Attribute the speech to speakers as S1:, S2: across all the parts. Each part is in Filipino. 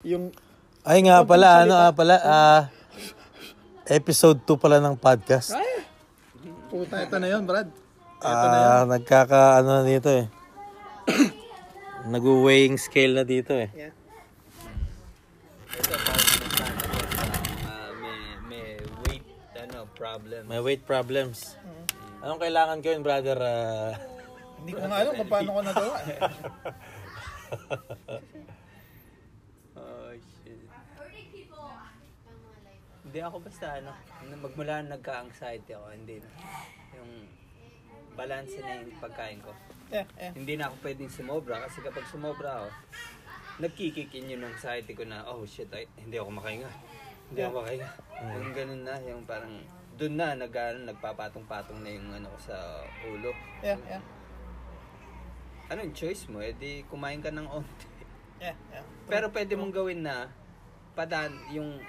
S1: Yung
S2: Ay nga pala, ano ah, pala, ah, episode 2 pala ng podcast.
S1: puta, ito na yun, Brad.
S2: Ah, nagkaka, ano na dito eh. Nag-weighing scale na dito eh.
S1: Yeah.
S3: Ito, parang sinasabi ko sa, ah, may, may weight, ano, problem.
S2: May weight problems.
S1: Mm.
S2: Anong kailangan ko yun, brother? Ah,
S1: Hindi ko nga alam kung paano ko Eh, natawa.
S3: Oh, shit. Hindi ako basta, ano, na- magmula na nagka-anxiety ako, hindi na. Yung balance na yung pagkain ko.
S1: yeah, yeah.
S3: Hindi na ako pwedeng sumobra kasi kapag sumobra ako, nagkikick in yung anxiety ko na, oh shit, ay, hindi ako makahinga. Hindi ako makahinga. Yung ganun na, yung parang, dun na, nag, ano, nagpapatong-patong na yung ano ko sa ulo.
S1: Yeah, yeah.
S3: Ano yung choice mo? Eh di kumain ka ng onti.
S1: Yeah, yeah.
S3: Pero pwede mong gawin na padaan yung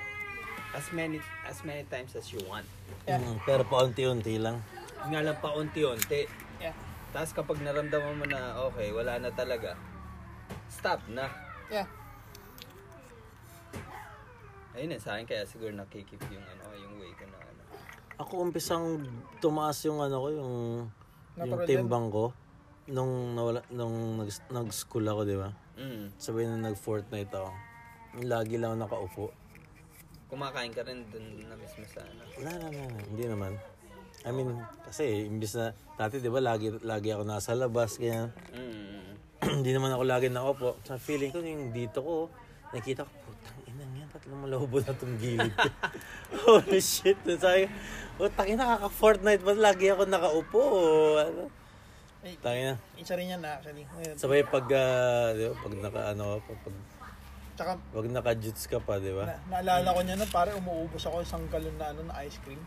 S3: as many as many times as you want.
S1: Yeah.
S2: mm, pero paunti-unti lang.
S3: Yun Nga lang paunti-unti.
S1: Yeah.
S3: Tapos kapag naramdaman mo na okay, wala na talaga, stop na.
S1: Yeah.
S3: Ayun eh, sa akin kaya siguro nakikip yung ano, yung way ko na ano.
S2: Ako umpisang tumaas yung ano ko, yung, yung
S1: Natural
S2: timbang ko. Nung, nawala, nung nag, nag-school ako, di ba?
S3: Mm.
S2: Sabihin na nag-fortnight ako. Lagi lang ako nakaupo.
S3: Kumakain ka rin dun na mismo sa ano.
S2: Wala, wala, wala. Hindi naman. I mean, kasi imbis na, dati di ba, lagi, lagi ako nasa labas, kaya
S3: Mm.
S2: hindi naman ako lagi nakaupo. Sa feeling ko, yung dito ko, nakita ko, putang ina yan, tatlong malabo na itong gilid. ko." Holy shit. Then Sabi ko, putang ina, kaka-fortnight ba lagi ako nakaupo? Ano?
S1: Ay,
S2: Tangina.
S1: isa rin yan na actually. Ngayon.
S2: Sabay pag, ah, di ba, pag naka, ano, pag, pag,
S1: Tsaka,
S2: pag naka-juts ka pa, di ba?
S1: na, naalala ko niya nun, pare, umuubos ako isang galon na ano, na ice cream.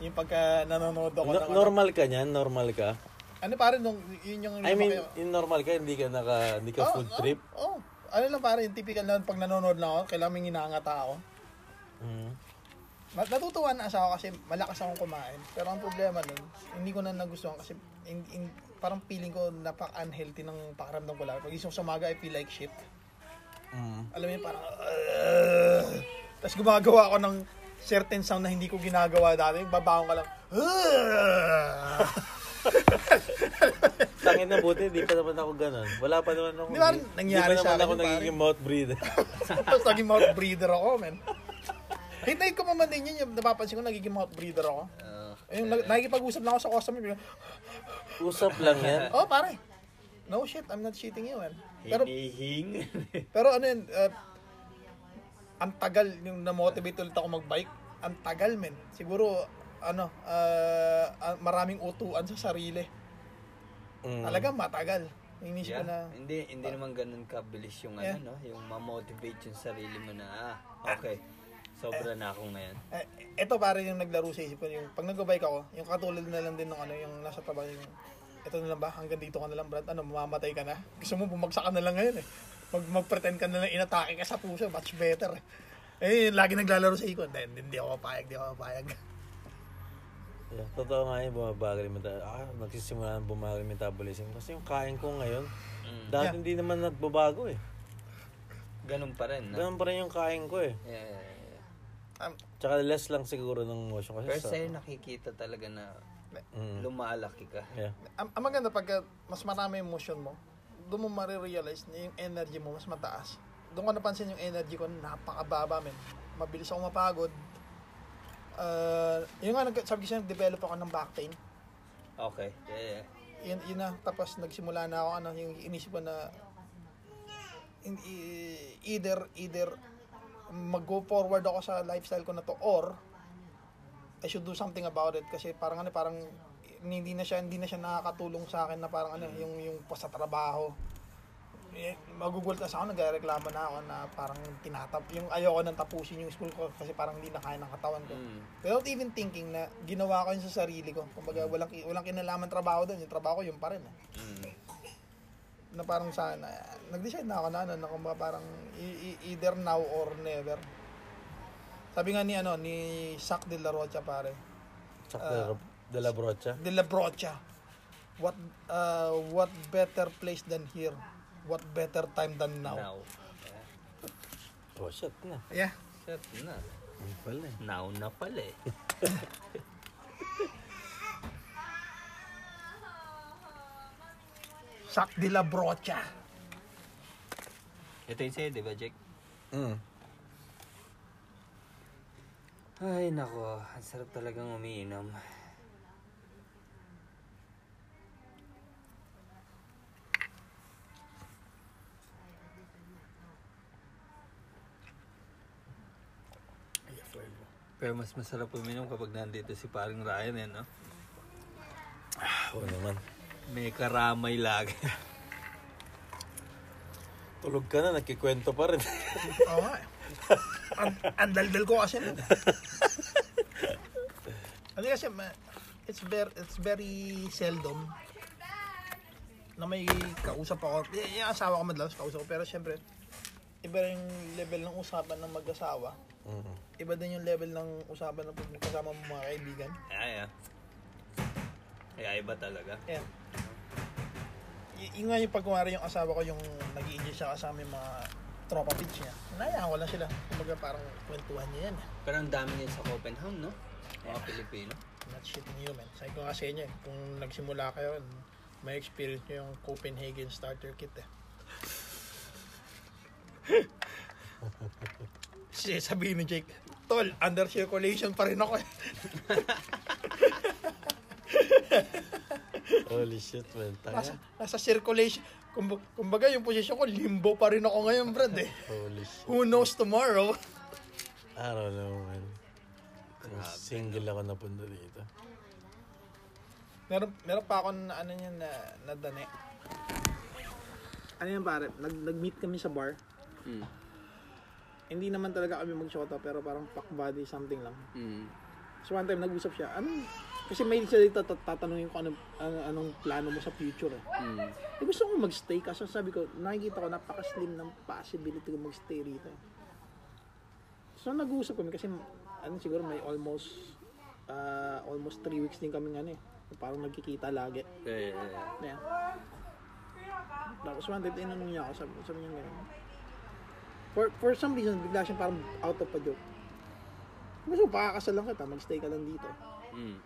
S1: Yung pagka nanonood ako
S2: No-
S1: ng ano.
S2: normal ka niyan, normal ka.
S1: Ano pare, nung, yun yung...
S2: I mean, in normal ka, hindi ka naka, hindi ka food trip.
S1: Oh, ano lang pare, yung typical na pag nanonood lang ako, kailangan may hinangata ako.
S2: Mm.
S1: Nat- Natutuwa na asa ako kasi malakas akong kumain. Pero ang problema nun, hindi ko na nagustuhan kasi in- in- parang feeling ko napaka-unhealthy ng pakiramdam ko lang. Pag isang sa umaga, I feel like shit.
S2: Mm.
S1: Alam mo yun, parang... "Ugh." Tapos gumagawa ako ng certain sound na hindi ko ginagawa dati. Yung Babaon ka lang. "Ugh."
S2: Tangin na buti, hindi pa naman ako ganun. Wala pa naman ako.
S1: Di ba, nangyari
S2: hindi pa
S1: sa
S2: naman
S1: akin
S2: ako
S1: yun,
S2: nagiging mouth breather.
S1: Tapos naging mouth breather ako, man. Hintay ko man din yun. Yung napapansin ko, nagiging mouth breather ako.
S3: Uh,
S1: Ayun, nag- nakikipag-usap na ako sa customer. bigla,
S2: Usap lang yan.
S1: Oh, pare. No shit, I'm not cheating you, man. Pero
S3: hinihing.
S1: Pero ano yun, uh, ang tagal yung na-motivate ulit ako mag-bike. Ang tagal, men. Siguro, ano, uh, ah, maraming utuan sa sarili.
S2: Mm.
S1: Talaga, matagal. Inisip ko na, Ah.
S3: yeah. Hindi, hindi naman ganun kabilis yung
S1: Yeah.
S3: ano, no? Yung ma-motivate yung sarili mo na, ah, okay, sobra na ako ngayon.
S1: eh, eto pare yung naglaro sa isip ko. Yung, pag nag-bike ako, yung katulad na lang din ng ano, yung nasa taba, yung, eto na lang ba, hanggang dito ka na lang, Brad, ano, mamamatay ka na. Gusto mo, bumagsak ka na lang ngayon eh. Mag, mag-pretend ka na lang, inatake ka sa puso, much better. Eh, lagi naglalaro sa ikon. Hindi, hindi ako papayag, hindi ako papayag.
S2: Yeah, totoo nga yun, bumabagal yung metabolism. Ah, nagsisimula na bumagal yung metabolism. Kasi yung kain ko ngayon,
S3: Mm.
S2: dati hindi naman nagbabago eh.
S3: Ganun pa rin, no?
S2: Ganun pa rin yung kain ko eh.
S3: Yeah, yeah, yeah.
S1: Um,
S2: Tsaka less lang siguro ng motion. Kasi
S3: Pero
S2: sa-
S3: sa'yo nakikita talaga na
S2: Mm.
S3: lumalaki ka.
S2: Yeah.
S1: ang, ang maganda pagka mas marami yung emotion mo, doon mo marirealize na yung energy mo mas mataas. Doon ko napansin yung energy ko, napakababa, men. Mabilis ako mapagod. Uh, yun nga, nag- sabi ko siya, develop ako ng back pain.
S3: Okay. Yeah, yeah.
S1: Yun, yun na, tapos nagsimula na ako, ano, yung inisip ko na in- i- either, either mag-go forward ako sa lifestyle ko na to or I should do something about it kasi parang ano parang hindi na siya hindi na siya nakakatulong sa akin na parang ano yung yung pa sa trabaho eh, magugulat na sa ako nagreklamo na ako na parang tinatap yung ayoko nang tapusin yung school ko kasi parang hindi na kaya ng katawan ko
S3: Mm.
S1: without even thinking na ginawa ko yun sa sarili ko kumbaga walang ki- walang kinalaman trabaho doon yung trabaho ko yun pa rin eh
S3: Mm.
S1: na parang sana nag-decide na ako na ano na kumbaga parang i- i- either now or never. Sabi nga ni ano ni Sac de la Rocha pare,
S2: Tsaka
S1: Ah.
S2: dala- dala brocha.
S1: de la Rocha. What uh, what better place than here? What better time than now?
S3: Now. Yeah.
S2: Oh, shit na.
S1: Yeah.
S3: Shit na.
S2: Ayun pala eh.
S3: Now na pala eh.
S1: Sac de la brocha.
S3: Ito yung sa'yo, di ba, Jake?
S2: Mm.
S3: Ay, nako. Ang sarap talagang umiinom. Pero mas masarap uminom kapag nandito si paring Ryan eh, no?
S2: Ah, oo naman.
S3: May karamay lagi.
S2: Tulog ka na, nagkikwento pa rin.
S1: Oo nga eh. Ang- Ang daldal ko kasi. nun. Ano kasi, ma- it's very, it's very seldom na may kausap ako. Y- yung asawa ko madalas kausap ko. Pero syempre, iba rin yung level ng usapan ng mag-asawa.
S2: Mm.
S1: Iba din yung level ng usapan ng pag kasama mo mga kaibigan.
S3: Ay, ah. Ay, ah, iba talaga.
S1: Ayan. Y- yun nga yung pagkumari yung asawa ko yung nag enjoy siya kasama yung mga tropa pitch niya. Nayaan ko lang sila. Kumbaga parang kwentuhan niya yan.
S3: Pero ang dami niya sa Copenhagen, no? Mga Pilipino.
S1: Not shitting you, man. Sabi ko nga sa inyo, eh, kung nagsimula kayo, may experience nyo yung Copenhagen starter kit eh. Siya sabihin ni Jake, Tol, under circulation pa rin ako eh.
S2: Holy shit, man. Tanga.
S1: Nasa, nasa circulation. Kumb- kumbaga yung posisyon ko, limbo pa rin ako ngayon, brad eh.
S2: Holy shit.
S1: Who knows tomorrow?
S2: I don't know, man. Kung single ako napunta dito.
S1: Meron, meron pa akong ano niya na, na dani. Ano yan pare? Nag, nag-meet kami sa bar.
S3: Mm.
S1: Hindi naman talaga kami magshota pero parang fuck body something lang.
S3: Mm.
S1: So one time nag-usap siya. Ano? Kasi may siya dito tat- tatanungin ko anong, anong, anong plano mo sa future eh.
S3: Mm.
S1: eh gusto ko magstay kasi sabi ko, nakikita ko napaka-slim ng possibility ko magstay rito. eh. So nag-uusap kami kasi ano siguro may almost ah, almost 3 weeks din kami ano eh. Parang nagkikita lagi.
S3: Eh, eh, eh.
S1: Ayan. Tapos one day, tinanong niya ako, sabi, sabi niya ganun. For, for some reason, bigla siya parang out of a joke. Gusto ko, pakakasal lang kita, magstay ka lang dito.
S3: Mm.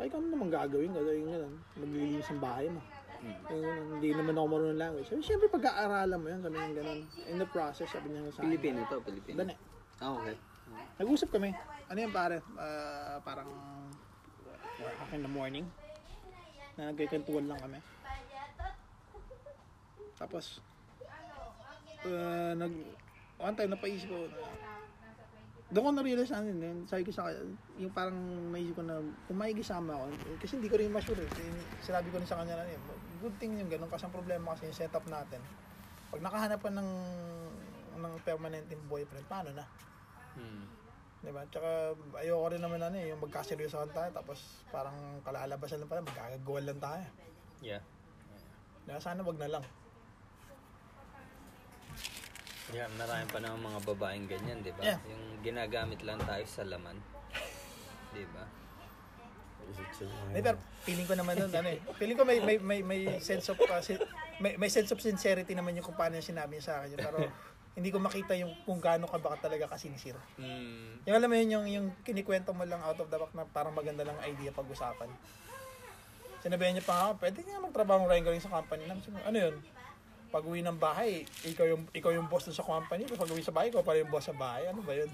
S1: Sabi ko, ano naman gagawin ko? Sabi ko, ganun, maglilinis ang bahay mo.
S3: Mm.
S1: Sabi ko, ganun, hindi naman ako marunong ng language. Sabi, siyempre, pag-aaralan mo yun, sabi niya ganun. In the process, sabi niya sa akin.
S3: Pilipino to, Pilipino.
S1: Dali.
S3: Ah, okay.
S1: Nag-usap kami. Ano yan pare? Ah, parang uh, akin na morning. Na nagkikantuan lang kami. Tapos, ah, nag, one time napaisip ko, na, doon ko na-realize ano yun, sabi ko sa kanya, yung parang naisip ko na, kung maikisama ako, eh, kasi hindi ko rin ma-sure, eh. sinabi ko rin sa kanya na, eh, good thing yung ganun, kasi ang problema kasi yung setup natin, pag nakahanap ka ng, ng permanent boyfriend, paano na?
S3: Mm.
S1: Diba? Tsaka ayoko rin naman ano eh, yung magkaseryosahan tayo tapos parang kalalabasan lang pala, magkakagawan lang tayo.
S3: Yeah.
S1: Diba? Sana wag na lang.
S3: Yeah, marami pa naman mga babaeng ganyan, di ba?
S1: Yeah.
S3: Yung ginagamit lang tayo sa laman. Di ba?
S2: Isip siya.
S1: Eh, pero feeling ko naman nun, ano eh. Feeling ko may, may, may, may sense of, uh, sin- may, may sense of sincerity naman yung kung paano niya sinabi niya sa akin. yun. Pero hindi ko makita yung kung gaano ka baka talaga kasinsir.
S3: Mm.
S1: Yung alam mo yun, yung, yung kinikwento mo lang out of the box na parang maganda lang idea pag-usapan. Sinabihan niya pa ako, pwede nga magtrabaho rin galing sa company namin. Sabi ko, Ano yun? Pag uwi ng bahay, ikaw yung, ikaw yung boss dun sa company. Pag uwi sa bahay, ikaw pa rin yung boss sa bahay. Ano ba yun?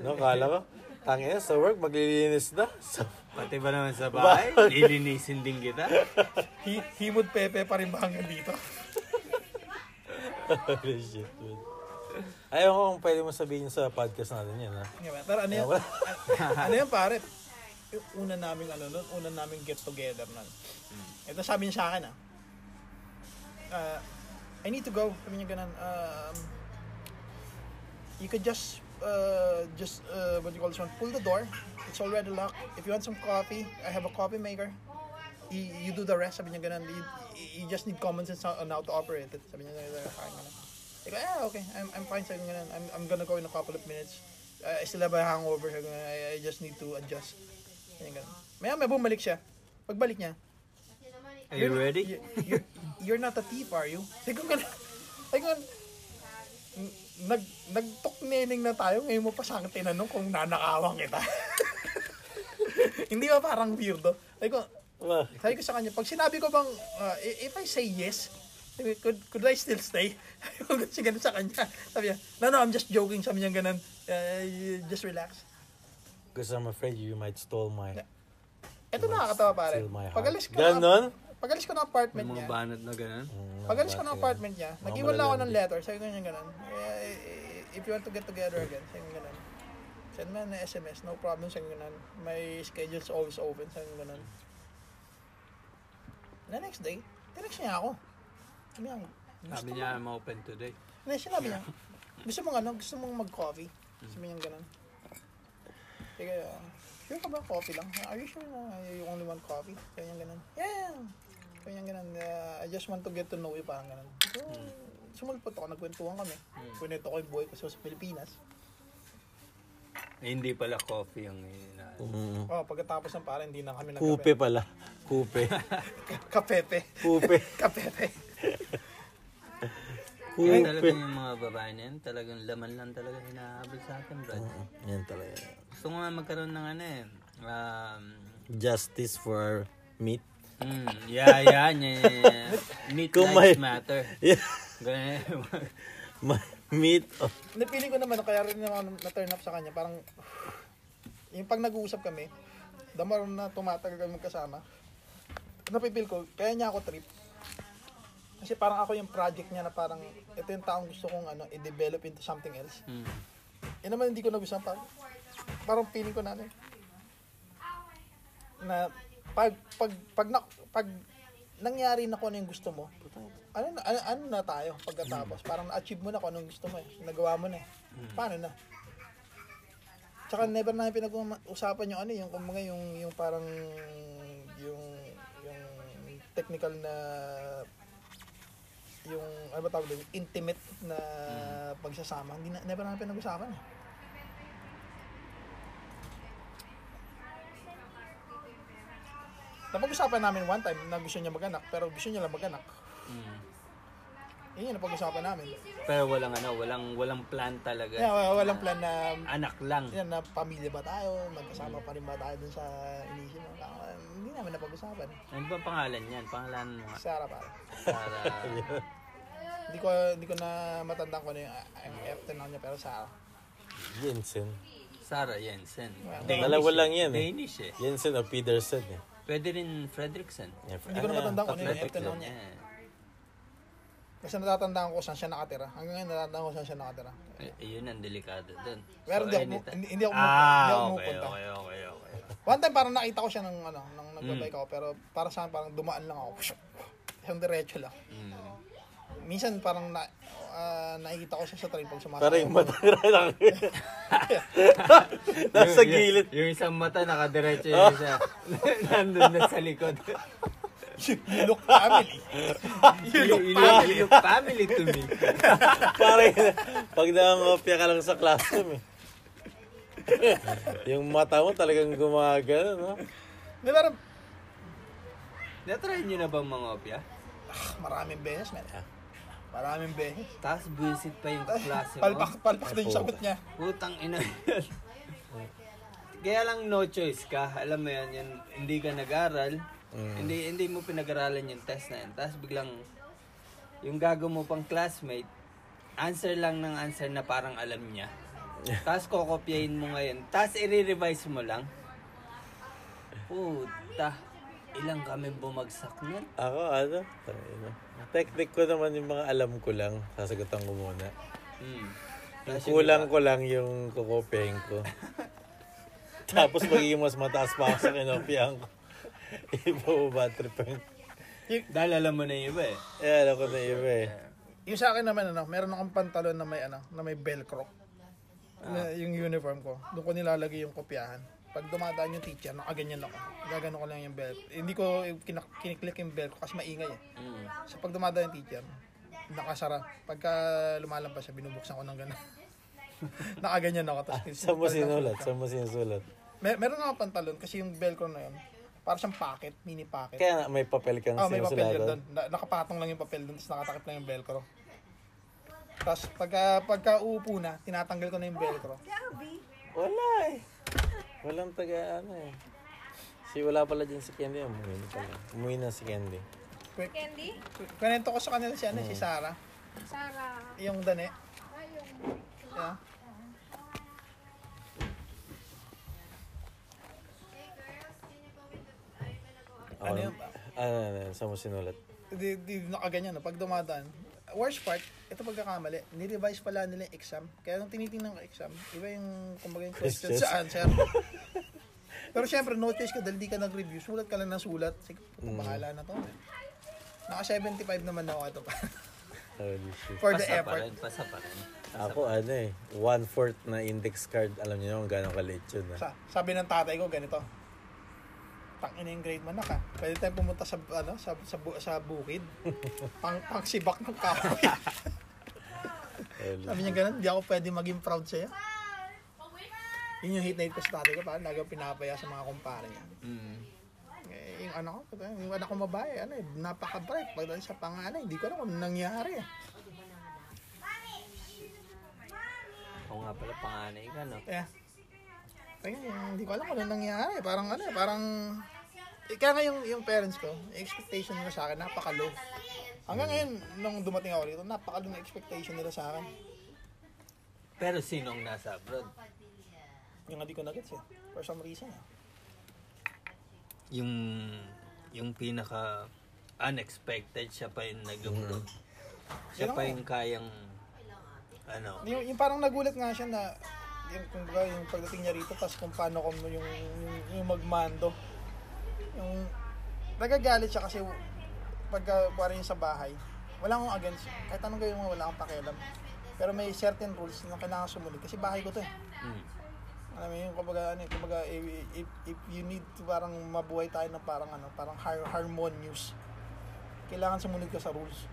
S2: No, kala ko. Tangina, sa work, maglilinis na. So,
S3: Pati ba naman sa bahay? Lilinisin din kita.
S1: Hi, himod pepe pa rin ba hanggang dito?
S2: holy shit, man. Ayaw ko kung pwede mo sabihin sa podcast natin yan, ha?
S1: Nga ba? Pero ano yun? An- ano yun pare? Yung una naming ano nun, una naming get together nun. Ito sabi niya sa akin ah. Uh, I need to go. Sabi niya ganun. Um, you could just uh, just uh, what do you call this one? Pull the door. It's already locked. If you want some coffee, I have a coffee maker. You, you do the rest. Sabi niya ganun. You, you just need common sense on how to operate it. Sabi niya ganun. Parang ganun. Sabi ko, yeah, "Ah, okay. I'm, I'm fine. Sabi niya ganun. I'm, I'm gonna go in a couple of minutes. Uh, I still have a hangover. Sabi niya ganun. I, I just need to adjust. Sabi niya ganun. Maya, may bumalik siya. Pagbalik niya,
S3: Are you ready?
S1: you're, you're, you're not a thief, are you? Sabi ko ganun. Sabi ko ganun. nag nagtukneling na tayo ngayon mo pa siyang tinanong kung nanakawang kita. Hindi ba parang weirdo? Sabi ko,
S2: Wow.
S1: sabi ko sa kanya, pag sinabi ko bang, uh, i- if I say yes, sabi ko, could, could I still stay? Sabi ko kasi ganun sa kanya. Sabi niya, no, no, I'm just joking. Sabi niya ganun, "Uh, you just relax.
S2: Because I'm afraid you might stole my...
S1: Ito nakakatawa pare.
S2: Steal my heart.
S1: Pagalis ko
S2: Ganon?
S1: na, pagalis ko ng apartment niya.
S3: banat na ganun.
S1: Pagalis ko ng apartment niya,
S2: Mga
S1: nag-iwan lang ako ng
S2: malalandi.
S1: letter. Sabi ko niya ganun, "Eh, if you want to get together again, sabi ko ganun. Send me an SMS, no problem, sabi ko ganun. My schedule's always open, sabi ko ganun. The next day, tinext niya ako. Sabi niya,
S3: Sabi niya, I'm open today.
S1: na sinabi niya, gusto mong ano, gusto mong mag-coffee? Sabi niya ganun. Sige, ah, sure ka ba coffee lang? Are you sure na you only want coffee? Sabi niya ganun. Yeah! Sabi niya ganun, "Ah, I just want to get to know you, parang ganun. So, sumulpot ako, nagkwentuhan kami. Kwento ko yung buhay ko sa sa Pilipinas.
S3: Eh, hindi pala coffee ang inaano.
S2: Mm.
S1: Oh, pagkatapos ng parang hindi na kami
S2: Kupe pala. Kupe.
S1: Kapepe.
S2: Kupe.
S1: Kapepe.
S3: Kaya
S2: Kupe.
S3: talagang yung mga babae na yan, talagang laman lang talaga hinahabol sa atin, brad.
S2: Yan talaga.
S3: Gusto ko nga magkaroon ng ano eh. Um,
S2: Justice for our meat.
S3: mm, yeah, yeah, yeah, yeah, yeah. Meat
S2: Kung
S3: lives
S2: may-
S3: matter.
S2: Yeah.
S3: Ganun eh.
S2: My meat of...
S1: Napili ko naman, kaya rin naman na-turn up sa kanya. Parang, yung pag nag-uusap kami, the more na tumatagal kami magkasama, napipil ko, kaya niya ako trip. Kasi parang ako yung project niya na parang, ito yung taong gusto kong ano, i-develop into something else.
S3: Mm.
S1: Yun naman hindi ko nagustuhan. Parang, parang feeling ko na ano eh, na pag pag pag na, pag nangyari na kung ano yung gusto mo, ano, na- ano, ano na tayo pagkatapos? Parang na-achieve mo na kung anong gusto mo eh. Nagawa mo na eh. Paano na? Tsaka never na pinag-usapan yung ano eh, yung kumbaga yung yung parang yung yung technical na yung ano ba tawag doon, intimate na pagsasama. Hindi na, never na pinag-usapan eh. Napag-usapan namin one time na gusto niya mag-anak, pero gusto niya lang mag-anak.
S3: Mm.
S1: Yun yung napag-usapan namin.
S3: Pero walang ano, walang walang plan talaga.
S1: Yeah, wa- walang plan na
S3: Anak lang.
S1: yan na pamilya ba tayo, magkasama pa rin ba tayo dun sa inisip mo. Ah, hindi namin napag-usapan.
S3: Ano ba pangalan niyan? Pangalan mo nga.
S1: Sarah para.
S3: Para...
S1: Hindi ko hindi ko na matandaan ko na yung ah, MF tanaw niya pero Sarah.
S2: Jensen.
S3: Sara Jensen.
S2: Dalawa lang yan eh.
S3: Danish eh.
S2: Jensen o Peterson eh.
S3: Pwede rin Fredrickson.
S2: Yeah,
S1: Hindi ko na
S2: ano,
S1: matandaan kung ano yung
S2: tatlo.
S1: F tanaw niya. Kasi natatandaan ko saan siya nakatira. Hanggang ngayon natatandaan ko saan siya nakatira.
S3: Eh, yun ang delikado dun.
S1: Pero
S3: So,
S1: hindi ako,
S3: anytime-
S1: hindi, hindi ako,
S3: Ah,
S1: hindi ako
S3: okay,
S1: pumupunta.
S3: okay, okay, okay.
S1: One time parang nakita ko siya ng ano, nang nagbabike ako pero para sa akin parang dumaan lang ako. Yung diretso lang.
S3: Mm.
S1: Minsan parang na, ah, nakikita ko siya sa train pag sumasakay.
S2: Para yung mata lang.
S3: Yung-
S2: Nasa
S3: yung-
S2: gilid.
S3: Yung isang mata, nakadiretso yun siya. Nandun na sa likod.
S1: you look eh. family. you look family.
S3: You look, you look family to me.
S2: Para yun. Pag nangopya ka lang sa classroom eh. yung mata mo talagang gumagano, no?
S1: Di parang,
S3: Natry nyo na bang mangopya?
S1: ah, maraming beses, man. Maraming beses.
S3: Tapos buisit pa yung klase mo.
S1: Palpak, palpak din yung sagot niya.
S3: Putang ina. Kaya lang no choice ka. Alam mo yan, yun, hindi ka nag-aral. Hindi, hindi mo pinag-aralan yung test na yan. Tapos biglang, yung gago mo pang classmate, answer lang ng answer na parang alam niya. Tapos kokopyahin mo ngayon. Tapos i-revise mo lang. Puta. Ilang kami bumagsak nun.
S2: Ako, ano? Tangin na. Technique ko naman yung mga alam ko lang. Sasagutan ko muna.
S3: Hmm.
S2: Yung kulang ko lang yung kukopihin ko. Tapos magiging mas mataas pa ako sa kinopihan ko. Ibababa trip yun.
S3: Dahil alam mo na yung iba eh.
S2: Eh, alam ko na iba eh.
S1: Yung sa akin naman, ano, meron akong pantalon na may, ano, na may velcro.
S2: Ah.
S1: Na, yung uniform ko. Doon ko nilalagay yung kopyahan. Pag dumadaan yung teacher, nakaganyan ako. Gagano ko lang yung belt. Hindi ko kinak- kiniklik yung belt ko kasi maingay eh.
S3: Hmm.
S2: Mm.
S1: So pag dumadaan yung teacher, nakasara. Pagka lumalampas siya, binubuksan ko ng gano'n. nakaganyan ako. Tapos,
S2: Ah, Saan mo sinulat? Saan mo sinusulat?
S1: Mer- meron akong pantalon kasi yung velcro na yun, para siyang pocket, mini pocket.
S2: Kaya na- may papel kang
S1: Ah, may papel yun
S2: sinusulatan.
S1: doon. Na- nakapatong lang yung papel doon, tapos nakatakip lang yung velcro. Tapos pagka, pagka uupo na, tinatanggal ko na yung velcro.
S4: Derby.
S2: Wala eh. Walang taga ano eh. Si wala pala dyan si Candy. Ah, Umuwi na pala. Umuwi na si Candy.
S1: Kwe-
S4: Candy?
S1: Kwento ko sa kanila si, ano, si Sarah,
S4: Sarah.
S1: yung dani.
S4: Ayun.
S1: Yeah. Ano yun?
S2: Ano, ano, ano, saan mo sinulat?
S1: Di, di nakaganyan, no? pag dumadaan. Worst part, ito pagkakamali, nirevise pala nila yung exam. Kaya nung tinitingnan ko exam, iba yung kumbaga yung question
S2: Questions.
S1: sa answer. Pero syempre, notice ka dahil di ka nag-review. Sulat ka lang ng sulat. Sige,
S2: Mm.
S1: bahala na to. Naka 75 naman ako ito pa.
S2: Holy shit.
S1: For the
S3: Pasa pa
S1: effort.
S3: rin, pasa pa rin. Pasa
S2: Ako
S3: pa.
S2: ano eh, one-fourth na index card. Alam niyo naman gano'ng kaliit yun ah.
S1: Sa, sabi ng tatay ko, ganito. Tangina yung grade man naka. Pwede tayong pumunta sa, ano, sa, sa, bu- sa bukid. pang, pang sibak ng kahoy.
S2: Holy
S1: Sabi niya ganun, di ako pwede maging proud sa'yo. Yun yung hate na hate ko sa tatay ko, parang lagi pinapaya sa mga kumpare niya.
S3: Mm.
S1: Eh, yung anak ko, puta, yung anak ko mabae, ano eh, napaka-bright. Pagdating sa panganay, hindi ko alam kung anong nangyari. eh.
S3: Ako nga pala, panganay ka, no?
S1: Yeah. Kaya, eh, hindi ko alam kung anong nangyari. Parang ano eh, parang... Eh, Kaya nga yung, yung parents ko, yung expectation nila sa akin, napaka-low. Hanggang ngayon, nung dumating ako rito, napaka-low na expectation nila sa akin.
S3: Pero sinong nasa abroad?
S1: Yung hindi ko nagets eh. For some reason eh.
S3: Yung, yung pinaka unexpected, siya pa yung naglumlog. Siya pa yung kayang, ano,
S1: Yung, yung parang nagulat nga siya na yung kumbaga yung pagdating niya rito tapos kung paano ko yung, yung, yung magmando. Yung nagagalit siya kasi pagka kuwari niya sa bahay, wala akong against. Kahit anong gawin mo, wala akong pakialam. Pero may certain rules na kailangan sumunod kasi bahay ko to eh.
S3: mm,
S1: Alam mo yun, kumbaga, ano, eh, kumbaga if, if, if you need to parang mabuhay tayo ng parang ano, parang har- harmonious, kailangan sumunod ka sa rules.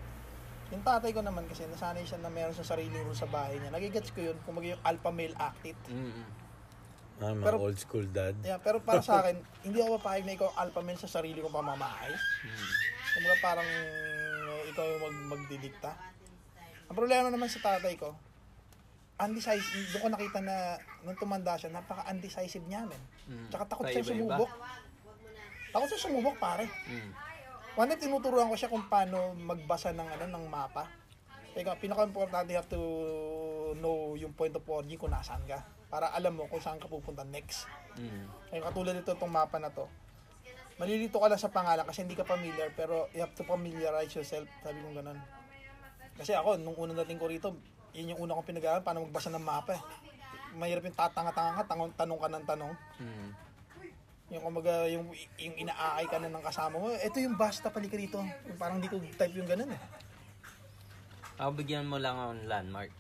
S1: Yung tatay ko naman kasi, nasanay siya na meron siyang sariling rules sa bahay niya. Nagigets ko yun, kumbaga yung alpha male act it.
S3: mm, mm.
S2: Ah, mga
S1: Pero-
S2: old school dad.
S1: Yeah, pero para sa akin, hindi ako papayag na ikaw ang alpha male sa sarili kong pamamahay. Kumbaga parang eh, ikaw yung mag, magdidikta. Ang problema naman sa tatay ko, undecisive, doon ko nakita na nung tumanda siya, napaka-undecisive niya men.
S3: Mm.
S1: Tsaka takot siya
S3: Paiba-iba.
S1: sumubok. Takot siya sumubok pare.
S3: Mm.
S1: One time tinuturuan ko siya kung paano magbasa ng ano ng mapa. Teka, pinaka-importante you have to know yung point of origin kung nasaan ka. Para alam mo kung saan ka pupunta next.
S3: Mm.
S1: Ngayon, katulad nito itong mapa na to. Malilito ka lang sa pangalan kasi hindi ka familiar pero you have to familiarize yourself. Sabi kong ganun. Kasi ako, nung unang dating ko rito, yun yung una kong pinag-aaral, paano magbasa ng mapa. eh. Mahirap yung tatanga-tanga ka, tanong, tanong ka ng tanong.
S3: Mm.
S1: Yung kumaga, yung, yung inaakay ka na ng kasama mo, ito yung basta palika rito. Yung parang hindi ko type yung ganun eh.
S3: Ako bigyan mo lang ako ng landmark.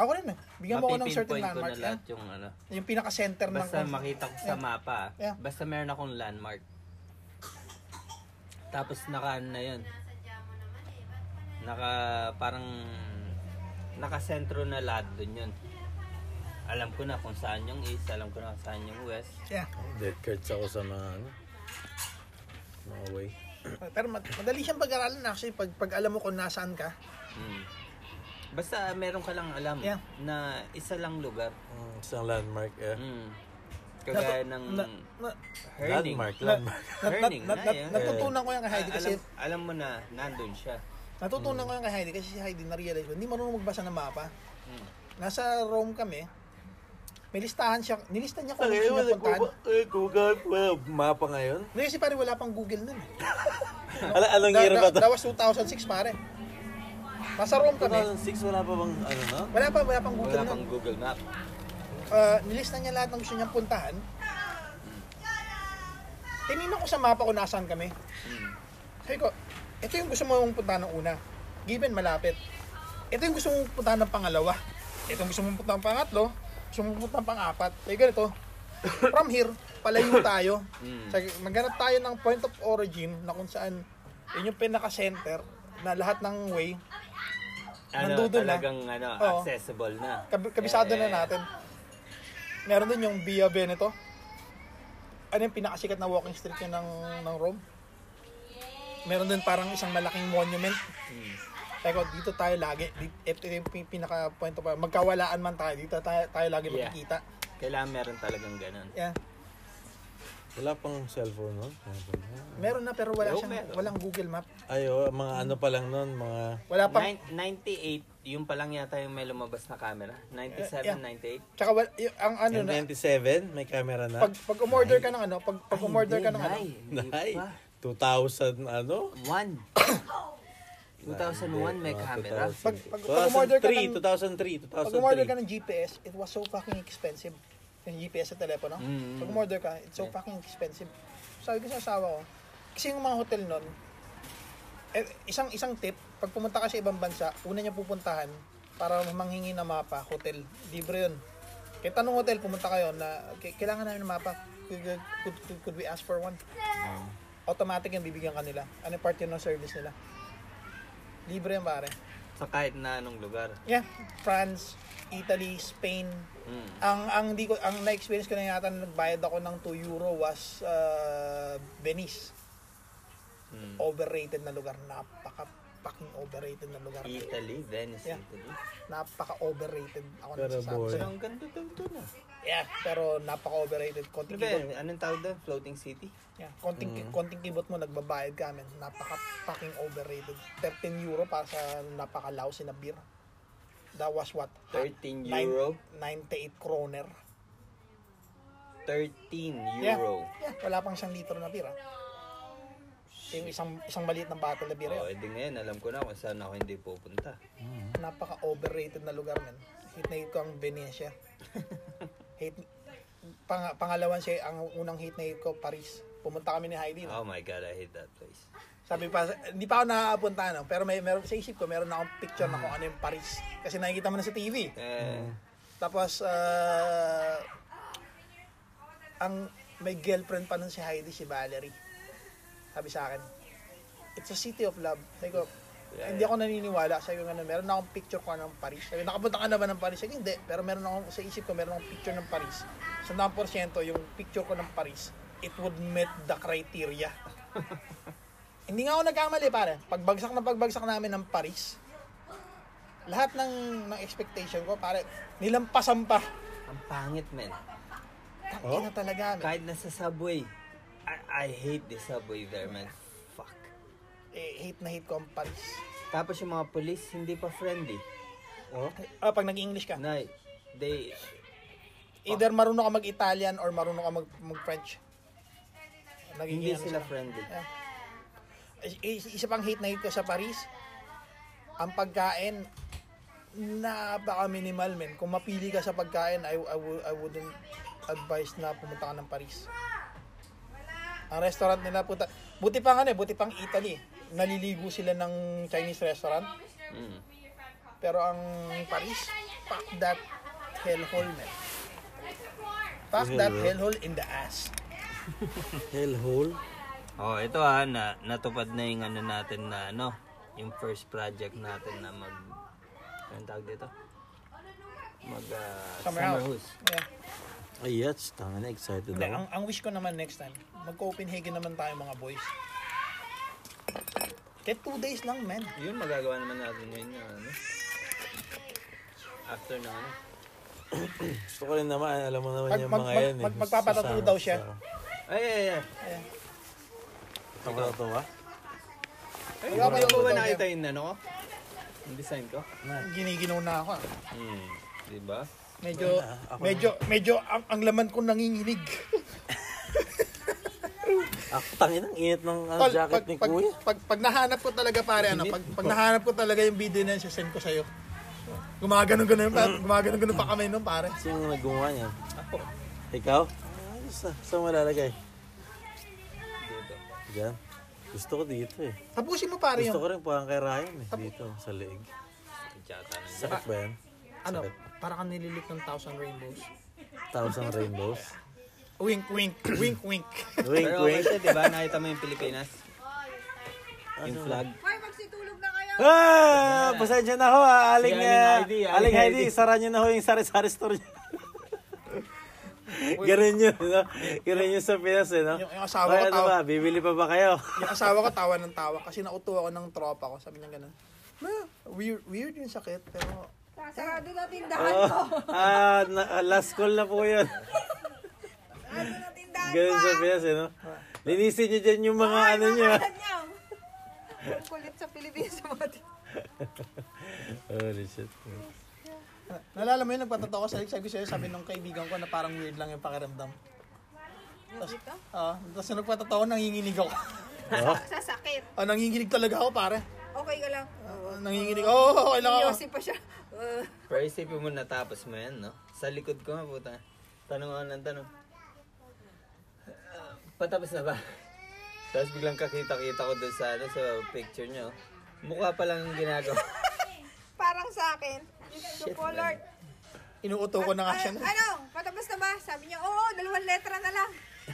S1: Ako rin eh. Bigyan mo ako ng certain landmark.
S3: Mapipinpoint ko na
S1: Yeah.
S3: lahat yung ano.
S1: Yung pinaka-center ng...
S3: Basta makita ko sa mapa,
S1: Yeah.
S3: basta meron akong landmark. Tapos naka ano na yun. Naka parang nakasentro na lahat dun yun. Alam ko na kung saan yung east, alam ko na kung saan yung west.
S1: Yeah.
S2: Dead cards ako sa mga ano. Mga way.
S1: Pero mad- madali siyang pag-aralan actually pag, pag alam mo kung nasaan ka.
S3: Mm. Basta meron ka lang alam
S1: Yeah.
S3: na isa lang lugar.
S2: Mm, isang landmark eh.
S3: Mm. Kagaya ng
S1: Na, na,
S3: Herning.
S2: Landmark,
S1: na,
S2: landmark.
S1: na, na,
S3: Learning
S1: na,
S3: na
S1: na,
S3: yan.
S1: natutunan ko yan kay Heidi
S3: Ah,
S1: kasi
S3: alam, alam mo na, nandun siya.
S1: natutunan ko yan kay Heidi kasi si Heidi na-realize ko hindi marunong magbasa ng mapa.
S3: Mm.
S1: Nasa Rome kami, may listahan siya, nilista niya kung ano yung puntahan.
S2: Google, wala mapa ngayon.
S1: Hindi kasi pare wala pang Google nun. eh.
S2: Ala, anong year ba
S1: That,
S2: to?
S1: that was 2006 pare. Nasa Rome kami,
S2: 2006, wala pa bang ano no?
S1: wala pa, wala pang Google
S3: Wala
S1: nun.
S3: pang Google Map.
S1: Ah, nilista niya lahat ng gusto niyang puntahan. Tinignan ko sa mapa kung nasaan kami.
S3: Mm.
S1: Sabi ko, ito yung gusto mong puntahan ng una. Given, malapit. Ito yung gusto mong puntahan ng pangalawa. Ito yung gusto mong puntahan ng pangatlo. Gusto mong puntahan ng pangapat. Sabi ganito, from here, palayo tayo.
S3: Mm.
S1: Sabi, maghanap tayo ng point of origin na kung saan yun yung pinaka-center na lahat ng way,
S3: ano,
S1: Nandudun na.
S3: talagang ano,
S1: ah. Oo.
S3: accessible na.
S1: Kab- kabisado
S3: Eh,
S1: na natin. Meron din yung Via Veneto. Ano yung pinakasikat na walking street yun ng, ng Rome? Meron din parang isang malaking monument.
S3: Mm.
S1: Teko, dito tayo lagi. Di- Ito yung pi- pinaka-point pa. Magkawalaan man tayo, dito tayo, tayo lagi
S3: Yeah.
S1: magkikita.
S3: Kailangan meron talagang ganun.
S1: Yeah.
S2: Wala pang cellphone nun? No?
S1: Meron na pero wala
S3: Oh,
S1: siyang,
S3: meron.
S1: walang Google Map.
S2: Ayo, mga ano pa lang nun, mga...
S1: Wala pang,
S3: Nine- 98, yung pa lang yata yung may lumabas na camera. 97,
S1: Yeah.
S3: 98.
S1: tsaka wal, y- ang ano na,
S2: 97, may camera na.
S1: pag, pag umorder ka ng ano, pag, pag umorder ka ng ano,
S3: Ay, hindi,
S2: Nay,
S3: Nay.
S2: 2000 ano?
S3: One. 2001 may
S2: Mga
S3: camera.
S2: 2000.
S1: Pag- pag- pag umorder ka ng-
S2: 2003, 2003, 2003.
S1: pag umorder ka ng GPS, it was so fucking expensive. Yung GPS sa telepono.
S3: Mm.
S1: Pag umorder ka, it's so fucking expensive. Sabi ko sa asawa ko, kasi yung mga hotel nun, eh, isang isang tip, pag pumunta ka sa ibang bansa, una niya pupuntahan para manghingi ng mapa, hotel. Libre yun. Kaya tanong hotel, pumunta kayo na "K- kailangan namin ng mapa. Could, could, could, could we ask for one? Automatic yung bibigyan kanila. Ano yung part yun ng service nila? Libre yan pare.
S3: Sa kahit na anong lugar.
S1: Yeah, France, Italy, Spain.
S3: Mm.
S1: Ang ang di ko ang na-experience ko na yata na nagbayad ako ng 2 euro was uh, Venice.
S2: Hmm.
S3: Mm.
S1: Overrated na lugar, napaka fucking overrated na lugar.
S3: Italy, Venice,
S1: Yeah.
S3: Italy.
S1: Napaka overrated ako
S2: Pero
S1: nagsasabi.
S2: boy.
S3: Pero
S1: sa'yo.
S3: ang ganda daw doon ah.
S1: Yeah, pero napaka overrated. Konting
S3: Ano ba
S1: kibot,
S3: yan? Anong tawag doon? Floating city?
S1: yeah, konting ki-
S2: Hmm.
S1: konting kibot mo nagbabayad ka man. Napaka fucking overrated. 13 euro para sa napaka lousy na beer. That was what?
S3: 13
S1: Nine-
S3: euro?
S1: 98 kroner.
S3: 13
S1: Yeah.
S3: euro.
S1: Yeah, wala pang isang litro na beer. ah. Yung isang isang maliit na bottle na beer. eh.
S3: Oh,
S1: yun.
S3: edi ngayon, alam ko na kung saan ako hindi pupunta.
S1: Napaka-overrated na lugar men. Hate na hate ko ang Venetia. hate pang, pangalawan siya ang unang hate na hate ko Paris. Pumunta kami ni Heidi.
S3: Oh my God, I hate that place.
S1: Sabi pa, hindi pa ako nakakapunta ano, pero may meron sa isip ko, meron na akong picture na kung ano yung Paris. Kasi nakikita mo na sa TV.
S3: Eh,
S1: Tapos, ah, ang may girlfriend pa nun si Heidi, si Valerie. Sabi sa akin, it's a city of love. Sabi ko,
S3: Yeah,
S1: hindi ako naniniwala. Sabi ko, ano, meron na akong picture ko ng Paris. Sabi, nakapunta ka na ba ng Paris? Sabi, hindi. Pero meron akong, sa isip ko, meron akong picture ng Paris. Sa 9% yung picture ko ng Paris, it would meet the criteria. hindi nga ako nagkamali, pare. Pagbagsak na pagbagsak namin ng Paris, lahat ng, ng expectation ko, pare, nilampasan pa.
S3: ang pangit, men.
S1: Tangin na talaga. men.
S3: Kahit nasa subway. I, I hate the subway there, man. Fuck.
S1: Eh, hate na hate ko ang Paris.
S3: Tapos yung mga police, hindi pa friendly.
S2: Oh?
S1: Ah, pag nag-English ka.
S3: Nay, they...
S1: Either marunong ka mag-Italian or marunong ka mag- mag-French. Naging
S3: Hindi
S1: ano
S3: sila friendly.
S1: Yeah. Eh, Is- Isa pang hate na hate ko sa Paris, ang pagkain, napaka minimal men. Kung mapili ka sa pagkain, I, I, wou- I wouldn't advise na pumunta ka ng Paris. Ang restaurant nila punta, buti pang ano eh, buti pang Italy. Naliligo sila ng Chinese restaurant.
S3: Mm.
S1: Pero ang Paris, fuck that hellhole, man. Fuck that hellhole in the ass.
S2: Hellhole?
S3: Oh, ito ah, na, natupad na yung ano natin na ano, yung first project natin na mag, anong tawag dito? Mag ah,
S1: Summer
S3: summer,
S1: house.
S3: house.
S1: Yeah.
S2: Ay, yes. Tanga na, excited
S1: Hindi,
S2: ako.
S1: ang, ang wish ko naman next time, mag-Copenhagen naman tayo mga boys. Kahit two days lang, man.
S3: Yun, magagawa naman natin yun yung ano. After na ano.
S2: Gusto ko rin naman, alam mo naman
S1: Mag-
S2: yung
S1: mag-
S2: mga
S1: mag-
S2: yan. eh.
S1: mag- magpapatattoo
S2: Sa-
S1: daw siya.
S2: sa-
S3: Ay, ay, ay.
S1: Ayan.
S2: Magpapatattoo ba?
S3: Ay,
S1: Wala pa yung
S3: ba
S1: utang
S3: nakita yung ano ko? Yung design ko?
S1: Giniginaw na ako. ah.
S3: Hmm, di ba?
S1: Medyo,
S2: Wala, ako
S1: medyo, medyo, ang, ang laman ko nanginginig.
S2: Ako, tangin ang init ng ano,
S1: Tol,
S2: jacket ni
S1: pag,
S2: Kuya.
S1: pag, pag nahanap ko talaga pare, ano, pag, pag nahanap ko talaga yung video na yun, sasend ko sa'yo. Gumagano'n-ganon pa, gumagano'n-ganon pa kami nun, pare.
S2: Sino yung naggumawa niyan?
S3: Ako.
S2: Ikaw? Ah, sa, saan mo lalagay?
S3: Dito.
S2: Diyan. Gusto ko dito eh.
S1: Tapusin mo pare
S2: Gusto
S1: yung,
S2: ko rin parang kay Ryan eh. Dito, sa leeg.
S3: Kutsata na.
S2: Sakit ba yan?
S1: ano, para kang nililit ng thousand rainbows.
S2: Thousand rainbows.
S1: Wink, wink, wink, wink.
S2: Wink,
S3: Pero okay
S2: wink.
S3: siya, di ba? Nakita mo yung Pilipinas? Yung flag?
S4: Hoy, magsitulog na kayo!
S2: Ah! Pasensya na ho, ah, Aling, ah,
S3: Si Aling Heidi, Aling
S2: Aling Heidi,
S3: Heidi.
S2: sara niyo na ho yung sari-sari store niyo. Ganun yun, no? Ganun yun sa Pinas, eh, no?
S1: Yung- yung asawa
S2: Hoy,
S1: ko,
S2: ano
S1: tawag-
S2: ba? Bibili pa ba kayo?
S1: yung asawa ko tawa ng tawa kasi nauto ako ng tropa ko. Sabi niya gano'n. na, weird, weird yung sakit, pero
S4: Sarado na tindahan ko.
S2: Ah, na- ah, last call na po yun.
S4: Sarado na tindahan ko.
S2: Ganun sa Pinas, eh, no? Linisin nyo dyan yung mga ano nyo. ah.
S4: niyo. Ang kulit sa Pilipinas sa mga tindahan.
S2: Holy shit.
S1: na- nalala mo yun, nagpatotoo ko sa sabi ko sa'yo, sabi nung kaibigan ko na parang weird lang yung pakiramdam. Tapos, ah, tapos nung nagpatotoo, nanginginig ako.
S2: Oh,
S4: Sasakit.
S1: ah, nanginginig talaga ako, pare.
S4: Okay ka lang.
S1: Ah, nanginginig, oo, oh, okay lang ako.
S4: Iyosin pa siya. Uh,
S3: Pero isipin mo natapos mo yan, no? Sa likod ko nga, puta. Tanong ako ng tanong. "Ah, patapos na ba? Tapos biglang kakita-kita ko doon sa, ano, sa picture nyo. Mukha pa lang yung ginagawa.
S4: parang sa akin. Shit,
S3: Shit,
S4: po,
S3: man.
S4: Lord.
S1: Inuuto ko na nga siya.
S4: Ano, ano? Patapos na ba? Sabi niya, oo, dalawang letra na lang.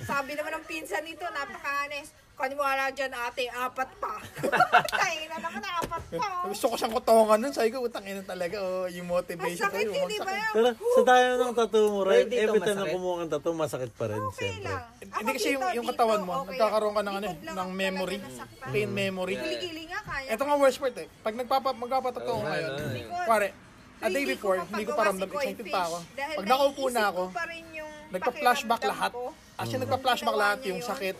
S4: Sabi naman ng pinsan nito, napaka-honest. Kaniwala dyan ate, apat pa. Tayo na naman, apat pa. oh.
S1: Gusto ko siyang kutongan nun, sabi ko, utang ina talaga, oh, yung
S4: Ang
S1: motivation
S4: sakit
S1: ko,
S4: yun,
S1: yung
S4: di
S1: mga
S4: ba?
S1: sakit.
S2: Pero sa tayo ng tattoo mo, right?
S3: Pwede ito
S2: Every time na
S3: masakit.
S2: kumuha ng tattoo, masakit pa rin,
S4: Okay
S2: siyempre.
S4: lang.
S1: Hindi kasi yung, yung katawan mo, nagkakaroon ka ng, ano, eh, ng memory, pain memory.
S4: Gili-gili nga kaya.
S1: Ito nga worst part eh. Pag nagpapa magpapatotoo ko
S3: Oo nga,
S1: ngayon,
S3: no, eh.
S1: pare, a day
S4: Hindi ko
S1: before, hindi ko
S4: mapagawa
S1: paramdam,
S4: si Koy
S1: excited pa ako.
S4: Fish dahil
S1: Pag nakaupo na
S4: naiisip
S1: ako,
S4: ko pa rin yung
S1: nagpa-flashback lahat.
S4: pakiramdam ko.
S1: As
S2: Mm.
S1: in, nagpa-flashback
S4: Ginawa
S1: lahat
S4: niya
S1: yung
S4: yun.
S1: sakit.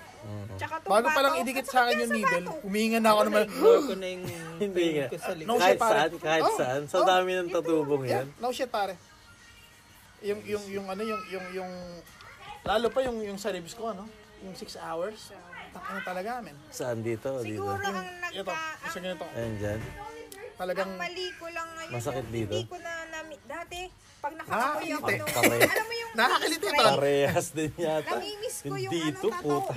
S4: Tsaka tong
S1: Bago pa lang
S4: bato,
S1: idikit
S4: at
S1: sa
S4: saka
S1: akin yung
S4: sa
S1: needle,
S4: bato.
S1: humihinga na ako naman.
S3: Ignore ko na yung
S2: Hindi nga.
S3: tingin ko sa
S1: No shit,
S3: likod.
S2: Kahit
S1: pare.
S2: saan, kahit
S1: Oh,
S2: saan. Sa
S1: oh.
S2: dami ng tattoo bong
S1: Yeah,
S2: yan.
S1: no shit, pare. Yung, yung, yung, ano, yung, yung, yung, lalo pa yung, yung sa ribs ko, ano? Yung 6 hours. Takin na talaga, amin.
S2: Saan dito? Dito.
S4: Siguro ang
S1: Ito,
S4: nagka...
S1: isa
S4: ang-
S1: ganito.
S2: Ayan dyan.
S1: Talagang,
S4: Ang mali ko lang ngayon.
S2: Masakit dito?
S4: Hindi ko na nami... Dati, pag nakakapoy ako
S1: Nakakiliti.
S4: nung...
S2: Kamay.
S4: alam mo yung...
S1: Nakakiliti,
S4: strike?
S1: parang-
S2: Parehas din yata.
S4: Namimiss ko yung
S2: Dito,
S4: ano, tattoo.
S2: puta.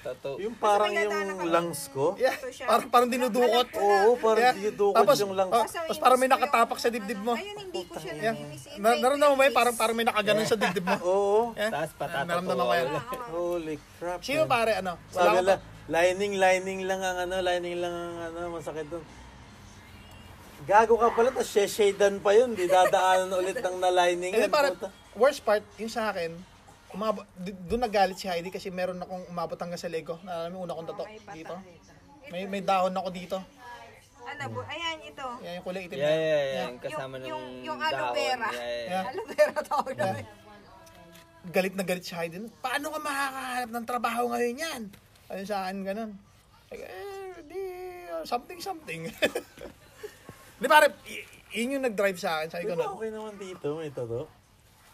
S3: Tato.
S2: Yung parang
S4: may
S2: yung
S4: nadaanan ka ba?
S2: lungs ko.
S1: yeah,
S4: Ito siya.
S1: parang, parang dinudukot.
S4: Alam ko na.
S2: Oo, parang
S1: Yeah.
S2: dito
S1: Tapos,
S2: yung lungs.
S1: oh,
S4: Basta
S1: Tapos parang may
S4: may miss ko yung-
S1: nakatapak sa dibdib mo.
S4: Ayun, hindi ko siya
S1: Yeah.
S4: namimiss. In
S1: Na,
S4: my
S1: naramdaman mo eh,
S4: 20s.
S1: parang, parang may nakaganon sa dibdib mo.
S2: Oo.
S1: Yeah.
S3: Tapos patatato
S1: Naramdaman ko yan.
S3: ulit.
S2: Holy crap.
S1: Sino
S2: man.
S1: pare, ano?
S2: Sabi
S1: Wala
S2: nila,
S1: ko-
S2: lining, lining lang ang ano, lining lang ang ano, masakit doon. Gago ka pala, tapos sheshadan pa yun. Di dadaanan ulit ng na-lining.
S1: Hindi
S2: yan,
S1: pare,
S2: puta.
S1: worst part, yung sa akin, umabot, doon nagalit si Heidi kasi meron akong umabot hanggang sa leg ko. Naalala mo, una kong tato dito. May, may dahon ako dito.
S4: Ano bu- Ayan, ito.
S1: Yan yung kulay itim.
S3: Yeah,
S1: na.
S3: yeah, yeah. Yung kasama
S4: Yung-
S3: ng
S4: yung- yung aloe
S3: dahon.
S4: vera.
S3: Yeah, yeah,
S1: Yeah.
S3: yeah.
S4: Aloe vera tawag na.
S1: Galit na galit si Heidi. nun. Paano ka makakahanap ng trabaho ngayon yan? Ayun sa akin, ganun. Like, eh, di, uh, something, something. Di pare, y- yun yung nag-drive sa akin. Sabi
S2: Di
S1: ko
S2: ba
S1: nun.
S2: okay naman dito, may tato?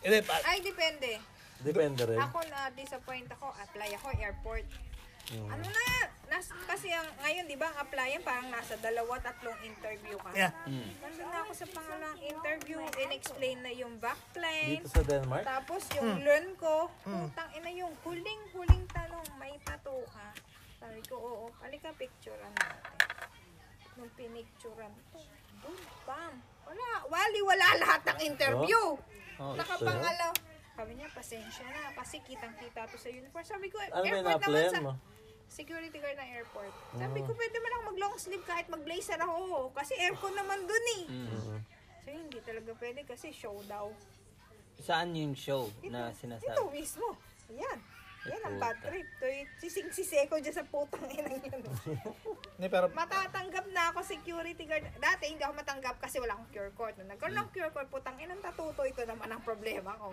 S1: Hindi, pa,
S4: Ay, depende.
S2: Depende rin.
S4: Ako na disappoint ako, apply ako airport. Ano na, nas, kasi ang, ngayon, di ba, ang applyan parang nasa dalawa, tatlong interview ka.
S1: Yeah.
S4: Nandun na ako sa pangalawang interview, in-explain na yung backline.
S2: Dito sa Denmark?
S4: Tapos yung learn ko, putang ina yung huling-huling tanong, may tattoo ka. Sabi ko, oo, halika picturean natin. Nung pinicturean ko, boom, bam. Wala, wali, wala lahat ng interview.
S2: Oh.
S3: Oh, uh,
S4: Nakapangalaw. Sabi niya, pasensya na kasi kitang-kita to sa uniform. Sabi ko,
S2: Ano ba yung
S4: airport naman
S2: na-applyan
S4: sa
S2: mo?
S4: security guard ng airport. Sabi ko, pwede man ako mag-long sleeve kahit mag-blazer ako. Kasi aircon naman dun
S3: Oh.
S4: eh.
S3: Mm. Hmm.
S4: So, hindi talaga pwede kasi show daw.
S3: Saan yung show na
S4: Ito
S3: sinasabi?
S4: mismo. Ayan. Yan ang
S3: Puta.
S4: bad trip. Tuy, sising-sise ko dyan sa putang inang yun.
S1: hindi, pero
S4: Matatanggap na ako security guard. Dati hindi ako matanggap kasi wala akong cure code. Nung nagkaroon
S2: Hmm.
S4: ng cure code, putang inang tatuto ito naman ang problema ko.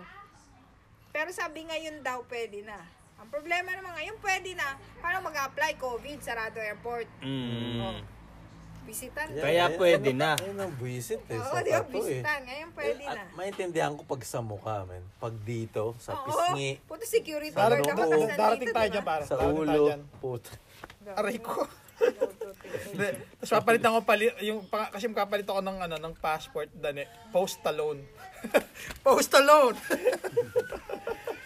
S4: Pero sabi ngayon daw pwede na. Ang problema naman ngayon pwede na. Parang mag-apply COVID, sarado airport.
S3: Mm.
S4: Oh. Bisitan.
S2: Yeah,
S3: Kaya
S2: ayun,
S3: pwede
S2: ano,
S3: na.
S2: Ayun ang buisit eh,
S4: Oo,
S2: sa
S4: di ba?
S2: tattoo eh.
S4: Bisitan. Ngayon pwede
S2: At
S4: na.
S2: maintindihan ko pag sa mukha, men. Pag dito, sa
S4: Oo.
S2: pisngi,
S4: Puto security
S2: Sa
S4: guard
S1: Darating,
S4: ako.
S2: loob.
S4: tas nandito,
S1: darating tayo
S4: diba?
S1: dyan, pare.
S2: sa
S1: Darating tayo
S2: ulo,
S1: dyan.
S2: puta.
S1: Aray ko. Hindi. Tapos papalitan ko pali, yung, pa- kasi kapalit ako ng, ano, ng passport, dani, post alone. post alone!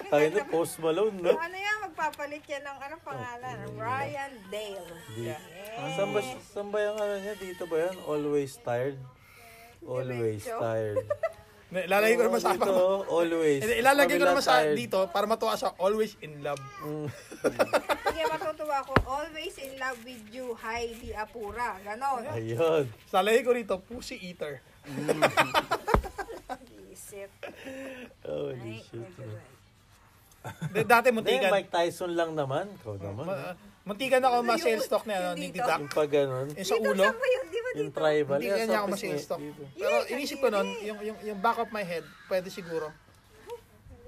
S2: Tayo na, post Malone, no?
S4: Ano yan? Magpapalit yan ng anong pangalan?
S2: Oh,
S4: Ryan
S2: mm.
S4: Dale.
S2: Yeah. Saan ba, saan ba yung ano niya? Dito ba yan? Always tired? Always
S4: Diretso.
S2: tired.
S1: Ilalagay ko naman sa
S2: Dito,
S1: ako.
S2: always.
S1: Ilalagay ko
S2: Kabila
S1: naman sa
S2: tired.
S1: dito para matuwa siya, always in love.
S4: Sige, matutuwa ako. Always in love with you, Heidi Apura. Ganon.
S2: Ayun.
S1: Salagay ko rito, pussy eater.
S4: Isip.
S2: Holy
S4: Ay,
S2: shit.
S1: D- dati
S2: Hindi,
S1: muntikan.
S2: Mike Tyson lang naman. Ikaw naman.
S1: Ma- muntikan ako ma-sales talk na ano, ni
S4: Hindi
S1: Didak.
S2: Yung pag ganun.
S1: Yung sa
S4: Dito
S1: ulo.
S4: lang ba yun? Di ba
S2: Yung
S4: dito.
S2: tribal.
S1: Hindi kanya ako
S2: tapos
S1: masyadong
S2: may-
S1: stock.
S2: dito.
S1: Pero inisip ko nun, yung, yung, yung back of my head, pwede siguro.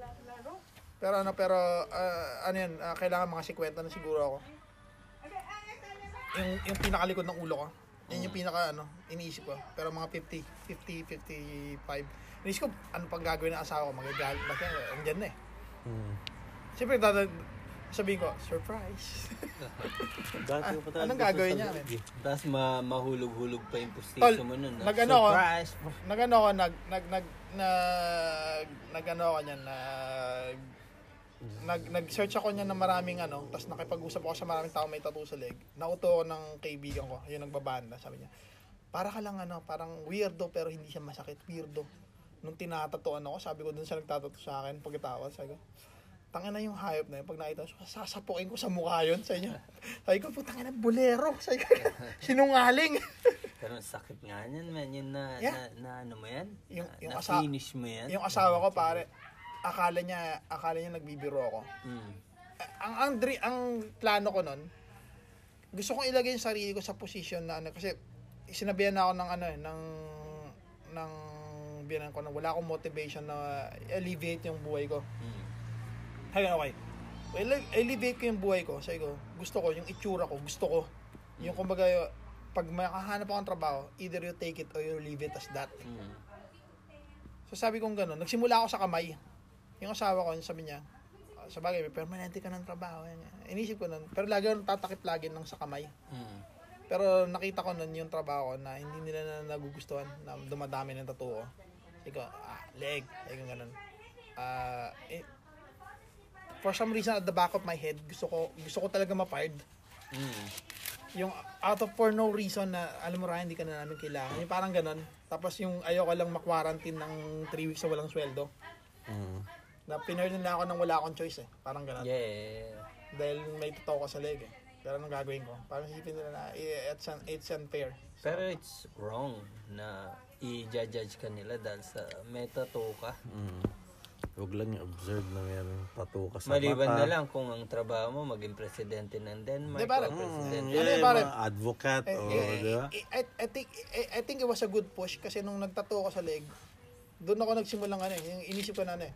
S4: La- Laro.
S1: Pero ano, pero ah, ano yun, ah, kailangan mga sikwenta na siguro ako.
S4: ah,
S1: Yung, yung pinakalikod ng ulo ko. Yun yung pinaka ano, iniisip ko. Pero mga 50, 50, 55. Iniisip ko, ano pang gagawin ng asawa ko? Magagalit ba siya? Andyan na eh.
S2: Hmm.
S1: Siyempre, dada- sabihin ko, surprise.
S2: Dati ko pa talaga
S1: Ah, Anong
S2: gusto
S1: gagawin
S2: sa
S1: niya,
S2: loob,
S1: men?
S2: eh.
S3: Tapos ma mahulog-hulog pa yung
S1: Tol, ano,
S3: postiso mo nun. ah.
S1: nag-ano ako,
S2: Surprise!
S1: nag-ano ako, nag, nag, nag, nag, nag-ano ako niyan, nag, nag, nag-search ako niyan ng maraming ano, tapos nakipag-usap ako sa maraming tao may tattoo sa leg. Nauto ako ng kaibigan ko, yun nagbabanda, sabi niya. Para ka lang ano, parang weirdo pero hindi siya masakit, weirdo. Nung tinatatuan ako, sabi ko dun siya nagtatato sa akin, pagkatawa, sabi ko, tanga na yung hayop na yun. Pag nakita ko, sasapukin ko sa mukha yun sa inyo. Sabi ko, putang na, bolero. Sabi ko, sinungaling.
S3: Pero ang sakit nga yan, man. Yun na,
S1: Yeah.
S3: na, na ano mo yan?
S1: Yung-
S3: na,
S1: yung
S3: na
S1: asa-
S3: finish mo yan?
S1: Yung asawa ko pare, akala niya akala niya nagbibiro ako. Eh,
S3: Mm.
S1: Ang ang dri- ang plano ko noon, gusto kong ilagay yung sarili ko sa position na ano kasi sinabihan na ako ng ano eh, ng ng binan ko na wala akong motivation na alleviate yung buhay ko.
S3: Mm.
S1: Hay okay. Well, elevate ko yung buhay ko. Sabi ko, gusto ko, yung itsura ko, gusto ko. Yung kumbaga, pag makahanap ako ng trabaho, either you take it or you leave it as that.
S3: Mm.
S1: So sabi kong gano'n, nagsimula ako sa kamay. Yung asawa ko, sabi niya, "Ah, sa bagay, may permanente ka ng trabaho. Yan. Inisip ko nun, pero lagi ako tatakip lagi ng sa kamay.
S3: Mm.
S1: Pero nakita ko nun yung trabaho ko na hindi nila na nagugustuhan, na dumadami ng tattoo ko. Sabi ko, ah, leg, sabi ko ganun. Ah, eh, for some reason at the back of my head, gusto ko, gusto ko talaga mapard.
S3: Mm.
S1: Yung out of for no reason na, alam mo Ryan, hindi ka na namin kailangan. Yung parang ganun. Tapos yung ayoko lang makwarantine ng 3 weeks sa walang sweldo
S2: Hmm.
S1: na pinerd nila ako nang wala akong choice eh. Parang ganun.
S3: Yeah.
S1: Dahil may totoo ko sa leg eh. Pero anong gagawin ko? Parang isipin nila na eh, it's, un- it's unfair.
S3: Pero it's wrong na i-judge ka nila dahil sa meta to ka.
S2: Hmm. Huwag lang yung observe na meron tattoo ka sa
S3: Maliban
S2: mata.
S3: na lang kung ang trabaho mo maging presidente ng Denmark
S1: Di, parang-
S3: o
S2: Hmm,
S3: presidente.
S1: Ano
S2: yeah,
S1: yung pare?
S2: mga advocate
S1: Eh,
S2: o,
S1: eh,
S2: Oh, di ba?
S1: eh, I, I, think, I, I think it was a good push kasi nung nagtato ko sa leg, doon ako nagsimulang ano eh. Yung inisip ko na ano eh.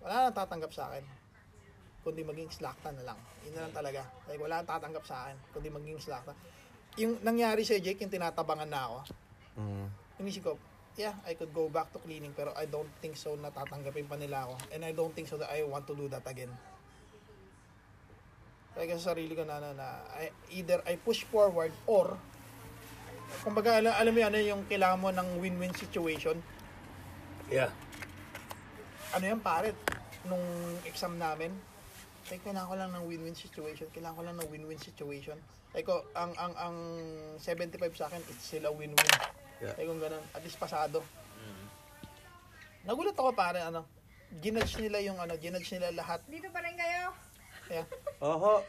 S1: Wala nang tatanggap sa akin. Kundi maging slakta na lang. Yun na lang talaga. Like, wala nang tatanggap sa akin. Kundi maging slakta. Yung nangyari sa Jake, yung tinatabangan na ako.
S2: Hmm.
S1: inisip ko, yeah, I could go back to cleaning pero I don't think so na tatanggapin pa nila ako. And I don't think so that I want to do that again. Kaya sa sarili ko na, na, na I, either I push forward or kumbaga alam, alam mo yan, ano yung kailangan mo ng win-win situation.
S2: Yeah.
S1: Ano yan pare, nung exam namin, like, kailangan ko lang ng win-win situation. Kailangan ko lang ng win-win situation. Like, oh, ang, ang, ang 75 sa akin, it's still a win-win.
S2: Yeah.
S1: Like, kung ganun, at least pasado.
S3: Mm.
S1: Nagulat ako pare ano. Ginudge nila yung ano, ginudge nila lahat.
S4: Dito pa rin kayo.
S1: Yeah.
S2: Oho,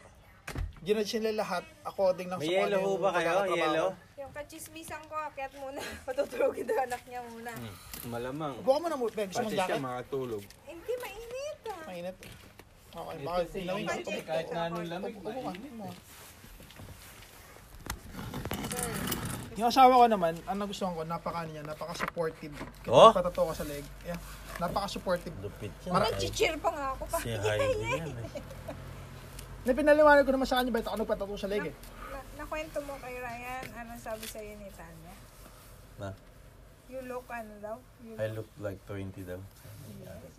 S1: Ginudge nila lahat according ng
S2: may yellow ho ba kayo?
S1: pagkakatrabaho.
S2: Yellow?
S4: Yung kachismisan ko, akyat muna. Patutulogin daw anak niya muna.
S2: Hmm.
S3: Malamang.
S1: Buka mo na mo, gusto mong
S5: Pati siya
S1: jacket?
S5: makatulog.
S4: Hindi, mainit ah.
S1: Mainit. Okay, baka ginawin ko.
S4: kasi
S1: Upo-
S4: kahit na anong
S3: lamig,
S1: upo- upo ka. Yung asawa ko naman, ang nagustuhan ko, napaka ano niya, napaka-supportive. Kasi
S2: Oh?
S1: patato ko sa leg. Yeah. Napaka-supportive.
S2: Lupit yan.
S4: Parang chichir pa nga ako.
S2: Si
S4: Parang
S2: Heidi yan. eh.
S1: Na pinaliwanag ko naman sa kanya, ba't ako nagpatato sa leg eh.
S4: na, nakwento mo kay Ryan, anong sabi sa'yo ni Tanya?
S2: Na,
S4: You look ano daw? You
S2: I
S4: look,
S2: look like 20 daw.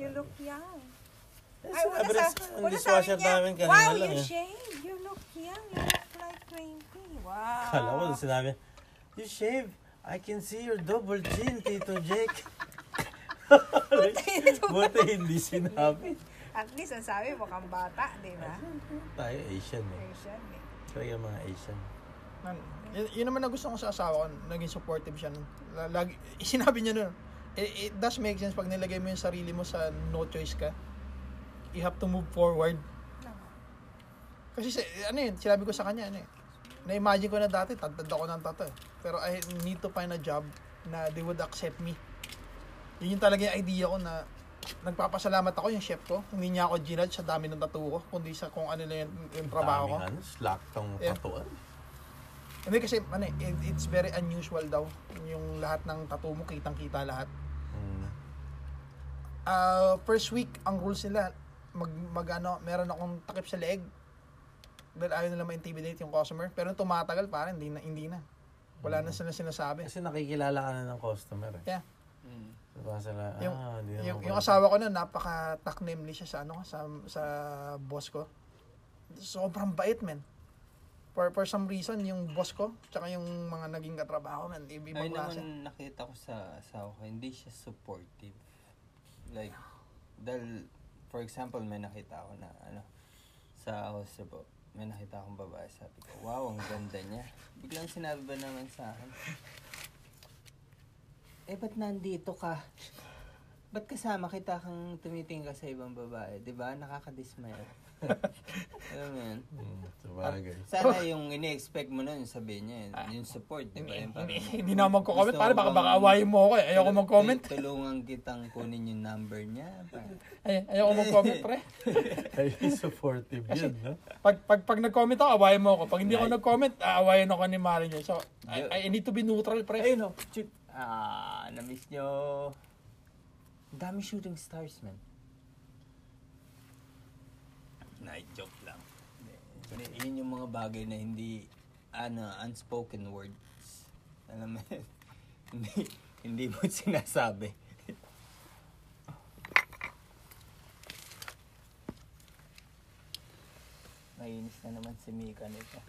S4: you look young.
S2: Eh,
S4: Ay, una
S2: sinabi na
S4: sa,
S2: sa- ang
S4: una
S2: dishwasher
S4: sabi
S2: namin
S4: niya,
S2: kanina
S4: wow,
S2: lang
S4: you
S2: eh."
S4: shave, you look young, you look like 20. Wow.
S2: Kala ko nung sinabi, you shave, I can see your double chin, Tito Jake. Buti hindi sinabi.
S4: At least, ang sabi, mukhang bata, di ba?
S2: Tayo Asian eh.
S4: Asian eh.
S2: Kaya mga Asian.
S1: Nan, yun, yun naman na gusto ko sa asawa ko, naging supportive siya. nun. La- Lagi, sinabi niya nun, eh, it, it does make sense pag nilagay mo yung sarili mo sa no choice ka. You have to move forward. Kasi sa, ano yun, sinabi ko sa kanya, ano eh. Na-imagine ko na dati, tatad ako ng tato eh. Pero I need to find a job na they would accept me. Yun yung talaga yung idea ko na nagpapasalamat ako yung chef ko. Hindi niya ako ginudge sa dami ng tattoo ko, kundi sa kung ano na yung, yung trabaho ko.
S2: Daming ano, slack tong
S1: Yeah.
S2: tatuan.
S1: Hindi kasi, ano eh, it- it's very unusual daw. Yung lahat ng tattoo mo, kitang-kita lahat.
S2: Mm.
S1: Ah, first week, ang rules nila, mag, mag ano, meron akong takip sa leeg. Dahil ayaw nila ma-intimidate yung customer. Pero tumatagal pa rin, hindi na, hindi na. Wala na sila sinasabi.
S2: Kasi nakikilala ka na ng customer eh.
S1: Yeah.
S3: Mm.
S2: Diba sila,
S1: Yung,
S2: ah, hindi
S1: yung,
S2: naman
S1: yung
S2: pala-
S1: asawa ko na, napaka-taknimly siya sa, ano, sa, sa boss ko. Sobrang bait, men. For, for some reason, yung boss ko, tsaka yung mga naging katrabaho, men, iba
S3: Ay
S1: klase.
S3: naman nakita ko sa asawa ko, hindi siya supportive. Like, dahil, for example, may nakita ako na, ano, sa hostel po, may nakita akong babae, sabi ko, wow, ang ganda niya. Biglang sinabi ba naman sa akin, eh, ba't nandito ka? Ba't kasama kita kang tumitingin ka sa ibang babae? Di ba? Nakakadismay. Alam mo yun?
S2: Mm, sabagay.
S3: Sana yung ini-expect mo nun, sabihin niya, yun, yung support, di ba? Yung parang-
S1: Ah. Hindi na ako mag-comment,
S3: Gusto
S1: para baka
S3: ko
S1: baka
S3: bang-
S1: awayin mo ako eh. Ayoko
S3: Tul-
S1: mag-comment.
S3: tul- Tulungan kitang kunin yung number niya.
S1: Ay, ayoko mag-comment, pre.
S2: Ay, supportive yun, no?
S1: Pag, pag, pag nag-comment ako, awayin mo ako. Pag hindi ako
S3: Right.
S1: nag-comment, aawayin ako ni Mari niya. So,
S3: Yeah.
S1: I, I need to be neutral, pre.
S3: Ayun o. Shoot. Ah, na-miss nyo. Ang dami shooting stars, man. Night joke lang. Hindi, Yun yung mga bagay na hindi, ano, unspoken words. Alam mo yun? hindi, hindi mo sinasabi. Nainis na naman si Mika nito.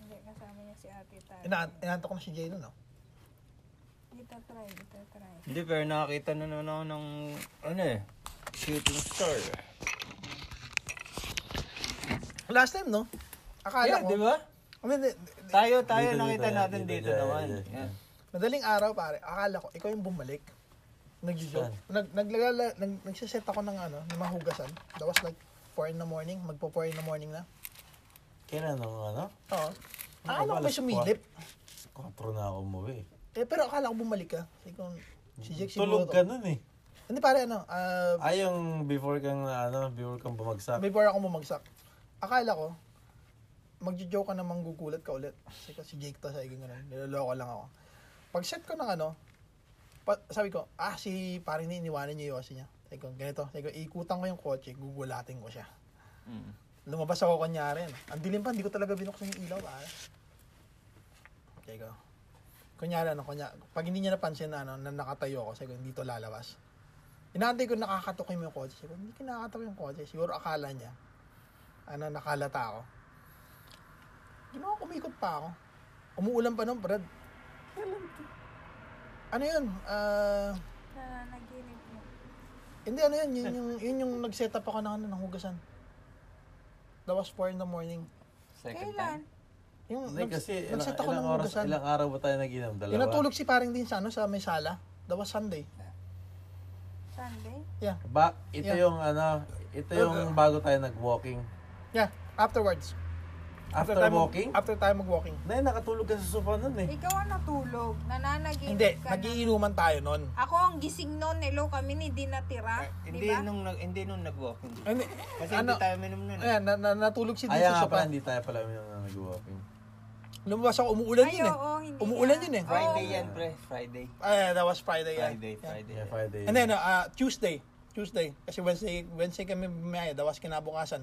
S4: Hindi, kasama niya si ate tayo.
S1: Ina inaantok na si Jay nun, no?
S4: Dito try, dito try.
S3: Hindi, pero nakakita na naman ako ng, ano eh, shooting star.
S1: Last time, no? Akala
S3: yeah,
S1: ko.
S3: di ba?
S1: I mean, di- di-
S3: Tayo, tayo,
S2: Dito,
S3: nakita
S2: dito,
S3: natin
S2: dito,
S3: dito,
S2: dito,
S3: naman.
S2: dito.
S3: Yeah.
S1: Madaling araw, pare. Akala ko, ikaw yung bumalik. Nag-joke. Nag, naglagala, nag, nagsiset ako ng ano, ng mahugasan. That was like 4 in the morning. Magpo 4 in the morning na.
S2: Kailan nung ano?
S1: Oo.
S2: Ano
S1: Akala
S2: ba,
S1: ko may
S2: alas
S1: sumilip.
S2: 4 na ako umuwi.
S1: Eh, pero akala ko bumalik ka. Sabi ko, si Jake siguro to.
S2: Tulog ka nun eh.
S1: Hindi pare, ano, ah,
S2: Ay, yung before kang, ano, before kang bumagsak.
S1: before ako bumagsak, akala ko, magjo-joke ka na manggugulat ka ulit. Kasi ko, si Jake to, sabi ko ganun. Niloloko lang ako. Pag set ko ng ano, pa- sabi ko, ah, si parang iniwanan niyo yung kasi niya. Sabi ko, ganito. Sabi ko, ikutan ko yung kotse, gugulatin ko siya.
S3: Mm.
S1: Lumabas ako kunyari. no? Ang dilim pa, hindi ko talaga binuksan yung ilaw. Ah. Sabi ko, kunyari ano, kunya, pag hindi niya napansin na, ano, na nakatayo ako, sabi ko, hindi to lalabas. Inaantay ko nakakatukoy mo yung kotse. Sabi ko, hindi ko nakakatukoy yung kotse. Siguro akala niya, ano, nakalata ako. Ginawa, kumikot pa ako. Umuulan pa nun, Brad. Ano yun? Ah,
S4: Nananaginip mo.
S1: hindi, ano yun? Yun yung, yun yung nag-set up ako ng, ano, ng hugasan. That was 4 in the morning.
S3: Second time.
S4: Kailan?
S1: Yung
S2: Hindi, kasi ilang,
S1: nagset ako
S2: ilang
S1: ng
S2: oras,
S1: hugasan.
S2: ilang araw ba tayo nag-inom? Dalawa?
S1: Yung natulog si paring din sa ano sa may sala. That was Sunday.
S4: Sunday?
S2: Ba, ito
S1: Yeah. Uh,
S2: yung ano, ito yung bago tayo nag-walking.
S1: Yeah, afterwards.
S2: After,
S1: tayo mag-
S2: walking?
S1: After tayo mag-walking.
S2: Nay, nakatulog ka sa sofa nun eh.
S4: Ikaw ang natulog. Nananaginip
S1: Hindi,
S4: ka na.
S1: nagiinuman tayo noon.
S4: Ako ang gising noon, hello, kami ni di natira.
S3: Eh, Hindi
S4: Ah, Di ba?
S3: nung, nag- hindi nung nag-walking.
S1: Ano,
S3: Kasi
S1: ano,
S3: hindi tayo minum nun. eh.
S1: ayan, na, na, natulog si Dee sa
S2: Ayaw nga pala,
S1: sopa.
S2: hindi tayo pala yung ano, nag-walking.
S1: Lumabas ako, umuulan
S4: Ay,
S1: yun eh.
S4: oo, hindi
S1: Umuulan
S4: na.
S1: yun eh.
S3: Friday
S4: Oo.
S3: yan, pre. Friday.
S1: Ay, that was Friday. yeah.
S3: Friday,
S1: Yeah.
S3: Friday.
S2: Yeah, Friday.
S1: And then, uh, Tuesday. Tuesday. Kasi Wednesday, Wednesday kami bumiyaya. That was kinabukasan.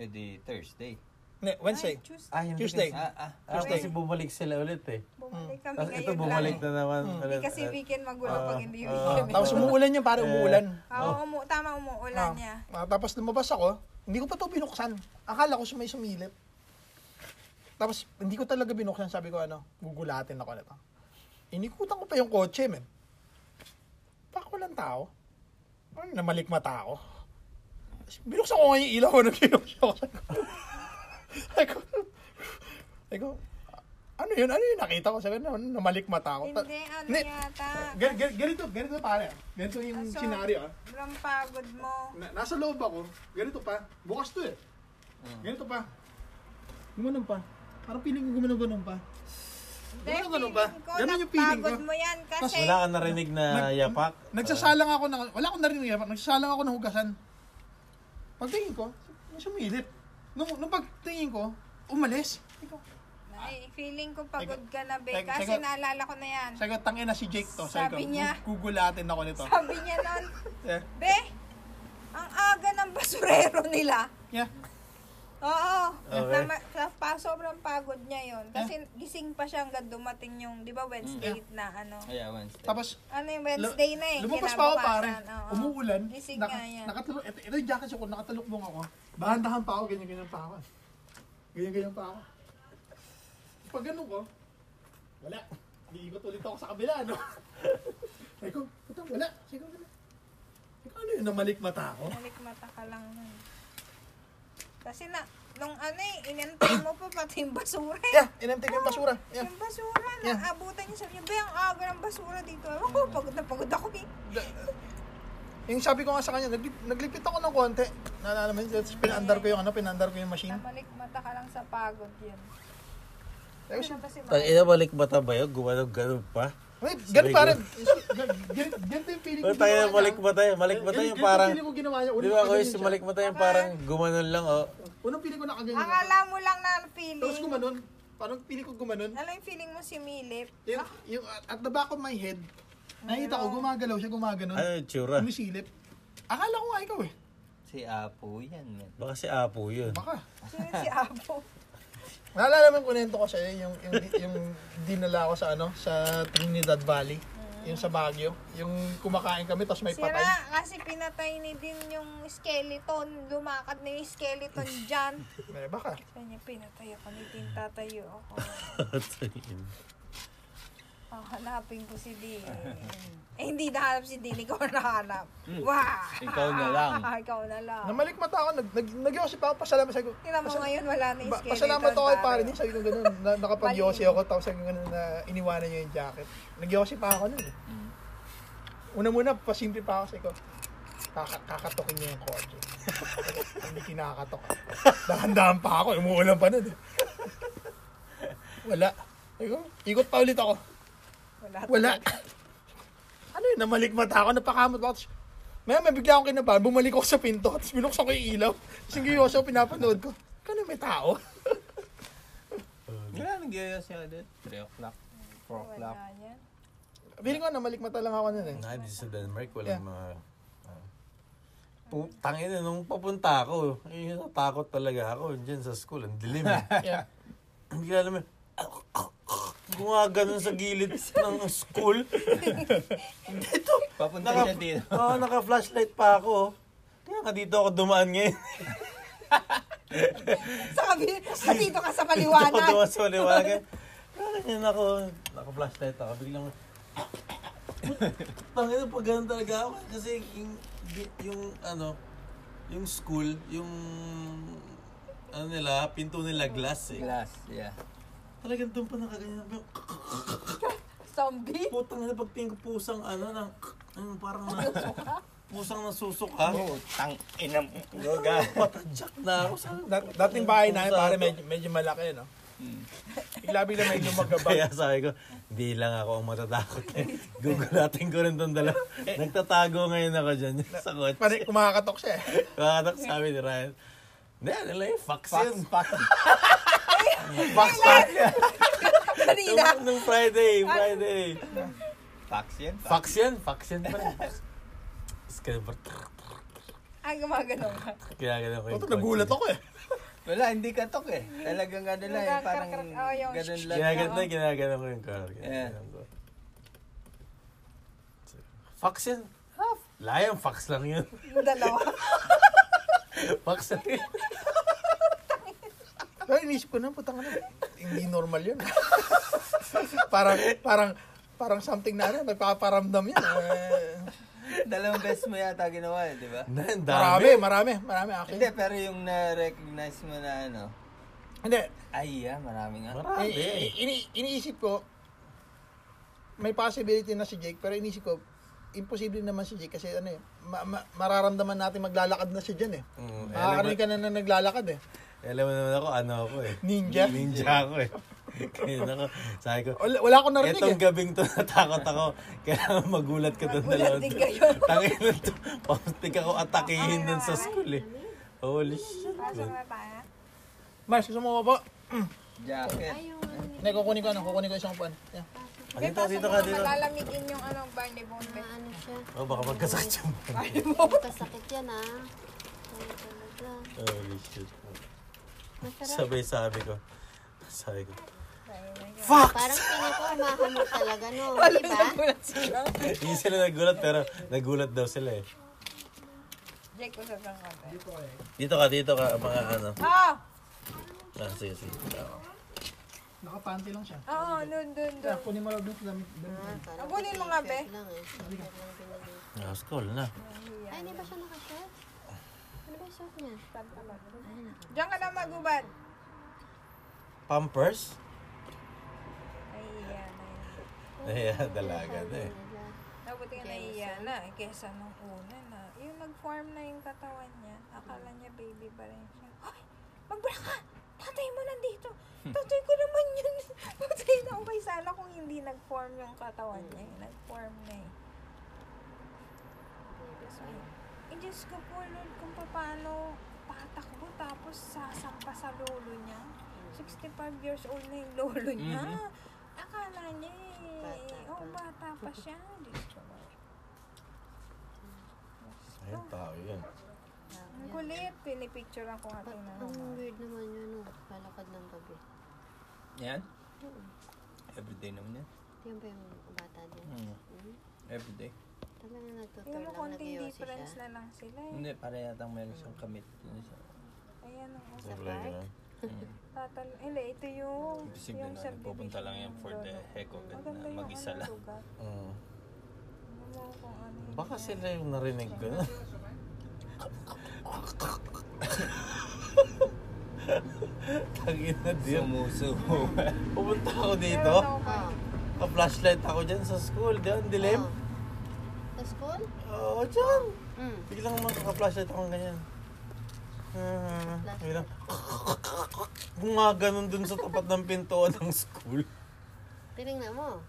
S3: Eh di Thursday.
S1: Hindi, Wednesday.
S4: Ay, Tuesday.
S2: ah, hindi
S1: Tuesday.
S2: Kasi,
S3: Ah, ah.
S2: ah,
S4: Tuesday.
S2: kasi bumalik sila ulit eh.
S4: Bumalik kami
S2: Tapos
S4: ngayon
S2: ito bumalik
S4: lang.
S2: na naman.
S1: Hmm.
S4: Hindi
S2: ulit.
S4: kasi
S2: Ah,
S4: weekend magulo
S2: Ah,
S4: pag hindi
S2: ah.
S1: Ah,
S4: weekend.
S1: tapos umuulan yun, pare,
S2: Eh,
S1: umuulan.
S4: Oo, umu- tama
S1: Ah,
S4: umuulan niya.
S1: ah, tapos lumabas ako, hindi ko pa to binuksan. Akala ko sumay sumilip. Tapos hindi ko talaga binuksan, sabi ko ano, gugulatin ako nito. Inikutan ko pa yung kotse, men. Bakit walang tao? Ano, namalikmata ako. Tapos, Binuksan ko nga yung ilaw ko nung binuksan ko. Sabi ko, sabi ko, ano yun? Ano yun nakita ko? Sabi ko, "Ano, namalikmata ako. Ta-
S4: Hindi, ano
S1: Hindi.
S4: yata.
S1: Gan- gan- Ganito, ganito pare. Ganito yung
S4: Aso.
S1: scenario ah.
S4: Sobrang pagod mo.
S1: Na- nasa loob ako, ganito pa, bukas to eh.
S4: Ah.
S1: Ganito pa. Gumanon pa. Parang piling ko gumanon pa.
S4: Hindi,
S1: Ganun, ganun ba?
S4: feeling ko,
S1: Ganun yung feeling ko.
S4: napagod mo yan kasi
S2: Wala ka narinig na yapak?
S1: Nagsasalang ako ng, wala akong narinig, eh, nagsasalang ako ng hugasan. Pagtingin ko, may sumilip. Nung, nung pagtingin ko, umalis.
S4: Ay, feeling ko pagod ka na, be.
S1: Teka,
S4: Kasi
S1: teka.
S4: naalala ko na yan.
S1: Sabi ko, tangin na si Jake to. Sabi,
S4: Sabi
S1: ko,
S4: niya.
S1: gugulatin ako nito. Eh,
S4: Sabi niya nun,
S1: Yeah.
S4: be, ang aga ng basurero nila.
S1: yeah.
S4: Oo.
S2: Okay.
S4: Na, na, pa, sobrang pagod niya
S1: Eh.
S4: yon Kasi gising pa siya hanggang dumating yung, di ba, Wednesday
S1: Mm,
S4: na ano.
S3: Kaya Wednesday.
S1: Tapos,
S4: Ano yung Wednesday na eh.
S1: Lumabas pa ako pare.
S4: kinabukasan. Oo.
S1: Umuulan.
S4: Gising
S1: naka,
S4: nga yan.
S1: Nakatalok. Ito, ito yung jacket ko. Nakatalukbong ako. Bahandahan pa ako. Ganyan-ganyan pa ako. Ganyan-ganyan pa ako. Pag ganun ko, wala. Liikot ulit ako sa kabila, no? Sabi ko, puta, wala. Sabi ko, wala. Sabi ko, ano yun? Namalikmata ako?
S4: Balik mata ka lang nun. Kasi na, nung ano eh, inantay mo pa pati yung basura eh.
S1: Yeah, inempty ko yung basura. Yeah.
S4: Yung basura,
S1: Yeah.
S4: naabutan niya. Sabi niya, ba, ang aga ng basura dito. Ewan ko, pagod na pagod ako eh.
S1: Yung sabi ko nga sa kanya, naglip, naglipit ako ng konti. Naalala mo yun, Tapos pinaandar ko yung ano, pinaandar ko yung machine.
S4: Namalik mata ka lang sa pagod yun.
S1: Tapos,
S4: Ano ba si
S2: Tang ina balik bata ba yun? Gumano ganun pa.
S1: wait, ganun
S2: Sabi ko.
S1: pare. Ganun- Ganun yung feeling ko.
S2: Pero tayo
S1: ginawa
S2: balik
S1: niya.
S2: mata yun. Balik mata
S1: Ganun-
S2: yung
S1: ganun
S2: parang...
S1: feeling ko ginawa niya.
S2: Di
S1: Unang
S2: ba ako
S1: pili
S2: yung
S1: siya.
S2: balik mata yung parang gumanon lang oh.
S1: Unang pili ko na kaganyan.
S4: Akala mo lang na feeling.
S1: Tapos ano? gumanon. Parang pili ko gumanon.
S4: Alam yung feeling mo si Milip.
S1: Yung, yung, at- at the back of my head, nakita ko gumagalaw siya, gumaganon.
S2: Ano yung tsura?
S1: Umisilip. Akala ko nga ikaw eh.
S3: Si Apo yan, man.
S2: Baka si Apo yun.
S1: Baka.
S4: Sino si Apo?
S1: Naalala mo yung kunento ko sa'yo, yung, yung, yung dinala ko sa ano, sa Trinidad Valley. Yung sa Baguio. Yung kumakain kami, tapos may patay.
S4: Sira kasi pinatay ni din yung skeleton. Lumakad na yung skeleton dyan.
S1: Eh, baka.
S4: Sabi niya, pinatay ako ni din, tatayo ako. Hahanapin ko si Din. eh, hindi nahanap si Din, ikaw na hanap. Wow!
S3: Ikaw na lang.
S4: ikaw na lang.
S1: Namalikmata ako, nag, nag, nag-iosip ako, pasalamat sa'yo.
S4: Tingnan mo ngayon, wala na yung
S1: Ba-
S4: skeleton.
S1: pasalamat ako kay
S4: pare.
S1: pare niya. Sabi ko ganun, na, nakapag-yossi
S4: Mali.
S1: ako tapos sabi ko ganun na iniwanan niya yung jacket. Nag-yossi pa ako nun eh. Una muna, pasimple pa ako sabi ko, kaka kakatokin niya yung kotse. Hindi kinakatok. Dahan-dahan pa ako, umuulan pa nun eh. Wala. Sabi ko, ikot pa ulit ako.
S4: Wala.
S1: Wala. ano yun, namalikmata ako, napakamot ako. Tapos, Maya may bigla akong kinabahan, bumalik ako sa pinto, tapos binuksan ko yung ilaw. Tapos yung giyoso, pinapanood ko, kano may tao?
S3: Wala, nag-iayos siya din. 3 o'clock, 4
S4: Wala
S3: o'clock.
S4: yan.
S1: Feeling ko, namalikmata lang ako nun eh.
S2: Nabi sa Denmark,
S1: Yeah.
S2: walang mga... ah. Pu- Tangina, nung papunta ako, eh, natakot talaga ako dyan sa school. Ang dilim eh.
S1: Yeah.
S2: Hindi ka alam eh. Gumaganon sa gilid ng school. Dito.
S3: Papunta siya dito.
S2: Oo, Ah, naka-flashlight pa ako. oh. Kaya nga dito ako dumaan ngayon.
S4: Sa kabi, sa dito ka sa
S2: Dito ako
S4: paliwanag.
S2: dumaan sa maliwanag. eh. Kaya ganyan ako. Naka-flashlight ako. Biglang... Tangina, pag ganun talaga ako. Kasi yung, yung ano, yung school, yung ano nila, pinto nila glass eh.
S3: Glass, yeah.
S2: Talagang doon pa nakaganyan.
S4: Zombie.
S2: Putang na pagtingin ko pusang ano ng ano parang nasusuka. pusang nasusuka.
S3: Oh, tang Oh, inam. Goga.
S2: Patajak na ako. Sabi,
S1: Dat- dating bahay namin, pare, medyo, medyo malaki, no? Bigla bigla may
S2: Kaya
S1: lumagabag.
S2: sabi ko, di lang ako ang matatakot. Gugulatin ko rin tong dalawa. Nagtatago ngayon ako dyan sa kotse.
S1: Pare, kumakatok siya eh.
S2: Kakatak sabi ni Ryan, hindi, nila yung fax yun.
S3: Fuck.
S2: Fax yun.
S4: Kanina.
S2: Nung- Nung Friday, Friday.
S1: Ano?
S3: Fox yan.
S2: Fax yan, fax yan pa rin. Tapos kaya ba,
S4: Ay, gumagano ka.
S2: kaya ganun ko yung
S1: Puto, nagulat ako eh.
S3: Wala, hindi katok eh. Talagang ano lang eh. Parang
S4: Nagkakarak- oh, yung-
S3: ganun lang.
S2: Ginaganda, ginaganda ko yung car.
S3: Yeah.
S2: Ginaganda ko. Fax yan. Layang fax lang yun.
S4: Yung dalawa.
S2: Fax lang yun.
S1: Pero inisip ko na, putang na, hindi normal yun. parang, parang, parang something na ano, nagpaparamdam yun. Eh,
S3: Dalawang beses mo yata ginawa eh, di ba?
S2: Na, ang
S1: marami,
S2: dami.
S1: marami, marami actually.
S3: Hindi, pero yung na-recognize mo na ano.
S1: Hindi,
S3: Ay, yeah, marami nga.
S2: Marami.
S1: I- i- Eh, ini, iniisip ko, may possibility na si Jake, pero iniisip ko, imposible naman si Jake kasi ano eh, ma- ma- mararamdaman natin maglalakad na siya dyan eh.
S2: Mm, alam,
S1: Makakarinig ka na na naglalakad eh.
S2: mo- alam mo naman ako, ano ako eh.
S1: Ninja?
S2: Ninja ako eh. Kaya ako, sabi ko,
S1: Wala, wala akong Oh, narinig
S2: Etong
S1: eh.
S2: gabing to natakot ako. Kaya magulat ka doon
S4: Magulat
S2: dalawa.
S4: din kayo.
S2: Tangin na to. Pamuntik ako atakihin doon sa school eh. Holy shit.
S4: Pasok na tayo.
S1: Mars, gusto mo ba? Mm.
S3: Jacket.
S1: Hindi, kukunin ko ano, kukunin ko isang pan. Yeah.
S2: Ah, dito, dito ka, dito.
S4: Malalamigin yung ano, Barney Bonfire.
S5: Ano siya?
S2: Oh, baka magkasakit yung...
S5: Magkasakit yan ah. Ano talaga.
S2: Holy shit.
S5: Masarap.
S2: Sabay sabi ko. Sabi ko. Fuck!
S5: Parang tingin ko humahamog talaga no. Diba?
S2: Hindi sila nagulat pero nagulat daw sila eh.
S4: Jake, usapan ka tayo.
S2: Dito ka, dito ka, mga ano.
S4: Ah!
S2: Ah, sige, sige. Oo.
S1: Nakapanti lang siya.
S4: Oo, dun, dun, dun.
S1: Yeah, kunin mo lang dun sa damit. damit.
S4: Abulin mo nga, be.
S5: Lang eh. Lang pinag-
S2: Ah, school na.
S5: Ay, hindi ba siya nakashot? Ano ba yung shot niya?
S4: Diyan ka na magubad.
S2: Pampers?
S4: Nahiya na yun.
S2: Ayan, dalaga na eh.
S4: Nabuti ka nahiya na. eh, Kesa nung una na. Yung nag-form na yung katawan niya. Akala niya baby pa rin siya. Hoy! Magbura ka! Tatay mo nandito! Tatay ko naman yun! Matay na ako kay sana kung hindi nag-form yung katawan niya. eh. Nag-form na eh. Tapos may, eh Diyos ko po Lord, kung paano patakbo tapos sasampa sa lolo niya. 65 years old na yung lolo niya. Akala niya eh.
S5: Bata pa.
S4: oh, bata pa siya. Diyos ko Lord.
S2: Ayun, tao yun.
S4: Ang kulit. Pinipicture ako nga
S5: Ang
S4: tinanong.
S5: weird naman yun no. Palakad ng gabi.
S3: Yan? Everyday naman yan.
S5: Yan ba yung bata din?
S3: Hmm. Everyday.
S5: Talaga
S4: Yung
S5: nagtutulang
S4: mo,
S5: lang
S4: konting
S5: nag
S4: difference
S5: siya.
S4: na lang sila eh.
S3: Hindi, para yata meron siyang kamit. Hmm.
S4: Ayan ang
S2: Sa
S4: usap.
S2: playground.
S4: Tatal... Hindi, ito yung...
S3: Imposible na. Pupunta lang yan for the heck of it na mag-isa lang.
S2: Oo.
S4: Ano kung ano yun.
S2: Ah, Baka sila yung narinig ko na. Tangin na din.
S3: Sumusubo.
S2: Pupunta ako dito.
S4: Meron ako
S5: Ah.
S2: Ka-flashlight ako dyan sa school. Diyan, dilim.
S5: Oh. Sa school?
S2: Oo, dyan.
S5: Mm.
S2: Biglang magka-flashlight ako ganyan. Ah, biglang gumaganon dun sa tapat ng pintuan ng school.
S5: Tinignan mo.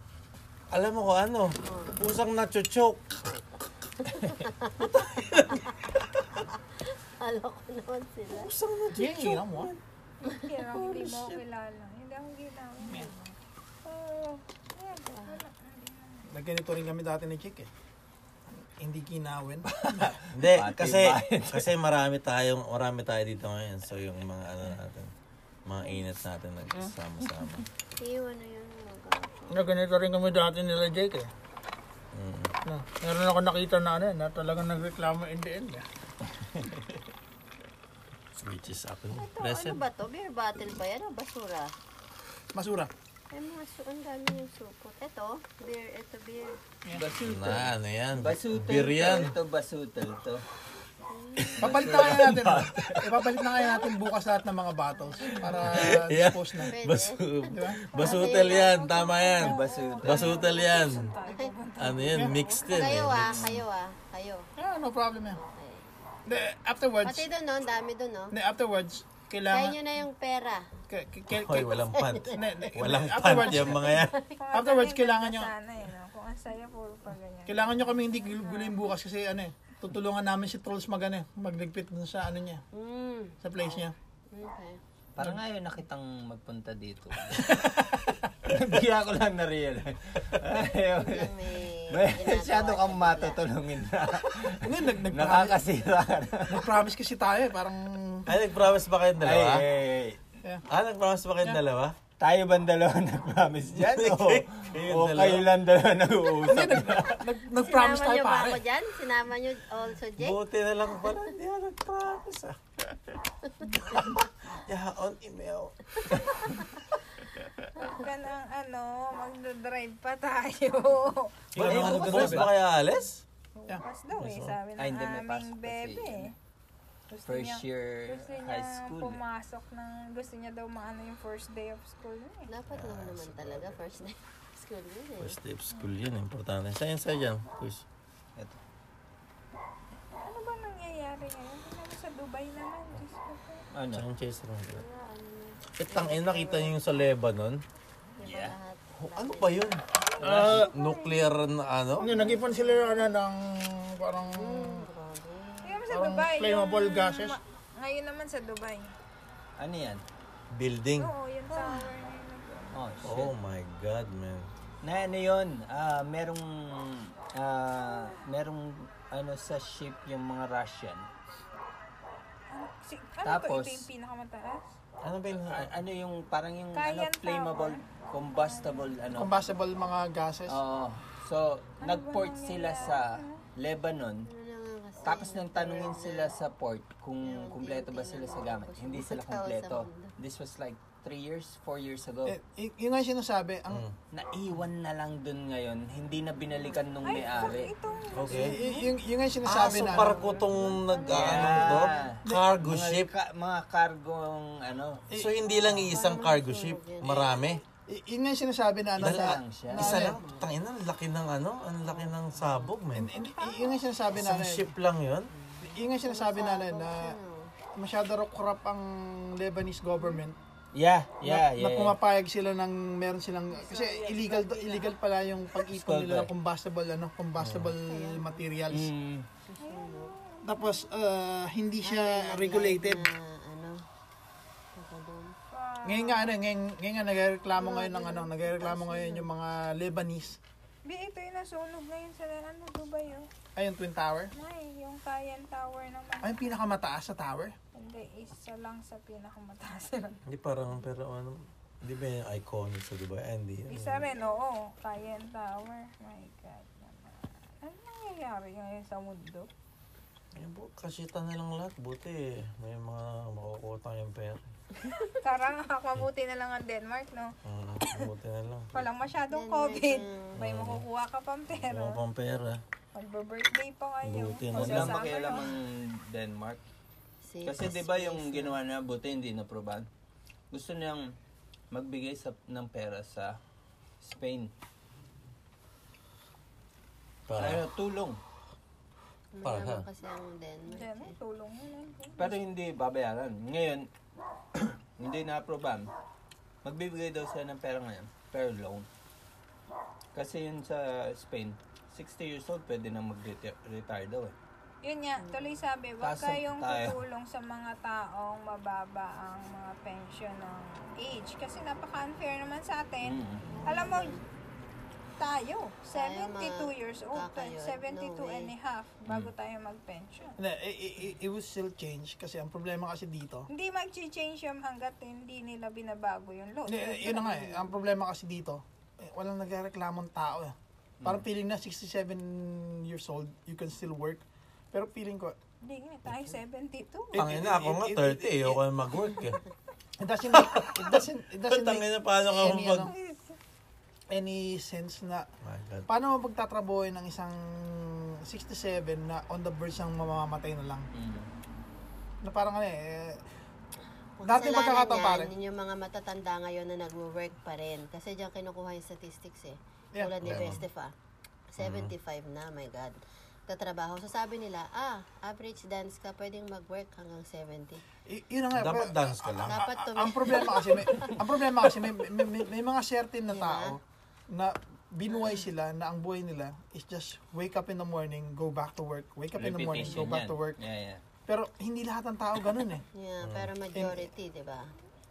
S2: Alam mo ko ano, pusang nachochok.
S5: Kala ko naman sila.
S2: Pusang
S1: Yan,
S2: nachochok.
S1: hira mo ah.
S4: Kaya hindi mo ako kilala. Hindi ako kilala. Oo.
S5: Ah.
S4: Ayan, wala.
S1: Nagganito rin kami dati ni Chick eh. Hindi kinawin.
S2: Hindi,
S3: Pati
S2: kasi,
S3: bayad.
S2: kasi marami tayong, marami tayo dito ngayon. So yung mga ano natin, mga init natin nagsama-sama.
S5: Iwan na yun ang magawa.
S1: Nagganito rin kami dati nila Jake eh.
S2: Mm.
S1: Na, meron ako nakita na ano eh, na talagang nagreklamo in the end eh.
S2: Which is ako.
S5: Ito, ano
S2: Present.
S5: ba to? Beer bottle ba yan o basura?
S1: Masura.
S5: Ay, mga su- ang dami yung supot. Ito, beer, ito beer.
S3: Basutel.
S2: Na, ano yan?
S3: Basutel.
S2: Beer yan.
S3: to. Ito basutel to.
S1: Papalit na kaya natin. ah. Ipapalit na kaya natin bukas lahat ng mga bottles para
S2: Yeah.
S1: dispose na.
S5: Pwede.
S2: Basu,
S1: Di ba?
S2: basutel yan, tama yan.
S3: Basutel.
S2: Basutel yan. Ano yan, mixed yan. eh.
S5: Kayo ah, kayo ah, kayo.
S1: Yeah, no problem yan. Hindi, afterwards,
S5: Pati doon no, ang dami doon no.
S1: hindi, afterwards,
S5: Kaya
S1: kailangan,
S5: nyo na yung pera.
S1: k- k- k-
S2: Hoy, walang pant.
S5: Ano
S1: Ne- ne-
S2: Walang pant
S1: afterwards-
S2: yung mga yan.
S4: Kung
S1: Afterwards,
S4: ang
S1: kailangan
S4: ganda
S1: niya-
S4: Sana eh, no? Kung ang saya, puro pa ganyan.
S1: kailangan nyo kami hindi guloyin bukas kasi ano eh, tutulungan namin si Trolls mag ano eh, magligpit dun sa ano niya,
S5: Mm.
S1: sa place niya.
S5: Okay.
S3: Parang ngayon nakitang magpunta dito. Bigla ko lang na-realize. Ayaw.
S5: Lang may
S3: Masyado
S5: ginagawa
S3: kang
S5: siya.
S3: matutulungin na.
S1: Hindi, nag nag
S3: Nakakasira ka na.
S1: nag-promise kasi tayo eh, parang,
S2: Ay, nag-promise ba kayong
S3: Ay,
S2: dalawa?
S3: ay, eh. ay.
S2: Ah, nag-promise ba kayong dalawa?
S3: Tayo ba dalawa nag-promise dyan? O,
S2: Kayo- kayo
S3: o
S2: dalawa?
S3: kayo lang dalawa nag-uusap?
S1: nag, nag-promise
S5: Sinama
S1: tayo
S5: nyo ba
S1: pare.
S5: ako dyan? Sinama nyo also, Jake?
S2: Buti na lang pala, hindi ako nag-promise ah. Yaon email.
S4: Huwag ka ng ano, magdadrive pa tayo.
S2: Ano ano bukas ba kaya Alice?
S4: Bukas daw eh, sabi ng
S3: oh. Ay, hindi, may
S4: aming
S3: pasok kasi yun. eh.
S4: bebe. eh. Gusto
S3: First
S4: niya-
S3: year
S4: gusto niya
S3: high school. eh.
S4: pumasok ng, gusto niya daw maano yung first day of school niya eh.
S5: Dapat lang naman talaga first day of school yun eh.
S2: First day of school yun, importante. Sa'yo, sa'yo dyan, Kuis.
S3: Ito.
S4: Ano ba nangyayari ngayon? Tingnan mo sa Dubai naman, Diyos ko po.
S3: Ano?
S2: Sa'yo, Chester. Itang ina, nakita niyo yung sa Lebanon.
S3: Yeah.
S2: Oh, ano ba yun?
S3: Ah.
S2: nuclear na ano?
S1: Ano, nag-ipon sila ano, ng parang
S2: Hmm.
S4: Tingnan mo sa
S1: Parang
S4: Dubai.
S1: flammable gases.
S4: ngayon naman sa Dubai.
S3: Ano yan?
S2: building.
S4: Oo, yung
S3: Ah.
S4: tower ano, na yun.
S3: Oh, shit.
S2: Oh my God, man.
S3: Na ano yun, ah, merong, ah, merong ano sa ship yung mga Russian.
S4: Ang- si- Ano to?
S3: Tapos-
S4: Ito yung pinakamataas?
S3: Ano ba yung, a- ano yung, parang yung ano,
S4: Kaya ang
S3: flammable, combustible, ano.
S1: Combustible mga gases.
S2: Oh.
S3: Oo. so, nag-port sila sa Lebanon. Tapos nang tanungin sila sa port kung kumpleto ba sila sa gamit. Hindi sila kumpleto. This was like 3 years, 4 years ago.
S1: Eh, y- yun nga yung sinasabi,
S2: Hmm.
S1: ang,
S3: Naiwan na lang dun ngayon. Hindi na binalikan nung may-ari.
S4: Ito.
S1: y-
S2: Okay.
S1: y- yung, yung nga yung
S2: Ah,
S1: sinasabi
S2: so
S1: na,
S2: barko tong nag, ano, Doc? Cargo
S3: mga,
S2: ship.
S3: ka- mga cargong ano.
S2: So, hindi lang iisang cargo ship. Marami. ah,
S1: y- yun nga yung sinasabi na, ano,
S3: Isa
S1: na,
S3: lang siya.
S1: na-
S2: Isa lang. Tangina, ang laki ng ano, ang laki ng sabog,
S1: y-
S2: man.
S1: y- yun nga yung sinasabi na,
S2: Isang
S1: ano, eh,
S2: ship lang yun?
S1: yun nga yung sinasabi na, ano, na masyado raw corrupt ang Lebanese government.
S3: Yeah,
S1: na,
S3: yeah, yeah.
S1: na pumapayag sila ng meron silang kasi illegal illegal pala yung pag-ipon nila ng combustible ano combustible
S2: Hmm.
S1: materials.
S3: Mm.
S1: Tapos ah, hindi siya regulated.
S5: ano? Tawag doon.
S1: Ngayon nga ano, ngayon, ngayon nga nagreklamo ngayon ng ano, nagreklamo ngayon yung mga Lebanese.
S4: Di, ito yung nasunog na yun sa ano, Dubai, oh.
S1: Ayun Twin Tower.
S4: May, yung Kayan Tower naman.
S1: Ay, yung pinakamataas sa tower.
S4: Hindi, isa lang sa pinakamataas.
S2: Hindi parang, pero ano, hindi ba yung iconic sa Dubai? Ah, hindi. Ano.
S4: isa rin, oo. Kayan Tower. My God naman. Ano nangyayari ngayon sa mundo?
S2: Eh, bu- kasita na lang lahat. Buti, eh. may mga makukuha tayong pera.
S4: Tara, mabuti na lang ang Denmark, no?
S2: Ah, buti na lang.
S4: Walang masyadong COVID.
S3: mm.
S4: May makukuha ka pang
S2: Wala
S4: pera.
S2: pang pera.
S4: Magbe-birthday pa kayo.
S2: Buti na
S3: Huwag
S4: Magsasama
S3: lang makialam
S4: kayo.
S3: ang Denmark.
S5: Safe
S3: Kasi
S5: as
S3: 'di ba
S5: safe.
S3: yung ginawa na buti hindi na proban. Gusto niyang magbigay sa, ng pera sa Spain.
S2: Para,
S3: Ano, tulong.
S2: para
S5: Mayaman
S2: sa,
S5: kasi ang Denmark.
S4: Diyan, eh, tulong mo lang.
S3: Pero hindi babayaran. Ngayon, hindi na proban. Magbibigay daw sila ng pera ngayon. Pero loan. Kasi yun sa Spain, 60 years old pwede na mag-retire daw eh.
S4: Yun nga, tuloy sabi, huwag
S3: Tasok
S4: kayong
S3: tayo.
S4: tutulong sa mga taong mababa ang mga pension ng age. Kasi napaka-unfair naman sa atin.
S3: Mm.
S4: Alam mo, tayo,
S5: Tayo,
S4: 72
S5: mga
S4: years old,
S5: kakayon.
S4: 72
S5: No way.
S4: and a half bago
S1: Hmm.
S4: tayo mag-pension.
S1: Hindi, i- i- i- it will still change kasi ang problema kasi dito.
S4: Hindi mag-change yung hanggat hindi nila binabago yung load.
S1: Hindi, eh, yun na nga eh. Ang problema kasi dito, eh, walang nagreklamong tao eh. Parang feeling na 67 years old, you can still work. Pero feeling ko,
S4: Hindi nga, eh, tayo
S1: Eh,
S4: 72.
S2: Tangina, ako nga 30, ayoko na mag-work eh.
S1: it doesn't make, it doesn't, it doesn't make
S2: Tangina, paano ka
S1: any,
S2: mag...
S1: ano, any sense na
S2: My God.
S1: paano mo pagtatrabuhin ng isang 67 na on the verge ng mamamatay na lang.
S3: Mm.
S1: Na parang ano eh,
S5: Kung
S1: Dati
S5: kasalanan
S1: magkakataon,
S5: yan,
S1: pare.
S5: yun yung mga matatanda ngayon na nagwo-work pa rin. Kasi diyan kinukuha yung statistics eh.
S1: Yeah.
S5: Tulad ni
S2: Yeah.
S5: Bestefa. 75 na, my God. Tatrabaho. So sabi nila, ah, average dance ka, pwedeng mag-work hanggang 70.
S1: y- yun na nga.
S2: Dapat
S1: pero-
S2: dance ka lang.
S5: Dapat
S1: Ah,
S5: tumi-
S1: ang problema kasi may, ang problema kasi may, may, may, may mga certain na tao na binuhay sila na ang buhay nila is just wake up in the morning, go back to work, wake up in the morning, go
S3: Repetition
S1: back
S3: yan.
S1: to work.
S3: Yeah, yeah.
S1: Pero hindi lahat ng tao ganun eh.
S2: Mm.
S5: Yeah, pero majority, di ba?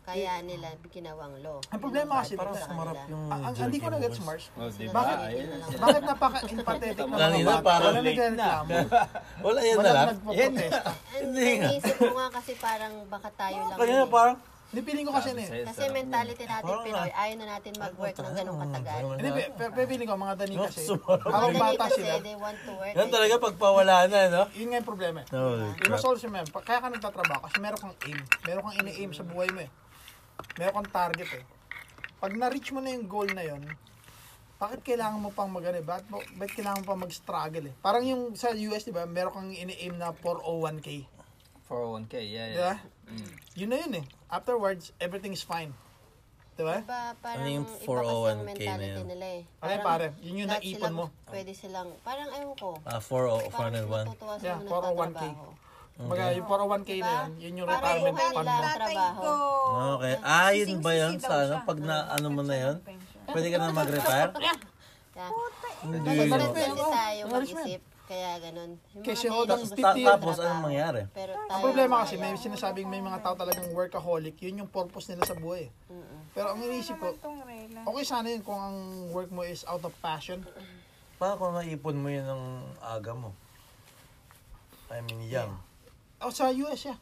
S5: Kaya nila ginawang law.
S1: Ang problema kasi
S2: Parang
S1: dito,
S2: sumarap yung
S1: ang, ang- hindi ko na gets Mars.
S3: Oh, di ba?
S1: Bakit? Ano
S3: Ayun na sila.
S1: Bakit napaka-empathetic na mga
S2: Kanina
S1: bata?
S2: parang
S1: Wala
S3: late na.
S1: nagreklamo.
S2: Wala yan eh.
S1: Wala
S2: na lang.
S1: nagpaprotesta.
S5: Ang naisip ko nga kasi parang baka tayo lang.
S2: Kanina
S5: yun eh.
S2: parang,
S1: Nipiling ko kasi na eh.
S3: Sa'yo,
S5: Kasi
S3: sarap.
S5: mentality natin
S2: Parang-
S5: Pinoy, ayaw na natin mag-work ng ganong katagal.
S1: Hindi, pe- pe- pe- feeling ko, mga dani kasi,
S2: Sumarap.
S1: habang
S5: Madali
S1: bata
S5: kasi
S1: sila,
S5: they want to work. eh.
S2: Yan talaga pagpawala na, no?
S1: yun nga yung problema eh.
S2: Holy
S1: Yung
S2: crap.
S1: mas also man, kaya ka nagtatrabaho kasi meron kang aim. Meron kang ini-aim sa buhay mo eh. Meron kang target eh. Pag na-reach mo na yung goal na yon, bakit kailangan mo pang mag ano, eh? bakit, mo- bakit kailangan mo pang mag-struggle eh? Parang yung sa US, di ba, meron kang ini-aim na 401k.
S3: 401k, yeah, Mm.
S1: Di
S3: yeah.
S1: ba? Yun na yun eh. Afterwards, everything is fine. Di ba?
S5: Diba, parang
S2: Ano yung
S5: iba kasi
S2: 401k
S5: ang mentality
S2: na yun?
S5: nila eh.
S1: Okay,
S5: Parang
S1: pare, yun Ano yung
S5: lahat
S1: naipon
S5: sila
S1: mo.
S5: Pwede silang, parang ewan ko.
S2: Ah, 40,
S5: Parang
S2: 401.
S5: natutuwa
S1: Yeah,
S5: silang
S1: 401k.
S5: nagtatrabaho.
S1: Kumbaga, yung 401k na
S5: Diba?
S1: yun, yun yung
S5: Parang
S1: retirement
S5: buhay
S1: fund
S5: nila.
S1: mo.
S4: Tatay
S5: trabaho.
S4: ko.
S2: Okay. Ah, yun ba yun
S4: Sising-sisi
S2: sa
S4: daw
S2: ano?
S4: siya.
S2: Pag na ano mo na yun?
S4: Pension.
S2: Pwede ka na mag-retire?
S5: Yeah.
S4: Puta, eh.
S5: Kasi kasi tayo mag-isip, Kaya ganun. Yung mga
S1: Kasi
S5: may
S1: hodang
S5: gusto
S1: Ta-
S2: tapos,
S5: trabaho.
S2: anong mangyari?
S5: Pero
S1: Ang
S5: tayo,
S1: problema kasi, may sinasabing may mga tao talagang workaholic, yun yung purpose nila sa buhay. Pero ang iniisip ko,
S4: Naman tong rela.
S1: okay sana yun kung ang work mo is out of passion.
S2: Paano kung naipon mo yun ng aga mo? I mean, young.
S1: O Oh, sa US siya.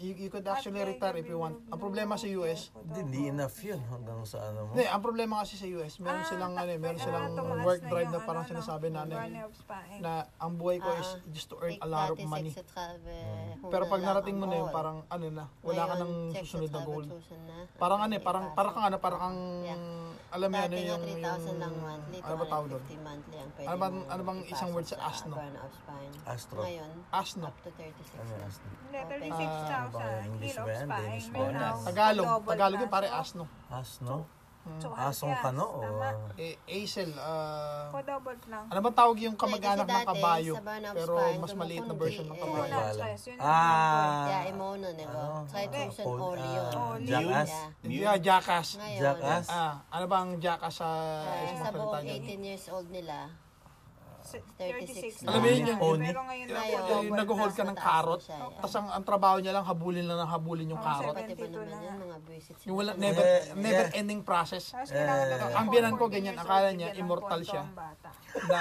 S1: You, you could actually retire if you want. Ang problema sa US,
S2: Hindi, hindi enough yun hanggang sa ano mo.
S1: hindi, ang problema kasi sa US, meron silang ano, eh, meron
S4: Ah,
S1: silang
S4: tumaas
S1: work
S4: na
S1: drive
S4: yung
S1: na parang
S4: ano,
S1: sinasabi
S4: no?
S1: namin
S4: One hours pa, eh.
S1: na ang buhay ko is
S5: Ah,
S1: just to earn
S5: take
S1: a lot of
S5: 36
S1: money. Mm.
S5: at travel, hula
S1: Pero pag
S5: lang
S1: narating mo
S5: ang
S1: na yun,
S5: goal.
S1: parang ano na, wala ka
S5: Ngayon,
S1: ng
S5: sex at
S1: susunod na
S5: travel,
S1: goal.
S5: susan na.
S1: Parang
S5: Okay,
S1: ano eh, parang,
S5: passion.
S1: parang kang ano, parang kang,
S5: Yeah.
S1: alam mo ano
S5: Dati nga
S1: yung, yung,
S5: 3,000 lang monthly,
S1: ano ba tawag doon?
S5: 250 monthly ang pwede
S1: Ano bang,
S5: mong
S1: ano bang isang
S5: ipasok
S1: word sa asno?
S5: burn of spine.
S2: Astro.
S5: Ngayon,
S1: Asno.
S5: up to 36
S2: Ano
S5: na.
S2: yung astro?
S4: Hindi,
S2: ano ba yung
S4: 36,000
S2: English
S4: kilos
S2: ba yan?
S4: pa.
S2: Danish
S4: eh.
S2: bonus.
S4: Now,
S1: Tagalog,
S4: double
S1: Tagalog yun
S4: taso.
S1: pare Ah, hmm. asno.
S2: Asno?
S4: So,
S2: Asong
S4: yes,
S2: ka no? O,
S4: tama.
S1: Eh, Aisel, ah,
S4: Kodobot lang.
S1: ano bang tawag yung kamag-anak
S5: Kasi
S1: ng
S5: dati,
S1: kabayo?
S5: sa Barn of
S1: Pero
S5: Spine,
S1: mas maliit na
S5: tumutunog
S1: version ng
S5: eh.
S4: Puno
S1: kabayo.
S4: na
S2: Wala.
S4: stress. Yun
S2: ah!
S5: Yeah, ano, imono na ko. Kahit
S4: Okay.
S5: susan
S2: Old,
S5: all
S2: ah,
S5: yun.
S2: Jackass?
S5: Yeah.
S1: Yeah, ah, jackass.
S5: Ngayon,
S2: Jackass?
S1: Ah, ano bang jackass sa
S5: ah,
S1: isang
S5: sa
S1: salita
S5: buong
S1: dyan?
S5: 18 years old nila,
S4: 36
S5: Alam mo
S1: yun yun,
S2: Oni?
S4: Pero ngayon na
S5: Ayaw.
S4: kodobot
S1: Yung nag-hold ka ng
S5: Nasa taas
S1: carrot.
S5: na siya, eh.
S1: Tapos ang, ang trabaho niya lang, habulin lang ng habulin yung
S4: Oh,
S1: carrot.
S4: seven.
S5: pati ba
S4: 22
S5: naman
S4: na.
S5: yun, mga buisit sila.
S1: Yung wala,
S5: Ano,
S1: never,
S2: Yeah,
S1: never
S2: yeah.
S1: ending process.
S4: Tapos kailangan
S2: Eh,
S4: talaga-
S1: ang binan ko
S4: 14
S1: ganyan,
S4: years
S1: akala
S4: old,
S1: niya,
S4: bigyan ng
S1: immortal
S4: pondo
S1: siya.
S4: ang bata.
S1: na,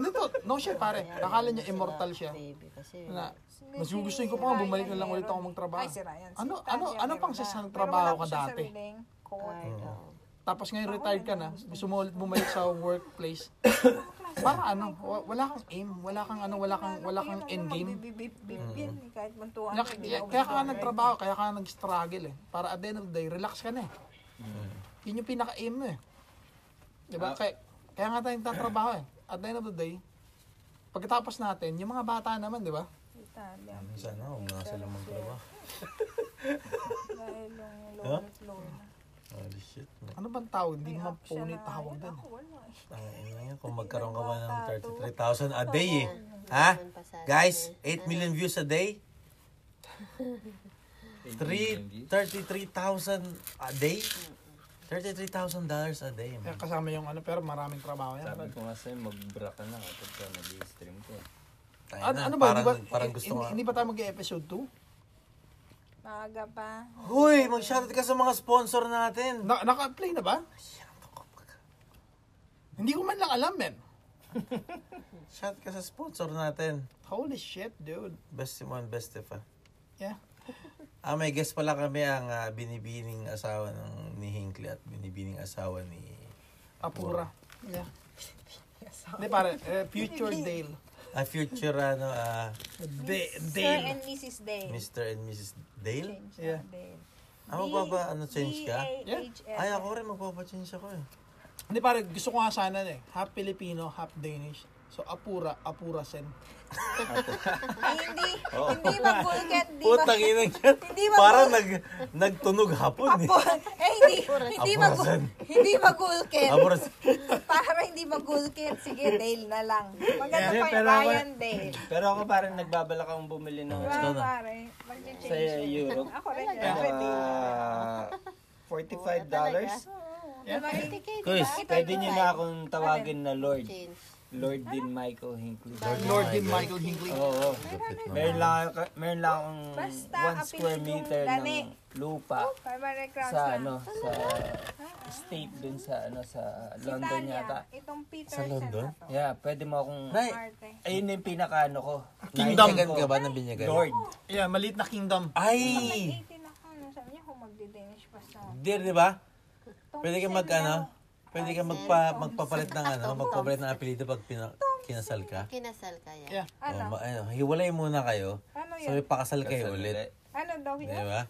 S1: ano to? No shit pare. Akala niya immortal siya.
S5: Baby kasi.
S1: Na, mas gugustuhin ko pa nga, bumalik na lang ulit ako magtrabaho.
S4: Ay, si Ryan.
S1: Ano,
S4: Si Tanya
S1: ano, ano
S4: meron
S1: pang
S4: na.
S1: sasang
S4: Pero
S1: trabaho ka
S4: wala pa siya
S1: dati?
S4: sariling code.
S2: Mm.
S5: Card, oo.
S1: Tapos ngayon retired ka na, gusto mo ulit bumalik sa workplace. Para ano, wa- wala kang aim, wala kang ano, wala kang, wala kang
S4: Kailangan
S1: end game.
S4: magbibibibib yan, eh, kahit mantuan
S1: Kaya,
S4: ka, hindi
S1: kaya,
S4: ka
S1: kaya ka
S4: gusto.
S1: nagtrabaho, kaya ka nag-struggle eh. Para at the end of the day, relax ka na eh. Yun yung pinaka-aim mo eh. Diba?
S6: Mm. Ah.
S1: Kaya, kaya nga tayo nagtatrabaho eh. At the end of the day, pagkatapos natin, yung mga bata naman, diba? di ba?
S4: Italia.
S2: Sana, huwag na sila magtrabaho.
S4: Dahil yung lolo- lolo.
S2: Holy shit.
S1: Ano bang tawag? Hindi
S4: May
S1: naman
S4: app siya
S1: pony
S4: na-
S1: tawag din.
S4: Ako wala eh.
S2: Tangina yan. Kung magkaroon ka ba ng 33,000 a day eh. Ha?
S5: Naman pa sa atin
S2: Guys,
S5: eh.
S2: 8 million views a day. Three- 33,000 a day? 33,000 dollars a day,
S1: Kaya
S2: man.
S1: kasama yung ano, pero maraming trabaho yan.
S6: Sabi ko kasi mag-bra ka na kapag ka eh. nag-stream ko.
S2: Tangina,
S1: Ano, ano ba?
S2: Parang,
S1: Parang, ba,
S2: parang gusto ko.
S1: hindi, hindi ba tayo mag-episode 2?
S4: Maaga pa.
S2: Hoy, mag-shoutout ka sa mga sponsor natin.
S1: Na, naka-play na ba? Hindi ko man lang alam, men.
S2: Shout ka sa sponsor natin.
S1: Holy shit, dude.
S2: Best one, best pa.
S1: Yeah.
S2: Ah, may guest pala kami ang ah, binibining asawa ng ni Hinkley at binibining asawa ni...
S1: Apura. Yeah. Hindi pare, eh, future Dale.
S2: Ah, future ano, ah,
S1: De-
S4: Sir
S1: Dale.
S4: and Mrs. Dale.
S2: Mr. and Mrs. Dale?
S1: Yeah.
S4: Dale.
S2: Ah, magbaba, ano, change ka?
S4: D-A-H-L.
S2: Ay, ako rin, magpapachange ako eh.
S1: Hindi pare, gusto ko nga sana eh. Half Filipino, half Danish. So Apura, Apura Sen.
S4: Ay, Eh, hindi, hindi mag-bulket, di ba?
S2: Oh. Putang ina yan.
S4: Hindi ba-
S2: Parang nag, nagtunog hapon eh.
S4: Apo, eh, hindi, hindi mag
S2: Aporasan.
S4: hindi magulkit.
S2: Aboras.
S4: Para hindi magulkit, sige, Dale na lang. Maganda
S6: Yeah,
S4: pa yung
S6: pero ako-
S4: Ryan Dale.
S6: Pero ako parang nagbabalak akong bumili ng
S4: Diba,
S2: na.
S4: pare?
S6: sa
S4: Mag-change.
S6: Europe.
S4: Ako rin,
S6: Ah,
S4: ako rin.
S6: $45. dollars.
S1: Yeah.
S2: Guys,
S6: Pwede niyo na akong tawagin na Lord.
S5: Change.
S6: Lord din Michael Hinckley.
S1: Lord din Michael Hinkley.
S6: Oo. Meron lang, ako- meron lang akong
S4: Basta,
S6: one square
S4: apelidong
S6: meter
S4: Dani.
S6: ng lupa
S4: Primary crowns
S6: sa
S4: na.
S6: ano, sa state dun sa ano, sa London
S4: Italia.
S6: yata.
S4: Itong Peterson sa
S2: London?
S4: to.
S6: Yeah, pwede mo akong...
S2: Nay,
S4: Marte.
S6: Ayun yung pinaka ano ko.
S2: kingdom
S6: Naibigan
S2: ka
S6: ko.
S2: ba ng binyagan?
S6: Lord.
S1: Yeah, maliit na kingdom.
S2: Ay!
S4: 18 ako. Ano sabi niya kung magdi-Danish pa sa...
S2: Dear, di ba?
S4: Tom
S2: Pwede kang mag,
S4: Selleck
S2: ano, pwede kang magpa, magpapalit ng, ano, magpapalit ng apelido pag pina, kinasal ka.
S5: Kinasal
S1: Yeah.
S5: kaya.
S2: Oh, ma- ano, hiwalay muna kayo.
S4: Ano yun?
S2: Sabi, pakasal kayo
S6: Kasal
S2: ulit.
S4: Ano daw
S2: Di
S4: yun?
S2: ba?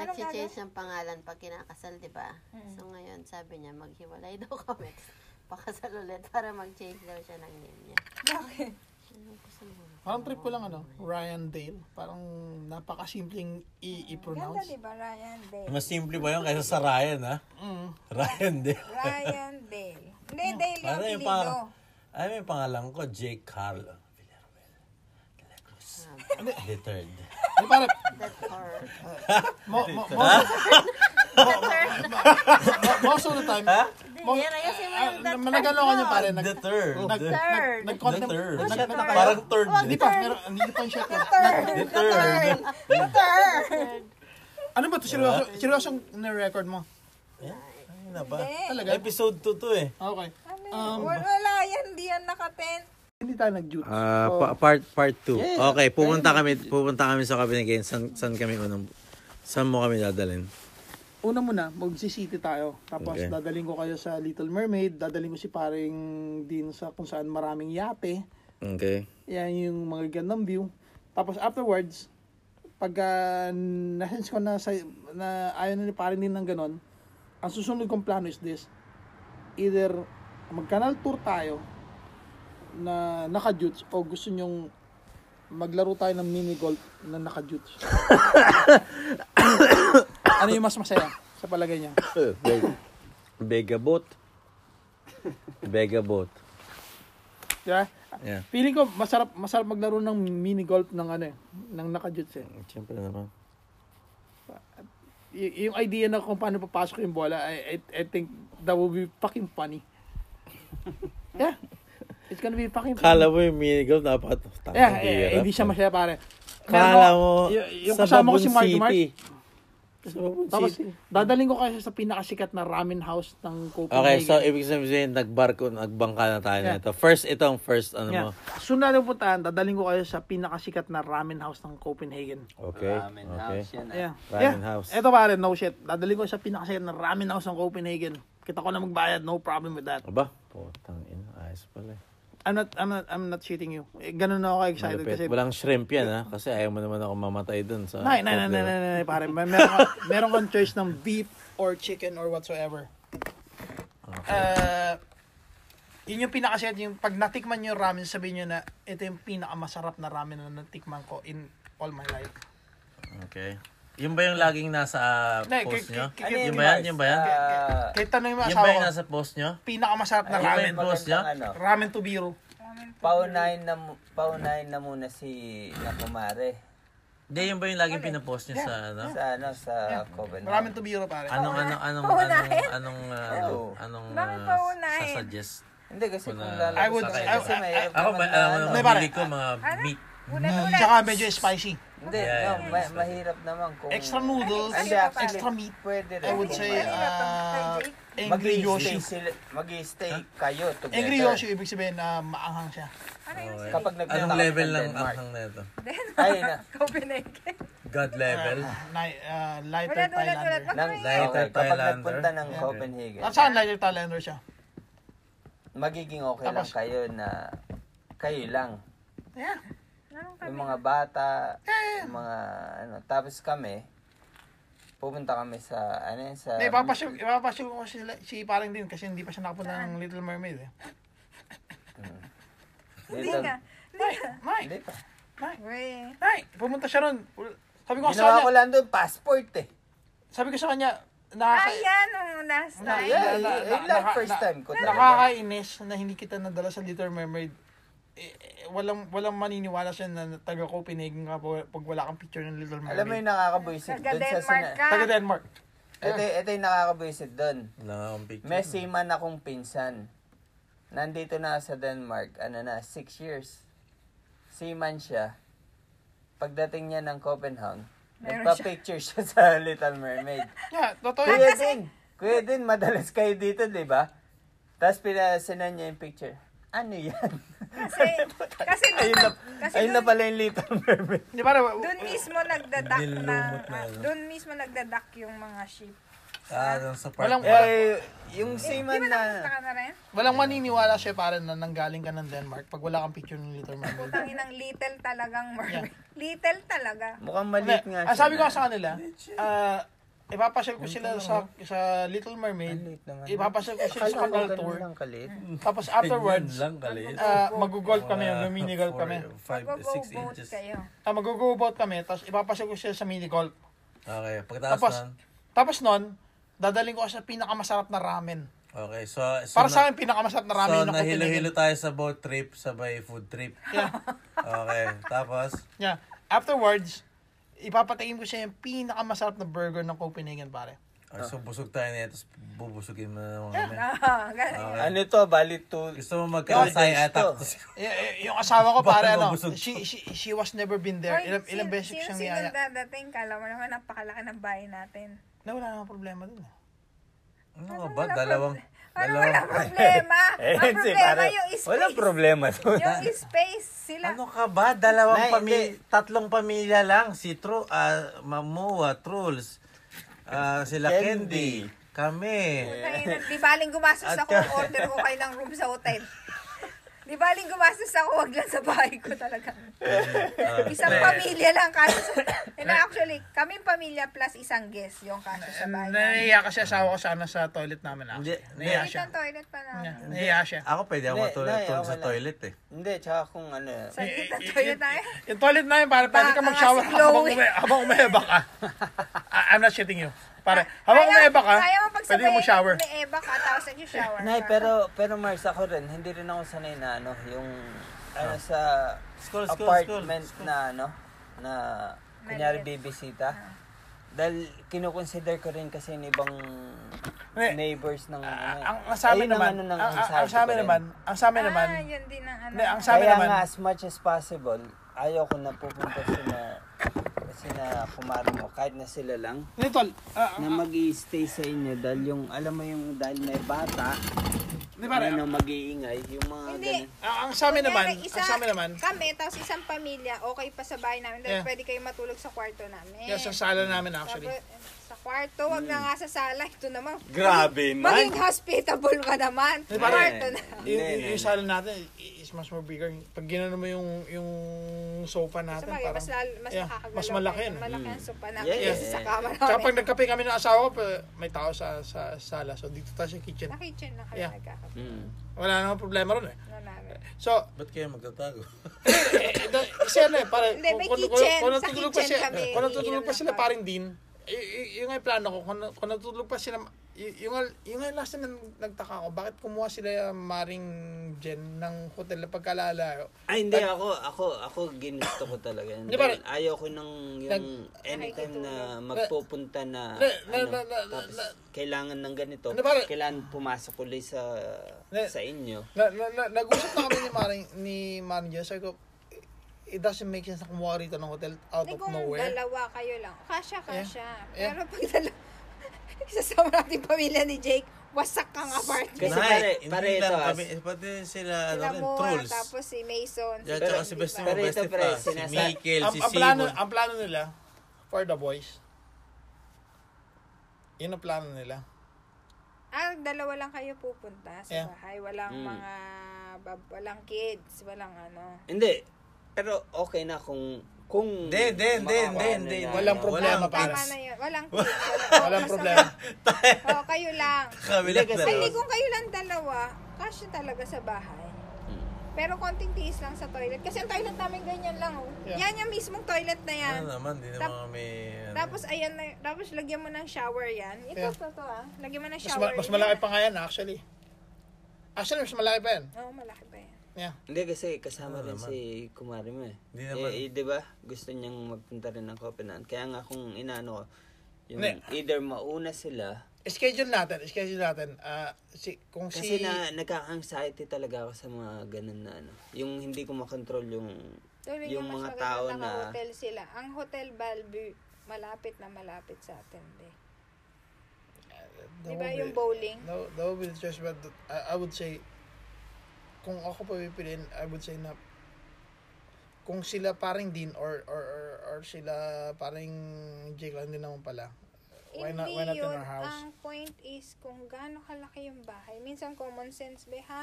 S5: Nag-change ng pangalan pag kinakasal, di ba? So ngayon, sabi niya, maghiwalay daw kami. Pakasal ulit para mag-change daw siya ng name niya.
S4: Bakit?
S1: Parang trip ko lang ano, Ryan Dale. Parang napakasimpleng i-
S4: Ganda
S1: i-pronounce.
S4: di ba? Ryan Dale.
S2: Mas simple ba yun kaysa sa Ryan, ha?
S1: Mm.
S2: Ryan, di ba?
S4: Ryan Dale. Hindi, Dale yung
S2: Ano yung
S4: apelido.
S2: pangalan? Ano yung pangalan ko? Jake Carl Villarreal. De la Cruz.
S1: Ah.
S2: The third.
S1: Hindi pare,
S5: That or...
S1: mo, mo, mo,
S5: The turn.
S1: Most of the time, mo-
S5: Yan, ayusin mo yung the
S1: ah,
S5: turn.
S1: managalokan niyo
S5: mo.
S1: pa rin.
S2: The third.
S1: Nag,
S5: The third.
S1: nag, nag,
S2: The third.
S1: nag, nag,
S2: Parang third.
S5: Oh,
S1: Hindi
S2: eh.
S1: pa, meron, hindi pa yung shot.
S5: The turn. The
S2: The
S5: turn. The turn.
S1: Ano ba ito? Seryoso, seryosong na-record mo?
S2: Ano na ba?
S1: Talaga?
S2: Episode 2 to eh.
S1: Okay.
S4: Ano yun? wala yan, di yan nakatent.
S1: Hindi tayo nag-jute.
S2: Ah, pa- part part 2. Okay, pupunta kami pupunta kami sa cabinet ngayon. San, san kami unang saan mo kami dadalhin?
S1: Una muna, magsisiti tayo. Tapos
S2: Okay.
S1: dadaling ko kayo sa Little Mermaid, dadaling ko si paring din sa kung saan maraming yate.
S2: Okay.
S1: Yan yung mga gandang view. Tapos afterwards, pag uh, nasense ko na, sa, na ayaw na ni paring din ng ganon, ang susunod kong plano is this. Either mag-canal tour tayo na naka-jutes o gusto nyong maglaro tayo ng mini golf na naka-jutes. ano yung mas masaya sa palagay niya?
S2: Eh, Bega boat. Bega boat.
S1: Di ba?
S2: Yeah.
S1: Feeling ko masarap masarap maglaro ng mini golf ng ano eh, ng naka-jutes eh.
S2: Siyempre naman.
S1: Y- yung idea na kung paano papasok yung bola, I, I, I think that will be fucking funny. yeah. It's gonna be fucking funny.
S2: Kala mo yung minigal dapat. Tanging
S1: yeah, yeah,
S2: hirap. eh.
S1: hindi siya masaya pare.
S2: Kala
S1: Meron
S2: mo,
S1: ako- y- yung
S2: sa
S1: kasama ko
S2: Babon
S1: si Mark
S2: City.
S1: Mark.
S2: Sa Babon
S1: Tapos
S2: City.
S1: dadaling ko kasi sa pinakasikat na ramen house ng
S2: Okay,
S1: Copenhagen.
S2: so ibig sabihin, nagbarko, nagbangka na tayo
S1: Yeah.
S2: nito. First, itong first, ano mo.
S1: yeah. Sunod na puntahan, dadaling ko kayo sa pinakasikat na ramen house ng Copenhagen.
S2: Okay,
S3: Ramen
S2: okay.
S3: house yan. ah.
S1: Yeah.
S2: Ramen
S1: yeah.
S2: house.
S1: Ito pare, no shit. Dadaling ko sa pinakasikat na ramen house ng Copenhagen. Kita ko na magbayad, no problem with that.
S2: Aba, putang ina, ayos pala. eh.
S1: I'm not I'm not I'm not cheating you. Eh, Ganun na ako excited
S2: Malupit.
S1: kasi
S2: Walang shrimp yan, ha? Kasi ayaw mo naman ako mamatay dun. Sa
S1: Nay, nay, nay, nay, nay, nay, pare. May- Meron, ka- meron kang choice ng beef or chicken or whatsoever. Uh, yun yung pinakaset, yung pag natikman nyo yung ramen, sabihin nyo na ito yung pinakamasarap na ramen na natikman ko in all my life.
S2: Okay. Yun ba yung laging nasa
S1: Nay,
S2: post
S1: kay-
S2: nyo?
S1: kay- kay-
S2: Yun ba yan? Yun ba yan?
S3: Ah,
S1: Kaya tanong yung
S2: Yun ba
S1: asawa
S2: yung
S1: ko,
S2: nasa post nyo?
S1: pinakamasarap na
S2: Ayun ba
S1: ramen.
S2: yung boss niya?
S3: magandang ano,
S1: Ramen to biro.
S3: Paunahin na, mu- paunahin na muna si na kumare
S2: Hindi, yun ba yung laging pinapost nyo sa ano?
S3: sa ano sa Covenant.
S1: Ramen to biro, pare.
S2: Anong, anong, anong, anong, anong,
S1: Oh.
S2: uh, ano, anong,
S4: Bakit
S2: uh,
S4: paunahin?
S2: sasuggest?
S3: Hindi kasi kung
S2: Una-
S3: lalabas
S1: I would-
S3: ako
S1: I-
S3: kasi
S1: I-
S3: may ano.
S1: I-
S2: Ako ba, alam mo,
S1: Hindi,
S2: naman,
S1: Ano? pare. Ano?
S2: bili ko mga meat.
S4: Ulit-ulit.
S1: Tsaka medyo spicy.
S3: Hindi,
S2: Yeah,
S3: no,
S2: yeah,
S3: ma- mahirap naman kung
S1: Extra noodles,
S3: Hindi, actually,
S1: extra meat.
S3: Pwede rin.
S1: I would say, uh, Angry
S3: mag-stay
S1: Yoshi.
S3: sila, mag-stay kayo together.
S1: Angry Yoshi, ibig sabihin na maanghang siya.
S4: Ano
S3: Kapag nagpunta
S2: Anong
S3: kami
S2: level
S3: ng
S2: ng
S3: Denmark.
S2: anghang na ito?
S3: Ay na.
S4: Copenhagen.
S2: God level?
S1: Light, uh, lighter
S4: Ulat, ulat,
S1: Thailander.
S4: ulat.
S3: Nang,
S2: Lighter
S3: okay, kapag
S2: Thailander.
S3: nagpunta ng Copenhagen,
S1: At saan lighter Thailander siya?
S3: magiging okay lang
S1: Tapos-
S3: kayo na kayo lang.
S1: Yeah.
S3: Yung mga bata,
S1: Eh,
S4: Eh.
S3: yung mga ano. Tapos kami, pupunta kami sa, ano yun, sa...
S1: Hindi, ipapasyal, ipapasyal ko sila, si parang din kasi hindi pa siya nakapunta ng Little Mermaid eh.
S4: Hindi
S3: dito-
S4: nga.
S1: Nay, Nay,
S3: Hindi pa.
S4: Uy.
S1: Nay, pumunta siya ron. Sabi ko sa
S3: Ginawa ko
S1: kanya,
S3: lang doon, passport eh.
S1: sabi ko sa kanya, nakaka...
S4: Ayan, nung last
S3: Ano
S1: na-
S4: time.
S3: Yeah,
S1: na-
S3: yeah,
S1: na-
S3: like
S1: na-
S3: first
S1: na-
S3: time ko talaga.
S1: Nakakainis na hindi kita nadala sa Little Mermaid. Eh, eh, walang walang maniniwala siya na taga Copenhagen ka po- pag wala kang picture ng Little Mermaid.
S3: Alam mo yung nakakabwisit doon sa
S4: Taga-Denmark
S3: sina...
S4: ka.
S1: taga Denmark.
S3: Ito, ito yung nakakabwisit doon.
S2: Wala nga akong picture.
S3: May seaman akong pinsan. Nandito na sa Denmark, ano na, six years. Seaman siya. Pagdating niya ng Copenhagen,
S4: Meron
S3: nagpa-picture siya sa Little Mermaid.
S1: Yeah, totoo yun.
S3: Kuya din, kuya din, madalas kayo dito, di ba? Tapos pinasinan niya yung picture. Ano yan? Ano
S4: Kasi, kasi
S3: ayun na,
S4: doon, kasi
S3: ayun na
S4: doon-
S3: pala yung Little Mermaid.
S1: Di ba?
S4: doon mismo nagdadak na,
S2: Nilulumot na, ano?
S4: doon mismo nagdadak yung mga sheep.
S2: Ah, dun sa part.
S1: Walang-
S3: Eh, yung
S4: Di
S3: seaman
S4: ba
S3: na...
S4: nakapunta ka na rin?
S1: Walang maniniwala siya para na nanggaling ka ng Denmark pag wala kang picture ng Little Mermaid.
S4: Putangin ng little talagang mermaid. Little talaga.
S3: Mukhang maliit nga
S1: Ang Ano, ah, sabi ko nga sa kanila, ah ipapasyal ko sila sa sa Little Mermaid, ipapasyal ko sila sa canal tour,
S3: Ang kaliit.
S4: Mm.
S1: tapos
S2: Yun
S1: afterwards,
S2: lang, kalit.
S1: ah magugolf kami, mini-golf kami.
S4: Mag-go boat kayo.
S1: Ah, magugubot kami, tapos ipapasyal ko sila sa mini-golf.
S2: Okay, pagkatapos
S1: Tapos,
S2: nun,
S1: tapos nun, dadaling ko sa pinakamasarap na ramen.
S2: Okay, so, so
S1: Para
S2: na-
S1: sa akin, pinakamasarap na ramen
S2: So,
S1: yun ako
S2: nahilo-hilo
S1: pinigil.
S2: tayo sa boat trip, sabay food trip.
S1: Yeah.
S2: Okay, tapos,
S1: Yeah. Afterwards, ipapatingin ko siya yung pinakamasarap na burger ng Copenhagen, pare.
S2: Ay, so busog tayo na ito. Bubusogin mo na mga may.
S4: Ah, ganun.
S2: Okay.
S3: Ano to? Bali to...
S2: Gusto mo ah, magka-sai
S3: Gusto.
S2: attack to siguro.
S1: Y- y- yung asawa ko pare
S2: Baka
S1: ano,
S2: mabusog
S1: she, she, she was never been there. Ilang,
S4: Hoy,
S1: ilang
S4: sin-
S1: beses siyang
S4: sino-
S1: niyaya.
S4: Sino dadating? Kala mo naman napakalaki ng bahay natin.
S1: Na wala namang problema dun. eh.
S2: Ano
S4: Ano,
S2: nga ba?
S4: wala
S2: Dalawang...
S4: Ano
S2: dalawang- Eh,
S4: wala problema? Ang
S3: Eh, si
S4: problema
S3: pare,
S4: yung space.
S3: Walang problema to.
S4: Yung space sila.
S2: Ano ka ba? Dalawang
S3: Nay,
S2: pamilya, tatlong pamilya lang. Si Tru, ah, Mamua, Truls, ah, sila Candy,
S3: Candy.
S2: kami.
S3: Eh.
S4: Putangina, Di baling gumastos ako ang order ko kayo ng room sa hotel. Di baling gumastos ako, wag lang sa bahay ko talaga.
S2: Mm.
S4: Isang pamilya lang kaso sa... And actually, kaming pamilya plus isang guest yung kaso sa bahay. namin.
S1: Naiya kasi asawa ko sa ano sa toilet namin ah.
S2: Hindi,
S1: Naiya
S4: Dito
S1: siya.
S4: ang toilet pa namin.
S1: Naiya siya.
S2: Ako pwede ako
S3: Nay,
S2: matulog
S3: nay,
S2: tulog sa
S3: okay lang.
S2: toilet eh.
S3: Hindi, tsaka kung ano.
S4: Sa
S1: Eh,
S4: dito ang toilet namin.
S1: Yung toilet namin pare, pwede
S4: Baka
S1: ka
S4: nga
S1: mag-shower
S4: si
S1: habang,
S4: Chloe.
S1: ume, habang umeba ka. I- I'm not shitting you. Pare, habang umeba ka,
S4: kaya mo pagsabayin
S1: pwede ka mag-shower.
S4: May eba ka, tapos nag-shower
S3: Nay,
S4: ka. Ah,
S3: pero, pero Mars, ako rin, hindi rin ako sanay na ano, yung
S1: Ah.
S3: ano sa
S2: School, school,
S3: apartment
S2: school, school.
S3: na ano, na kunyari bibisita. Dahil kinukonsider ko rin kasi yung ibang
S1: Hindi.
S3: neighbors ng ano. eh.
S1: Ah, Ang, ang sa amin
S3: Ayun ang
S1: naman,
S3: ano ng
S1: ang, ang,
S3: anxiety
S1: ang sa amin
S3: ko rin.
S1: naman, ang sa amin naman,
S4: Ah, yun din ang ano.
S1: hindi, ang sa amin
S3: Kaya
S1: naman,
S3: nga, as much as possible, ayaw ko na pupunta sina, sina kumari mo, kahit na sila lang,
S1: hindi tol, ah,
S3: na mag stay sa inyo dahil yung, alam mo yung, dahil may bata,
S1: Di ba,
S3: ano, mag-iingay, yung mga
S4: Hindi.
S3: ganun.
S1: ah, ang sa amin naman,
S4: Kunyari,
S1: ang sa amin naman,
S4: Kami, tapos isang pamilya, okay pa sa bahay namin. Dahil
S1: Yeah.
S4: pwede kayo matulog sa kwarto namin.
S1: yes, sa sala namin actually. Hmm.
S4: Tapos, sa kwarto, wag na nga sa sala. Ito naman.
S3: Grabe,
S4: Maging,
S3: man.
S4: maging hospitable ka naman.
S1: Di ba?
S4: Kwarto na.
S1: Yung,
S3: Hindi,
S1: yung,
S3: hindi.
S1: yung sala natin is much more bigger. Pag ginano mo yung yung sofa
S4: Sa
S1: natin,
S4: bagay,
S1: parang,
S4: mas, lalo, mas
S1: yeah,
S4: nakakagalaw.
S1: mas malaki
S4: kayo.
S1: yun.
S4: Malaki ang sopa namin
S3: Yeah, yeah,
S4: kasi sa
S3: yeah.
S4: kama
S1: Tsaka pag
S4: namin.
S1: nagkape kami ng asawa ko, pa- may tao sa, sa sala. So, dito tayo sa kitchen.
S4: Sa kitchen na kami
S1: Yeah.
S4: nagkakape.
S3: Mm.
S1: Wala namang problema ron eh.
S4: No, namin.
S1: So,
S2: Ba't kayo magtatago?
S1: eh, eh, da- kasi ano eh, pare,
S4: Hindi, may kitchen.
S1: kung
S4: Sa
S1: natutulog pa
S4: kitchen
S1: siya,
S4: kami.
S1: kung natutulog pa
S4: Iinom
S1: sila
S4: ng
S1: paring din, y- y- yun nga yung plano ko, kung, na- kung natutulog pa sila, y- yung, nga- yung nga yung last time na nagtaka ako, bakit kumuha sila maring Jen ng hotel na pagkalalayo?
S3: Ay, Ah, hindi ako, ako, ako ginusto ko talaga. yun.
S1: Di ba-
S3: Dahil ayaw ko nang yung anytime na magpupunta
S1: Na-
S3: na,
S1: na-
S3: ano,
S1: na- na-
S3: tapos
S1: na-
S3: kailangan ng ganito,
S1: Di ba-
S3: kailangan pumasok ulit sa,
S1: Na-
S3: sa inyo.
S1: Na, na, na, nag-usap na kami ni maring, ni maring Jen, sabi ko, it doesn't make sense na kumuha rito ng hotel out of
S4: Hindi kung
S1: nowhere.
S4: dalawa kayo lang. Kasya, kasya.
S1: Yeah.
S4: Pero pag dalawa, isasama natin pamilya ni Jake, wasak kang apartment.
S3: Kasi pare,
S2: hindi
S3: pare
S2: lang
S3: ito, as-
S2: kami, eh, pati sila, ano
S4: Sila
S2: rin,
S4: Moa,
S2: Truls.
S4: tapos si Mason.
S2: Yeah,
S4: Pero-
S2: tsaka si Besti mo,
S3: Pero ito,
S2: Besti
S3: pre,
S2: pa. Si
S3: sinasa-
S2: Mikel,
S1: Ang,
S2: si
S1: ang, plano,
S2: Simon.
S1: ang plano nila, for the boys, yun ang plano nila.
S4: Ah, dalawa lang kayo pupunta sa
S1: Yeah.
S4: bahay. Walang
S3: Mm.
S4: mga, bab- walang kids, walang ano.
S3: Hindi, pero okay na kung, kung...
S2: Hindi, hindi, hindi, hindi,
S3: makakuha
S2: hindi.
S3: na na-
S1: Walang problema,
S2: Walang-
S1: pare.
S4: Tama na yun. Walang kids.
S1: Walang problema.
S4: Oo, kayo lang.
S2: Kami
S3: Hindi,
S2: lang
S3: kasi-
S4: Ay,
S2: dalawa.
S4: hindi kung kayo lang dalawa, kasya talaga sa bahay.
S3: Mm.
S4: Pero konting tiis lang sa toilet. Kasi ang toilet namin ganyan lang. Oh.
S1: Yeah. Ah,
S4: Yan yung mismong toilet na yan.
S2: Ano naman, di naman
S4: Tap-
S2: kami... ano.
S4: Tapos ayan na, tapos lagyan mo ng shower yan. Ito
S1: Yeah.
S4: to to ah. Lagyan mo ng
S1: Mas,
S4: shower.
S1: ma- mas malaki pa nga yan, actually. Actually, mas malaki pa yan.
S4: Oo, malaki pa yan.
S1: Yeah.
S3: Hindi kasi
S1: Ah,
S3: kasama
S2: Ano
S3: rin
S2: naman?
S3: si kumari mo eh.
S2: Hindi naman.
S3: Eh, eh, di ba? Gusto niyang magpunta rin ng Copenhagen. Kaya nga kung inaano ko, yung
S1: Hindi.
S3: either mauna sila,
S1: Schedule natin, schedule natin. Ah, si, kung si...
S3: kasi na nagka-anxiety talaga ako sa mga ganun na ano. Yung hindi ko makontrol yung
S4: Tuloy
S3: yung
S4: mas
S3: mga
S4: maganda
S3: tao na
S4: naka-hotel sila. Ang Hotel Bellevue, malapit na malapit sa atin. Di, di ba yung bowling?
S1: No, that would be the choice, but I, I would say, kung ako pa pipiliin, I would say na kung sila paring din or or or, or sila paring Jake lang din naman pala. Why not why not in
S4: yun.
S1: our house?
S4: Ang point is kung gaano kalaki yung bahay. Minsan common sense ba ha?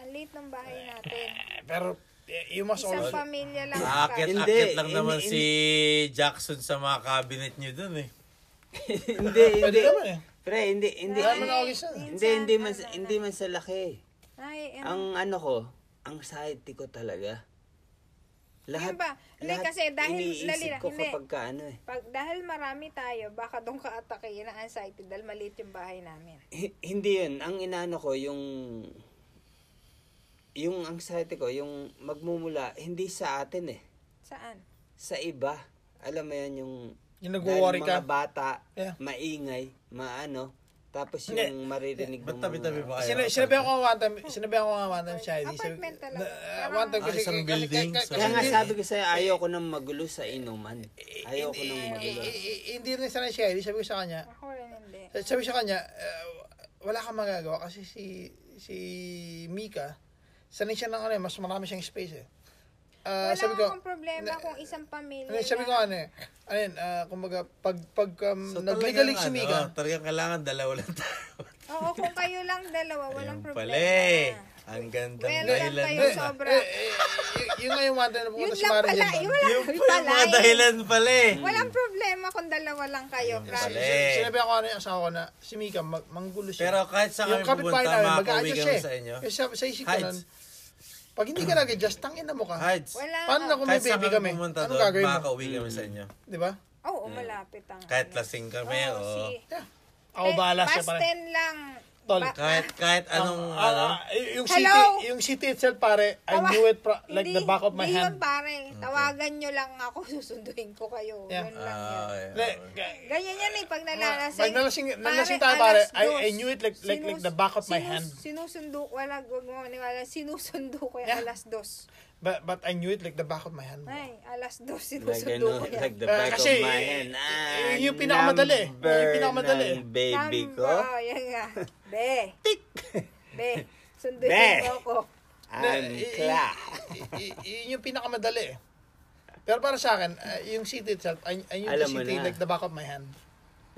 S4: Ang liit ng bahay natin.
S1: Eh, pero eh, you must
S4: Isang
S1: always
S4: pamilya lang.
S2: Akit,
S3: Hindi,
S2: akit lang
S3: hindi,
S2: naman
S3: hindi.
S2: si Jackson sa mga cabinet niyo dun eh.
S3: hindi
S1: Pwede
S3: hindi.
S1: naman eh.
S3: Pre, hindi hindi
S1: Wala naman
S3: hindi
S1: ako isa.
S3: hindi, hindi man sa- hindi man sa laki.
S4: ano, Ay, ano
S3: Ang ano ko, anxiety ko talaga. Lahat,
S4: Yun ba? Hindi, kasi dahil- lali
S3: iniisip
S4: lang,
S3: ko
S4: hindi.
S3: kapag ka ano eh.
S4: Pag, dahil marami tayo, baka doon ka atake na anxiety dahil maliit yung bahay namin.
S3: Hi- hindi yun. Ang inaano ko, yung... Yung anxiety ko, yung magmumula, hindi sa atin eh.
S4: Saan?
S3: Sa iba. Alam mo yan, yung...
S1: Yung nag-worry ka.
S3: dahil mga bata,
S1: Yeah.
S3: maingay. maano, tapos yung maririnig
S2: Ba't
S3: mong
S2: tabi-tabi
S3: mga-
S2: pa kayo?
S1: Sina- ah, Sinabi ako one time, sinabi ako nga one time siya. di- sabi-
S4: Apartment talaga.
S1: na- ah, One time
S2: Ah,
S1: kasi...
S2: isang
S1: kasi-
S2: building,
S1: kasi-
S2: isang
S3: Kaya nga
S1: kasi-
S3: sabi ko sa'yo, ayaw ko nang magulo sa inuman. Ayaw ko nang
S1: Eh,
S3: magulo.
S1: eh, eh, Hindi rin sana siya. Di sabi ko sa kanya,
S4: Ako rin hindi.
S1: sabi ko sa kanya, "Eh, wala kang magagawa kasi si si Mika, sanay siya ng ano, eh, mas marami siyang space eh. Ah,
S4: Wala
S1: sabi ko,
S4: akong problema kung isang pamilya.
S1: ano, sabi ko
S4: lang.
S1: ano eh, ano yun, ah, kumbaga, pag, pag um,
S2: So,
S1: nagligalik si
S2: talagang
S1: Mika,
S2: ano, talagang kailangan dalawa lang tayo.
S4: Oo, kung kayo lang dalawa, walang
S2: Ayun
S4: problema.
S2: pala eh. Ang gandang
S4: Welcome
S2: dahilan
S4: kayo,
S2: nun, ah.
S4: sobra.
S1: eh, eh, y- yun nga yung one time na
S4: Yun
S1: pumunta si
S4: lang
S1: Maren
S4: pala.
S1: dyan doon.
S4: Yun
S2: Yung
S4: lang yun
S2: pa yung
S4: pala
S2: mga
S4: eh.
S2: dahilan pala eh.
S4: Walang problema kung dalawa lang kayo,
S2: Ayun
S4: crush.
S2: pala. eh.
S1: Si- Sinabi ako ano yung asawa ko na, si Mika, mag, manggulo siya.
S2: Pero kahit sa kami
S1: kapitbahay
S2: pupunta,
S1: namin,
S2: makakauwi
S1: mag-a-adjust
S2: kami
S1: eh.
S2: sa inyo.
S1: Kasi sa, sa isip ko
S2: Hides.
S1: nun, pag hindi ka nag-adjust, tangin na mo ka.
S2: Hides.
S4: Wala.
S1: Paano na kung may
S2: Kahit sa
S1: baby
S2: kami
S1: kami?
S2: pumunta
S1: Anong
S2: doon,
S1: gagawin mo?
S2: makakauwi kami sa inyo.
S1: Di ba?
S4: Oo, malapit ang...
S2: Hmm. Kahit
S4: ano.
S2: lasing kami, oh.
S4: Oo,
S2: oo.
S4: sige.
S1: Ako
S4: Eh,
S1: bahala siya
S4: Past
S1: pare.
S4: 10 lang.
S1: Tol,
S4: Ba-
S2: Kahit, kahit anong,
S1: Ah,
S2: ano,
S1: ah, y- yung
S4: Hello?
S1: city, yung city itself pare, I
S4: Tawa-
S1: knew it pro- like the
S4: Hindi,
S1: back of my
S4: hindi
S1: hand.
S4: yun, pare. Tawagan nyo lang ako, susunduin ko kayo.
S1: Yeah.
S4: Ganun lang
S2: ah, okay.
S4: yun.
S1: Ne- ga-
S4: Ganyan yan eh, pag nalalasing.
S1: Pag nalasing- nalasing tayo,
S4: alas
S1: pare, I-
S4: dos.
S1: I knew it like- like- like the back of my hand.
S4: Sinusundo ko, wala, huwag mo maniwala, sinusundo ko yan
S1: Yeah.
S4: alas dos.
S1: But but I knew it like the back of my hand.
S4: Ay, alas dos,
S3: Like,
S4: sinusundo
S3: ano,
S4: ko yan.
S3: like the
S1: Ah,
S3: back
S1: kasi,
S3: of my
S1: eh, eh,
S3: hand. Ah,
S1: yung pinakamadali.
S3: number
S1: Yung pinakamadali.
S3: ng baby ko.
S4: Number, oh, yan nga. Be. Tik. Be. Sunduin
S3: Be.
S4: mo ako.
S1: Na-
S3: I'm
S1: i-
S3: Cla.
S1: i- i- i- Yun yung pinakamadali eh. Pero para sa akin, ah, yung city itself, I, I knew
S3: Alam
S1: the
S3: mo
S1: city
S3: na.
S1: like the back of my hand.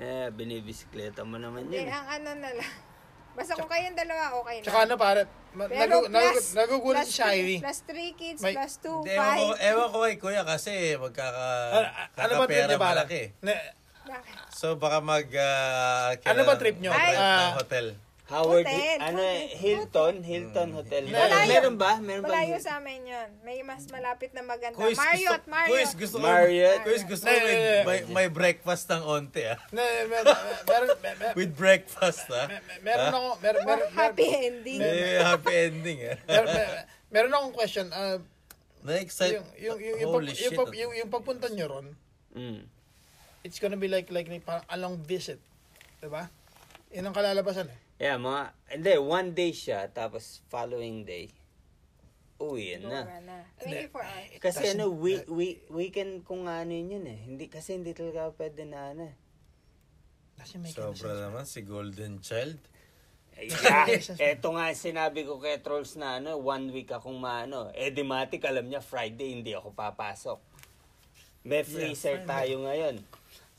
S3: Eh, binibisikleta mo naman
S4: Hindi,
S3: yun.
S4: ang ano na lang. Basta kung kayong dalawa, okay na.
S1: Tsaka ano pare, ma- nagu, nagu, nagugulat si Shirey.
S4: Plus 3 kids,
S1: May-
S4: plus 2,
S2: Hindi, Ewan ko,
S4: 5.
S2: ewan ko kay kuya kasi magkaka,
S1: Ano ba trip
S2: kakapera
S1: niya pare?
S2: malaki.
S1: Na-
S2: So baka mag, ah,
S1: Ano ba trip nyo?
S2: Mag-
S1: Ah.
S2: hotel.
S3: Howard,
S4: Hotel.
S3: ano, eh, Hilton, Hilton Hotel.
S1: Malayo.
S3: Meron ba? Meron ba?
S4: Malayo sa amin yun. May mas malapit na maganda.
S2: Kuis,
S4: Marriott,
S2: gusto, Kuis,
S4: Marriott.
S2: gusto ko,
S3: Marriott.
S2: Kuis, gusto ko
S1: Marriott.
S2: may,
S1: Eh, eh, eh.
S2: may, may breakfast ng onte ah.
S1: na, mer- mer- meron, mer- mer-
S2: With breakfast ah.
S1: mer- meron ako, meron, meron,
S4: Happy ending.
S2: May happy ending ah.
S1: Mer- mer- meron akong question. ah,
S2: Na-excite.
S1: yung, yung, yung, yung,
S2: Holy
S1: pag-
S2: shit. ano? ah.
S1: yung, pag- yung, yung pagpunta nyo ron,
S3: Mm.
S1: it's gonna be like, like, like parang a long visit. Diba? Yun ang kalalabasan eh.
S3: Yeah, mga, hindi, one day siya, tapos following day, uwi yan na.
S4: Wala na. 24 hours.
S1: Kasi-
S3: Kasi ano, we, we, weekend kung ano yun yun eh. Hindi, kasi hindi talaga ako pwede na ano eh.
S1: Kasi may
S2: Sobra naman si Golden Child.
S3: Ay, Yeah, Eh, eto nga sinabi ko kay Trolls na ano, one week akong maano. Eh, di matik, alam niya, Friday hindi ako papasok. May freezer tayo ngayon.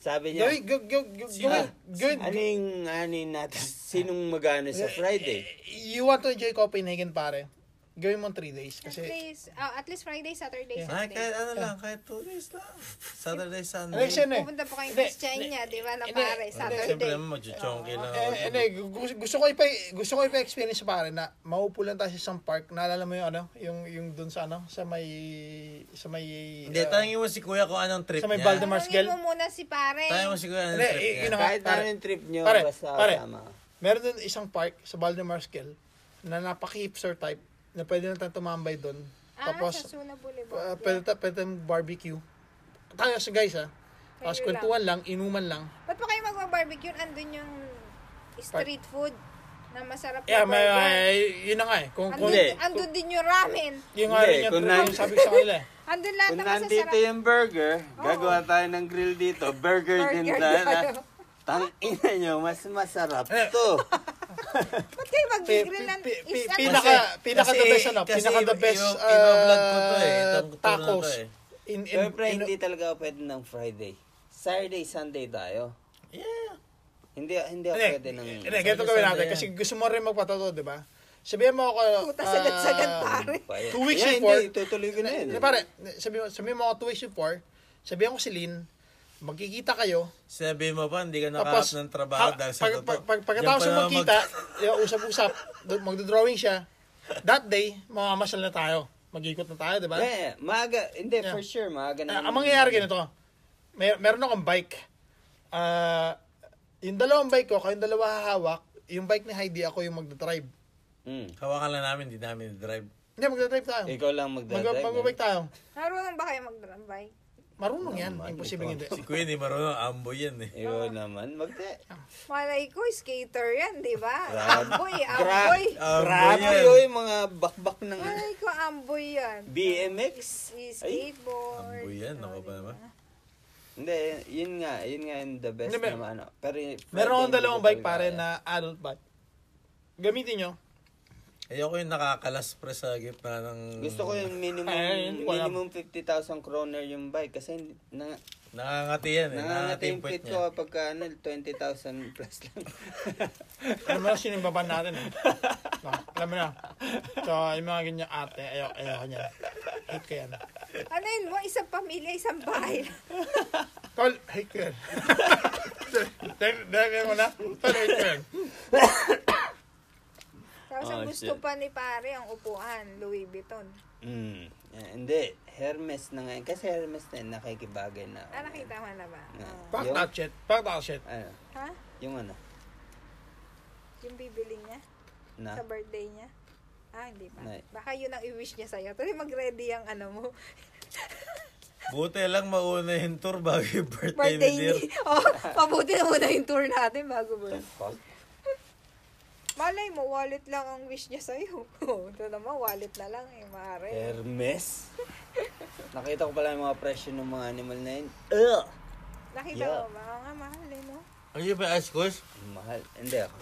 S3: Sabi niya,
S1: Gawin, gawin, gawin, gawin, gawin,
S3: aning, aning ano natin, sinong magano sa Friday?
S1: Eh, You want to enjoy Copenhagen, pare? Gawin mo 3 days.
S4: At
S1: Kasi,
S4: least, oh, at least Friday, Saturday,
S2: Ay, kahit
S4: Sunday.
S2: ano
S1: Ah.
S2: lang, kahit two days lang. Saturday,
S1: ano
S2: Sunday.
S1: yun eh?
S4: Pupunta pa kayong
S1: Hindi,
S4: Christiania, di ba, na
S1: hindi,
S4: pare,
S1: hindi.
S2: Siyempre
S4: Saturday.
S2: naman, magchuchonky lang. ako.
S1: Eh, eh, gusto, gusto ko ipa gusto ko ipa-experience pare na maupo lang tayo sa isang park. Naalala mo yung ano, yung yung doon sa ano, sa may sa may
S2: Hindi,
S1: uh,
S2: tanongin mo si kuya kung anong trip
S1: Sa may
S2: niya.
S1: Valdemar- Mars girl?
S4: Tanungin mo muna si pare.
S2: Tanongin mo si kuya anong
S1: Hindi,
S2: trip
S1: eh,
S2: niya.
S1: yun ang-
S3: Kahit
S1: pare.
S3: ano yung trip niyo,
S1: Pare,
S3: basta
S1: pare.
S3: tama.
S1: Meron doon isang park sa Valdemar Scale na napaka-hipster type na pwede na tayong tumambay doon.
S4: Ah,
S1: Tapos
S4: sa Suna
S1: uh,
S4: Boulevard.
S1: pwede, ta, pwede tayong barbecue. Tayo sa guys ah. Tapos
S4: Kayo
S1: kwentuhan lang, inuman lang.
S4: Ba't pa kayo magwa-barbecue? Andun yung street food na masarap
S1: Yeah,
S4: na
S1: may,
S4: burger.
S1: ay, yun na nga eh. Kung, kung,
S4: andun,
S3: Hindi.
S4: andun din yung ramen.
S1: yung nga
S3: Hindi,
S1: rin yung
S3: kung
S1: trip,
S3: nan-
S1: sabi ko sa kanila eh.
S4: Andun lahat
S3: Kung
S4: ng
S3: nandito
S4: masasarap.
S3: yung burger, gagawa tayo ng grill dito. Burger, din
S4: Burger
S3: tayo.
S4: tayo.
S3: Tang ina nyo, mas masarap
S1: Eh,
S3: to.
S4: Ba't kayo mag-grill ng
S1: pi- pi-
S4: isa?
S1: pinaka pinaka the best ano,
S2: kasi
S1: pinaka the
S2: i-
S1: best
S2: i- i-vlog ko to eh,
S1: ah,
S2: itong tour na to
S1: tacos.
S2: eh.
S1: In in,
S3: Siyempre,
S1: in-
S3: hindi talaga ako pwede ng Friday. Saturday, Sunday tayo.
S2: Yeah.
S3: Hindi, hindi ako
S1: Hindi,
S3: pwede ng...
S1: hindi, ganito gawin natin kasi gusto mo rin magpatato, di ba? Sabihin mo ako
S4: Puta,
S1: ah,
S4: sagad-sagad pare.
S1: Two weeks
S3: yeah,
S1: before-
S3: Hindi, tutuloy ko na yun.
S1: Hindi, pare, sabihin mo, sabihin mo ako two weeks before, sabihin ko si Lynn, magkikita kayo,
S2: Sinabi mo pa, hindi ka nakalap
S1: tapos,
S2: ng trabaho
S1: ha-
S2: dahil sa
S1: pag-
S2: totoo.
S1: pag- pag- pagkatapos mo
S2: Diyan pa naman mag-
S1: magkita, yung usap-usap, do- magdodrawing siya, that day, mamamasal na tayo. Mag-ikot na tayo, di ba?
S3: Yeah, maaga. Hindi, for sure, maaga na.
S1: Ah, ang mangyayari ganito, may, meron akong bike. Ah, yung dalawang bike ko, kayong dalawa hahawak, yung bike ni Heidi, ako yung magdadrive.
S3: Mm.
S2: Hawakan lang namin, hindi namin drive.
S3: Eh,
S1: Hindi, magdadrive tayo.
S3: Ikaw lang ah. magdadrive.
S1: Mag- magbabike tayo.
S4: Marunong ba kayo mag-bike?
S1: Marunong yan. Imposible hindi.
S2: Si Queen, di marunong. Ambo yan eh.
S3: Iyon naman, magte.
S4: Malay ko, skater yan, di ba?
S3: Grabe.
S4: Amboy, amboy.
S3: Grabe yun, yung mga bakbak ng
S4: Malay ko, amboy yan.
S3: BMX.
S4: Is-
S3: Ay.
S4: Skateboard.
S2: Amboy yan, ako pa naman.
S3: Hindi, yun nga, yun nga yung the best
S1: Hindi, mer-
S3: naman. Ano. Pero,
S1: Meron akong dalawang bike pare na adult bike. Gamitin nyo.
S2: Ayoko yung nakakalas pre sa gitna ng...
S3: Gusto ko yung minimum
S1: Ay, hindi ko alam.
S3: minimum 50,000 kroner yung bike kasi hindi- na,
S2: Nangangati yan eh. Nangangati
S3: nangangati
S2: yung
S3: yung
S2: puwet
S3: pit
S2: niya.
S3: ko kapag ka, ano, 20,000 plus lang.
S1: Alam mo na sinimbaban natin. Eh. No, alam mo na. So, yung mga ganyan ate, ayaw, ayaw ko niya. Hate ko yan.
S4: Ano yun mo? Isang pamilya, isang bahay.
S1: Tol, hate ko yan. Dahil dahil mo na. Tol, hate ko yan.
S4: Tapos ang
S3: Oh,
S4: gusto
S3: shit.
S4: pa ni pare, ang upuan, Louis Vuitton.
S3: Mm. Eh, hindi, Hermes na ngayon. Kasi Hermes na yun, nakikibagay na.
S4: Ah, nakita mo na ba?
S3: Na,
S4: Oo.
S1: Fuck
S3: yung,
S1: that shit. Fuck that shit.
S3: ano,
S4: Ha?
S3: yung ano,
S4: Yung bibili niya?
S3: na,
S4: Sa birthday niya? Ah, hindi pa.
S3: Nay.
S4: Baka yun ang i-wish niya sa'yo. Tuloy mag-ready ang ano mo.
S2: Buti lang mauna yung tour bago yung birthday,
S4: Birthday
S2: ni
S4: niya.
S2: Dear.
S4: Oh, pabuti na muna yung tour natin bago ba.
S3: fuck.
S4: Malay mo, wallet lang ang wish niya sa'yo. Oh, ito naman, wallet na lang eh, maaari.
S3: Hermes? Nakita ko pala yung mga presyo ng mga animal na yun. Ugh!
S4: Nakita
S3: Yeah.
S4: mo ba? Oo nga, mahal eh, no?
S2: Ano yung pa-ask ko?
S3: Mahal. Hindi ako.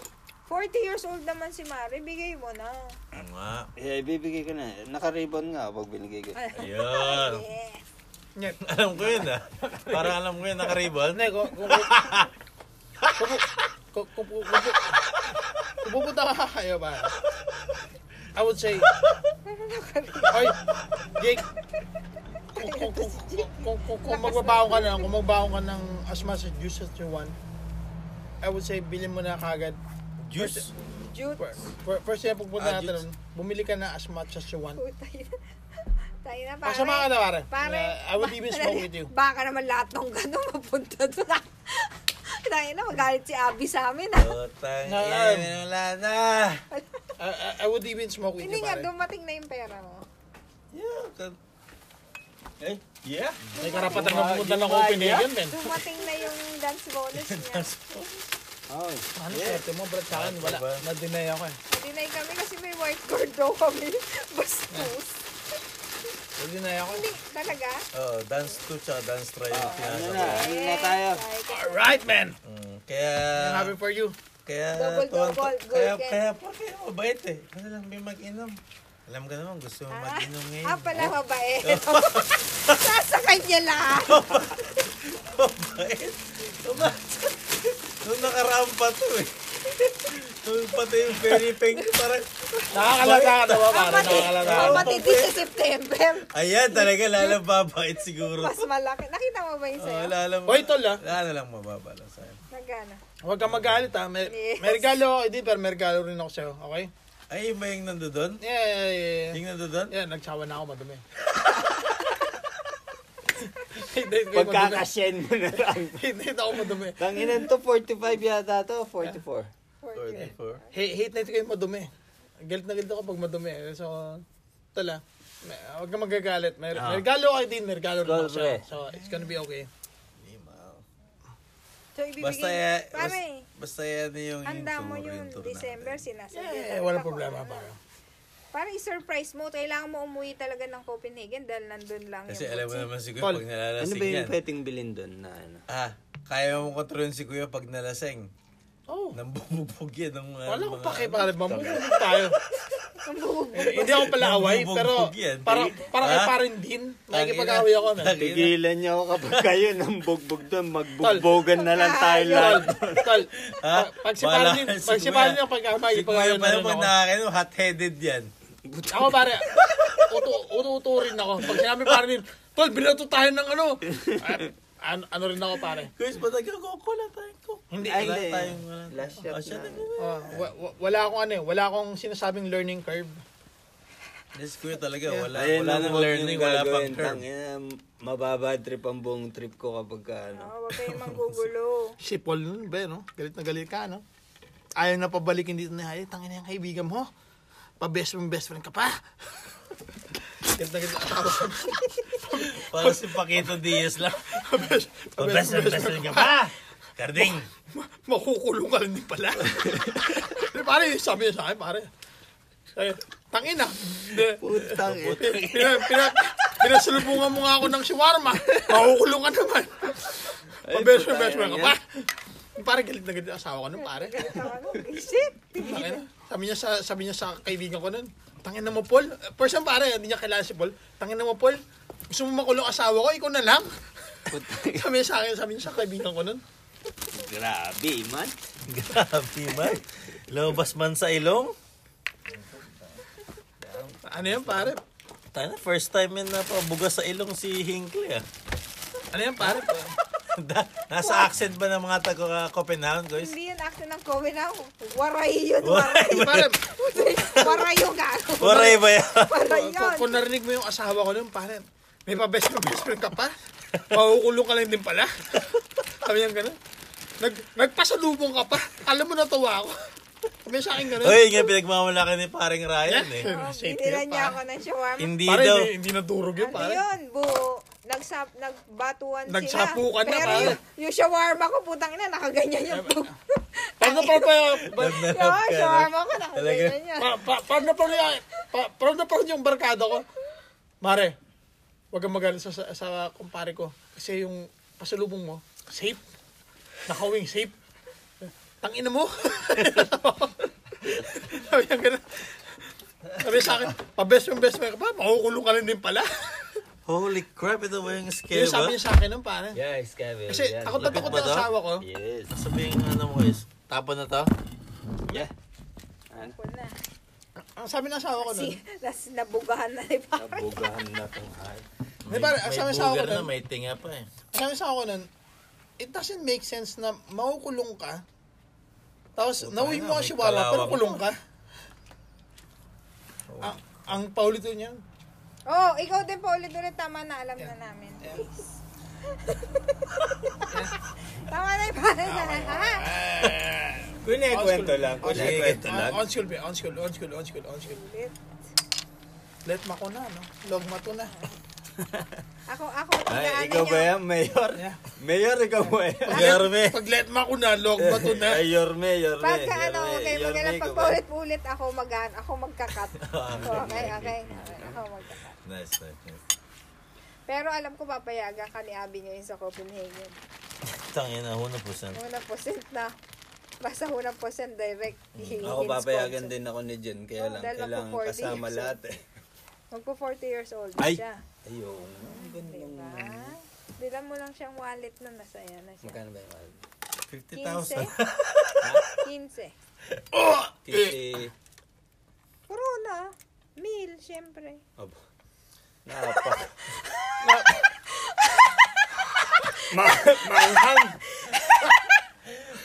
S4: 40 years old naman si Mari, bigay mo na.
S2: Ano nga?
S3: Eh, bibigay ko na. Naka-ribbon nga pag binigay ko.
S2: Ayun.
S1: Eh.
S4: Yeah.
S1: Nyet.
S2: Alam ko yun ah. Parang alam ko yun, nakaribol.
S1: Hindi, Ano eh, kung... Kung... Kung... Kung... Kung... Kung... Kung... Kung pupunta ka kayo ba? I would say... Oy, Jake. Kung, kung, kung, kung, kung, kung magbabaon ka lang, kung magbaon ka ng as much as juice as you want, I would say, bilhin mo na kagad.
S2: Juice.
S4: Jute.
S1: For, first time
S2: Ah,
S1: pupunta
S2: juice.
S1: natin, nun, bumili ka na as much as you want.
S4: Putay na. Tayo na, pare.
S1: Pakasama ka na, pare.
S4: Pare.
S1: Uh, I would even smoke with you.
S4: Baka naman lahat ng gano'n mapunta doon. Tayo na, magalit si Abby sa amin, ah. ha?
S2: Putang
S1: No,
S2: ina, wala na.
S1: I, I- I would even smoke with
S4: Hindi
S1: you,
S4: nga,
S1: pare.
S4: dumating na yung pera mo.
S2: Yeah.
S6: Eh, yeah.
S1: May karapatan na pumunta ng Copenhagen, men.
S4: Dumating na yung dance bonus niya.
S3: Ay,
S1: Ano swerte mo, brad? Sa akin, wala.
S2: Diba?
S1: Na-deny ako eh.
S4: Dinay kami kasi may whiteboard daw kami. Bastos.
S1: Na-deny ako. eh.
S4: Hindi, talaga?
S2: Oo, Oh, dance to tsaka dance try yung
S3: ano
S2: pinasa
S3: na?
S2: ko.
S3: Ano na tayo?
S4: Ay,
S1: Alright, man!
S2: Mm, Kaya...
S1: I'm happy for you.
S2: Kaya...
S4: Double,
S2: tuwan-
S4: double,
S2: Kaya,
S4: Gurken.
S2: kaya po, kaya mabait eh. Kasi lang may mag-inom. Alam ka naman, gusto mo mag-inom ngayon.
S4: Ah, pala
S1: Oh.
S4: mabait. Nasa kanya lang.
S2: Oh, Mabait. Mabait. Nung nakaraan pa to eh. Nung pati yung Ferry Peng, parang...
S1: Nakakalata ka daw, pare.
S4: Kapatid,
S1: Nakakalata ka.
S4: kapatid sa September.
S2: Ayan, talaga, lalang babait siguro.
S4: Mas malaki. Nakita mo ba yun
S2: Oh,
S4: sa'yo?
S2: lalang...
S1: Hoy, tol ah.
S2: Lalo lang mababa lang sa'yo.
S4: Nagana.
S1: Huwag kang magalit ha. May,
S4: Yes.
S1: may regalo ako, hindi, pero may regalo rin ako sa'yo, okay?
S2: Ay, ba yung nandoon?
S1: Yeah, yeah, yeah. yeah.
S2: Yung nandoon?
S1: Yeah, nagsawa na ako, madumi. Hindi, hindi ako madumi.
S3: Pagkakasyen mo na lang.
S1: Hindi hindi ako madumi.
S3: Tanginan to, 45 yata to, 44.
S4: Fortune.
S2: 44.
S1: Hate, hate na ito kayo madumi. Galit na galit ako pag madumi. So, tala. May- Huwag kang magagalit. May, may regalo kayo din, may regalo rin ako sa'yo.
S3: Golpe.
S1: So, it's gonna be okay.
S2: oh.
S4: So, ibibigay
S2: Basta eh, yan, bas,
S4: Pare,
S2: basta yan yung yung
S4: handa mo
S2: tour,
S4: yung
S2: tour
S4: December,
S2: natin.
S4: sinasabi.
S1: Yeah, walang problema pa.
S4: Para i-surprise mo, kailangan mo umuwi talaga ng Copenhagen dahil nandun lang
S2: Kasi
S4: yung
S2: alam mo
S4: budget.
S2: naman si Kuya
S1: Paul,
S2: pag
S3: Ano
S2: nalalasing
S3: ba
S2: yan.
S3: yung pwedeng bilhin doon na ano?
S2: Ah, kaya mo kontrolin si Kuya pag nalasing.
S1: Oh.
S2: Nambubugbog yan ng mga...
S1: Wala akong
S2: mga-
S1: pake pare, mamumulog tayo. Hindi ako pala away,
S2: Bubugbog
S1: pero
S2: yan,
S1: para,
S2: eh.
S1: para kay
S2: Ha?
S1: parin din, nakikipag-away ako. man.
S2: Tangina.
S3: Tigilan niyo ako kapag kayo nang bugbog doon. Magbugbogan na lang tayo
S1: Tol,
S3: lahat.
S1: tol,
S2: Ha?
S1: pag- pag si parin din,
S2: Wala,
S1: pag si
S2: Kuya.
S1: parin din, pag away,
S2: Si Kuya
S1: ipag-away na
S2: pala
S1: rin
S2: pag
S1: ako.
S2: nakakain, hot-headed yan.
S1: Ako pare, utu- utu-utu rin ako. Pag sinabi parin din, tol, binato tayo ng ano. Ah, Ano, ano rin ako pare.
S2: Kuya, ba't nagkakoko lang tayo?
S1: Hindi,
S3: Ay,
S2: Wala
S3: hindi.
S2: tayong... wala tayong-
S3: Last shot
S2: Oh, shot
S3: na.
S2: na.
S1: ah, wa- wa- wala akong ano eh, wala akong sinasabing learning curve.
S2: Yes, Kuya talaga, wala,
S3: Ayun
S2: wala
S3: ang
S2: nang
S3: huwag
S2: learning,
S3: niyong
S2: wala
S3: gagawin.
S2: pang term.
S3: Tangina, Mababa trip ang buong trip ko kapag ka, ano.
S4: Oh, huwag kayong manggugulo.
S1: Si Paul nun, be, no? Galit na galit ka, no? Ayaw na pabalikin dito na, ay, tangin na yung kaibigan mo. Pa-best friend, best friend ka pa. Ganda ganda tawag.
S2: Para si Paquito Diaz lang.
S1: Pabesal,
S2: Pabesal-besal ka pa! Karding!
S1: Makukulong ka lang din pala. Di, pare, sabi niya sa akin, pare. Ay, tangina. Putang ina. Pinasalubungan mo nga ako ng shawarma. Makukulong ka naman. Pabesal, besal ka pa. Pare, galit na galit ang asawa ko nun, pare.
S4: ano? Isip!
S1: Tangina. Sabi niya sa sabi niya sa kaibigan ko nun, tangin na mo Paul. First time pare, hindi niya kilala si Paul. Tangin na mo Paul. Gusto mo makulong asawa ko, ikaw na lang. sabi niya sa akin, sabi niya sa kaibigan ko nun.
S3: Grabe, man.
S2: Grabe man. Lobas man sa ilong.
S1: Ano yan pare?
S2: Tayo na, first time yun na pabuga sa ilong si Hinkle ah.
S1: Ano yan pare?
S2: Da- Nasa accent ba ng mga taga uh, Copenhagen, guys?
S4: Hindi yun action ng COVID na. Waray yun.
S2: Waray
S4: Waray.
S1: pare,
S4: Waray yung gano'n.
S2: Waray ba yan?
S4: Waray
S1: kung,
S4: yun.
S1: kung narinig mo yung asawa ko nun, pare, may pa-best friend, best friend ka pa. Makukulong ka lang din pala. sabi niya ganun. Nag, nagpasalubong ka pa. Alam mo, natuwa ako. Sabi niya sa akin ganun.
S2: Uy, nga pinagmamalakan ni paring Ryan eh.
S4: Oh,
S1: Shit,
S4: Binira
S1: yun,
S4: niya
S1: pare.
S4: ako ng shawarma.
S2: Hindi
S1: Pare,
S2: daw.
S1: hindi, hindi nadurog yun,
S4: Ano
S1: pare.
S4: yun? Bu, nagsap, nagbatuan
S1: Nagsapu
S4: sila.
S1: ka na,
S4: Pero
S1: pare.
S4: yung, yung shawarma ko, putang ina, nakaganyan yung bu.
S1: Paano Ano pa pa,
S2: Nanap ka
S4: Yung
S2: na.
S4: shawarma ko,
S2: Talaga?
S4: nakaganyan niya.
S1: pa, pa, paano pa niya, pa, paano pa yung barkada ko? Mare, wag kang magalit sa, sa, sa kumpare ko. Kasi yung pasalubong mo, safe. Nakawing safe. Tangina mo. Sabi niya ganun. Sabi sa akin, pabest yung best friend ka ba? Makukulong ka lang din pala.
S2: Holy crap, ito ba yung scale
S1: Yung
S2: ba?
S1: sabi niya sa akin nun, pare.
S3: Yes, Kevin.
S1: Kasi
S3: Yan.
S1: ako tatakot
S2: Lapit ba
S1: ng
S2: to?
S1: asawa ko.
S3: Yes.
S2: Sabihin nga ano mo guys, tapon na to?
S3: Yeah. Ano?
S4: Ako na.
S1: Ang sabi ng asawa ko nun.
S4: Si, nas, nabugahan na ni pare.
S3: Nabugahan na to. Ay.
S1: Di ba, ang sabi sa ako
S2: bugar na,
S1: nun,
S2: may tinga pa eh.
S1: Sabi sa ako nun, it doesn't make sense na makukulong ka, tapos nauwi mo ang
S2: may
S1: shiwala, pero
S2: kalawang-
S1: kulong ka. Ang, ang paulito niya,
S4: Oh, ikaw din pa ulit-ulit. Tama na, alam na namin. Tama na yung pare na. Ha?
S1: Eh,
S6: Kunikwento lang. Kunikwento lang.
S1: Ah, on school, be, on school, on school, on school, on school.
S4: Ulit.
S1: Let mako na, no? Log mato na.
S4: Ako, ako.
S6: Ay,
S4: inaanan
S6: ikaw
S4: niyo.
S6: ba yan? Mayor?
S1: Yeah.
S6: Mayor, ikaw ba yan?
S2: Garme!
S1: Pag let mako na, log mato na.
S2: Eh,
S6: Ay, yorme, yorme.
S4: Pagka ano,
S6: yorme,
S4: okay,
S6: yorme,
S4: magalang
S6: ikaw ba
S4: pag
S6: yan?
S4: paulit-ulit ako magaan, ako magkakat. okay, okay, okay, ako magkakat.
S6: Nice, nice, nice.
S4: Pero alam ko papayagan ka ni Abby ngayon sa Copenhagen.
S2: Tangin na, 100%.
S4: Unang percent na. Basta unang percent direct. hihingin
S6: Ako papayagan
S4: sponsor.
S6: din ako ni Jen, kaya
S4: Oh,
S6: lang
S4: dahil
S6: kailangan
S4: magpo-40
S6: kasama
S4: years
S6: lahat eh.
S4: Magpo 40 years old
S6: Ay!
S4: siya.
S6: Ayun. Ang ganda yung...
S4: Diba? Bilang mo lang siyang wallet na masaya na siya.
S6: Magkano ba yung mahal?
S1: Eh,
S4: 15. 15.
S6: 50...
S4: Corona. Meal, syempre.
S6: Aba. Napak. Ma... Manghang!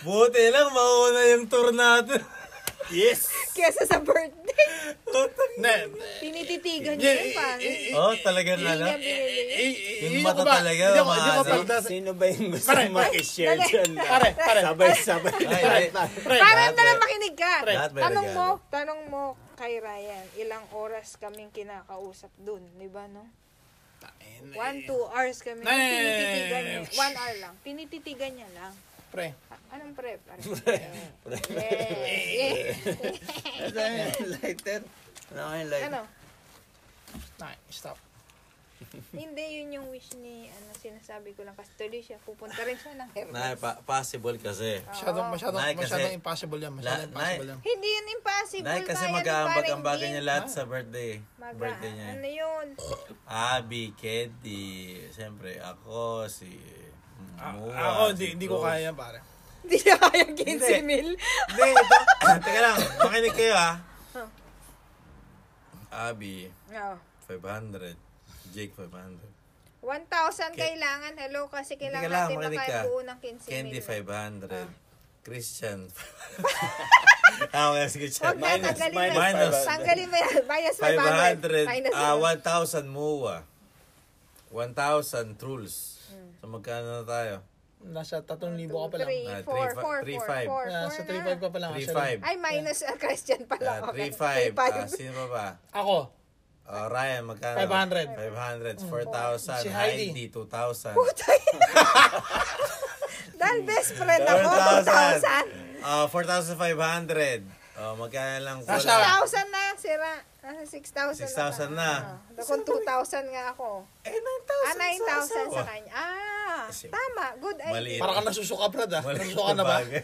S2: Buti lang, mauna yung tour natin.
S6: Yes!
S4: Kesa sa birthday.
S1: Na,
S4: Tinititigan niya
S1: yeah,
S4: yung pan.
S1: eh, eh,
S2: Oh, talaga na
S4: Hindi
S2: lang.
S4: niya binili.
S1: eh, eh,
S2: Yung
S1: yun
S2: mata
S1: ko ba-
S2: talaga,
S1: Hindi ako, hindi ko
S2: maano.
S1: pagdas...
S6: Sino ba yung gusto
S1: Pare,
S6: mag-share
S4: dali.
S6: dyan?
S1: Pare, pare.
S6: Sabay-sabay.
S2: Ay, ay.
S1: Pre,
S4: Parang na lang makinig ka.
S2: Lahat may
S4: Tanong mo,
S2: regalo.
S4: tanong mo kay Ryan, ilang oras kaming kinakausap dun, di ba no?
S2: Eh,
S4: One, two hours kami.
S1: Nay!
S4: Pinititigan niya. One hour lang. Pinititigan niya lang.
S1: pre.
S4: Ah, Anong prep? Pre. Yeah.
S6: Ano yung lighter? Ano yung lighter?
S4: Ano?
S1: Na, stop.
S4: Hindi, yun yung wish ni, ano, sinasabi ko lang. Kasi tuloy siya, pupunta rin siya ng
S2: Na, pa-
S4: Herbas.
S2: possible kasi.
S1: Masyadong, masyadong,
S2: Nay, kasi-
S1: masyadong impossible yan. Masyadong
S2: La-
S1: impossible
S2: Nay.
S1: yan.
S4: Hindi yun impossible.
S2: Dahil kasi
S4: Ryan,
S2: mag-aambag-ambagan
S4: parang
S2: niya
S4: hindi.
S2: lahat sa birthday.
S4: Mag-
S2: Birthday niya.
S4: Ano yun?
S2: Abi, Kedi, siyempre ako, si Mua,
S1: Ako,
S2: si
S1: hindi hindi oh, ko
S2: Bro.
S1: kaya yan, pare.
S4: Hindi siya kaya 15 mil.
S2: Hindi, ito. Teka lang, makinig kayo ha.
S4: Huh.
S2: Abi,
S4: Oo.
S2: 500. Jake, 500.
S4: 1,000 kailangan. Hello, kasi kailangan
S2: lang,
S4: natin
S2: makinig ka.
S4: makabuo ng 15
S2: Candy,
S4: mil.
S2: 500.
S4: Ah.
S2: Christian, Ah, wala, sige,
S4: Huwag
S2: chat.
S4: na, tanggalin
S2: minus,
S4: mo yan.
S2: minus.
S4: Tanggalin mo yan. Minus
S2: 500,
S4: 500. Minus
S2: ah,
S4: yun.
S2: 1,000 Mua. 1,000 Truls.
S4: Hmm.
S2: So, magkano na tayo?
S1: Nasa 3,000 ka pa lang.
S4: Three,
S2: Ah,
S4: four,
S2: three,
S4: four,
S2: three,
S4: four,
S2: five.
S4: four,
S1: Ah, sa
S4: four na.
S1: 3,500 ka pa lang.
S2: 3,500.
S4: Ay, minus uh, Christian pala.
S2: Ah,
S4: Okay.
S2: 3,500.
S4: Three,
S2: Ah,
S4: five.
S2: sino pa ba?
S1: Ako,
S2: Oh, Ryan, magkano?
S1: 500.
S2: 500. 4,000.
S1: Mm. Si Heidi.
S2: Heidi, 2,000.
S4: Dahil best friend ako,
S2: 4,000. Ah,
S4: 2,000.
S2: 4,500. Oh, magkano lang ko?
S1: Nasa-
S4: 6,000 na, sira. Ah, 6,000
S2: 6,000 na.
S4: Ah, Kung 2,000 nga ako.
S2: Eh, 9,000.
S4: Ah, 9,000 sa
S2: asawa.
S4: kanya. Ah,
S2: Kasi-
S4: tama. Good idea.
S2: Maliit.
S1: Para ka nasusuka, Brad, ah.
S2: Maliit
S1: Nasusuka na ba?
S2: bagay.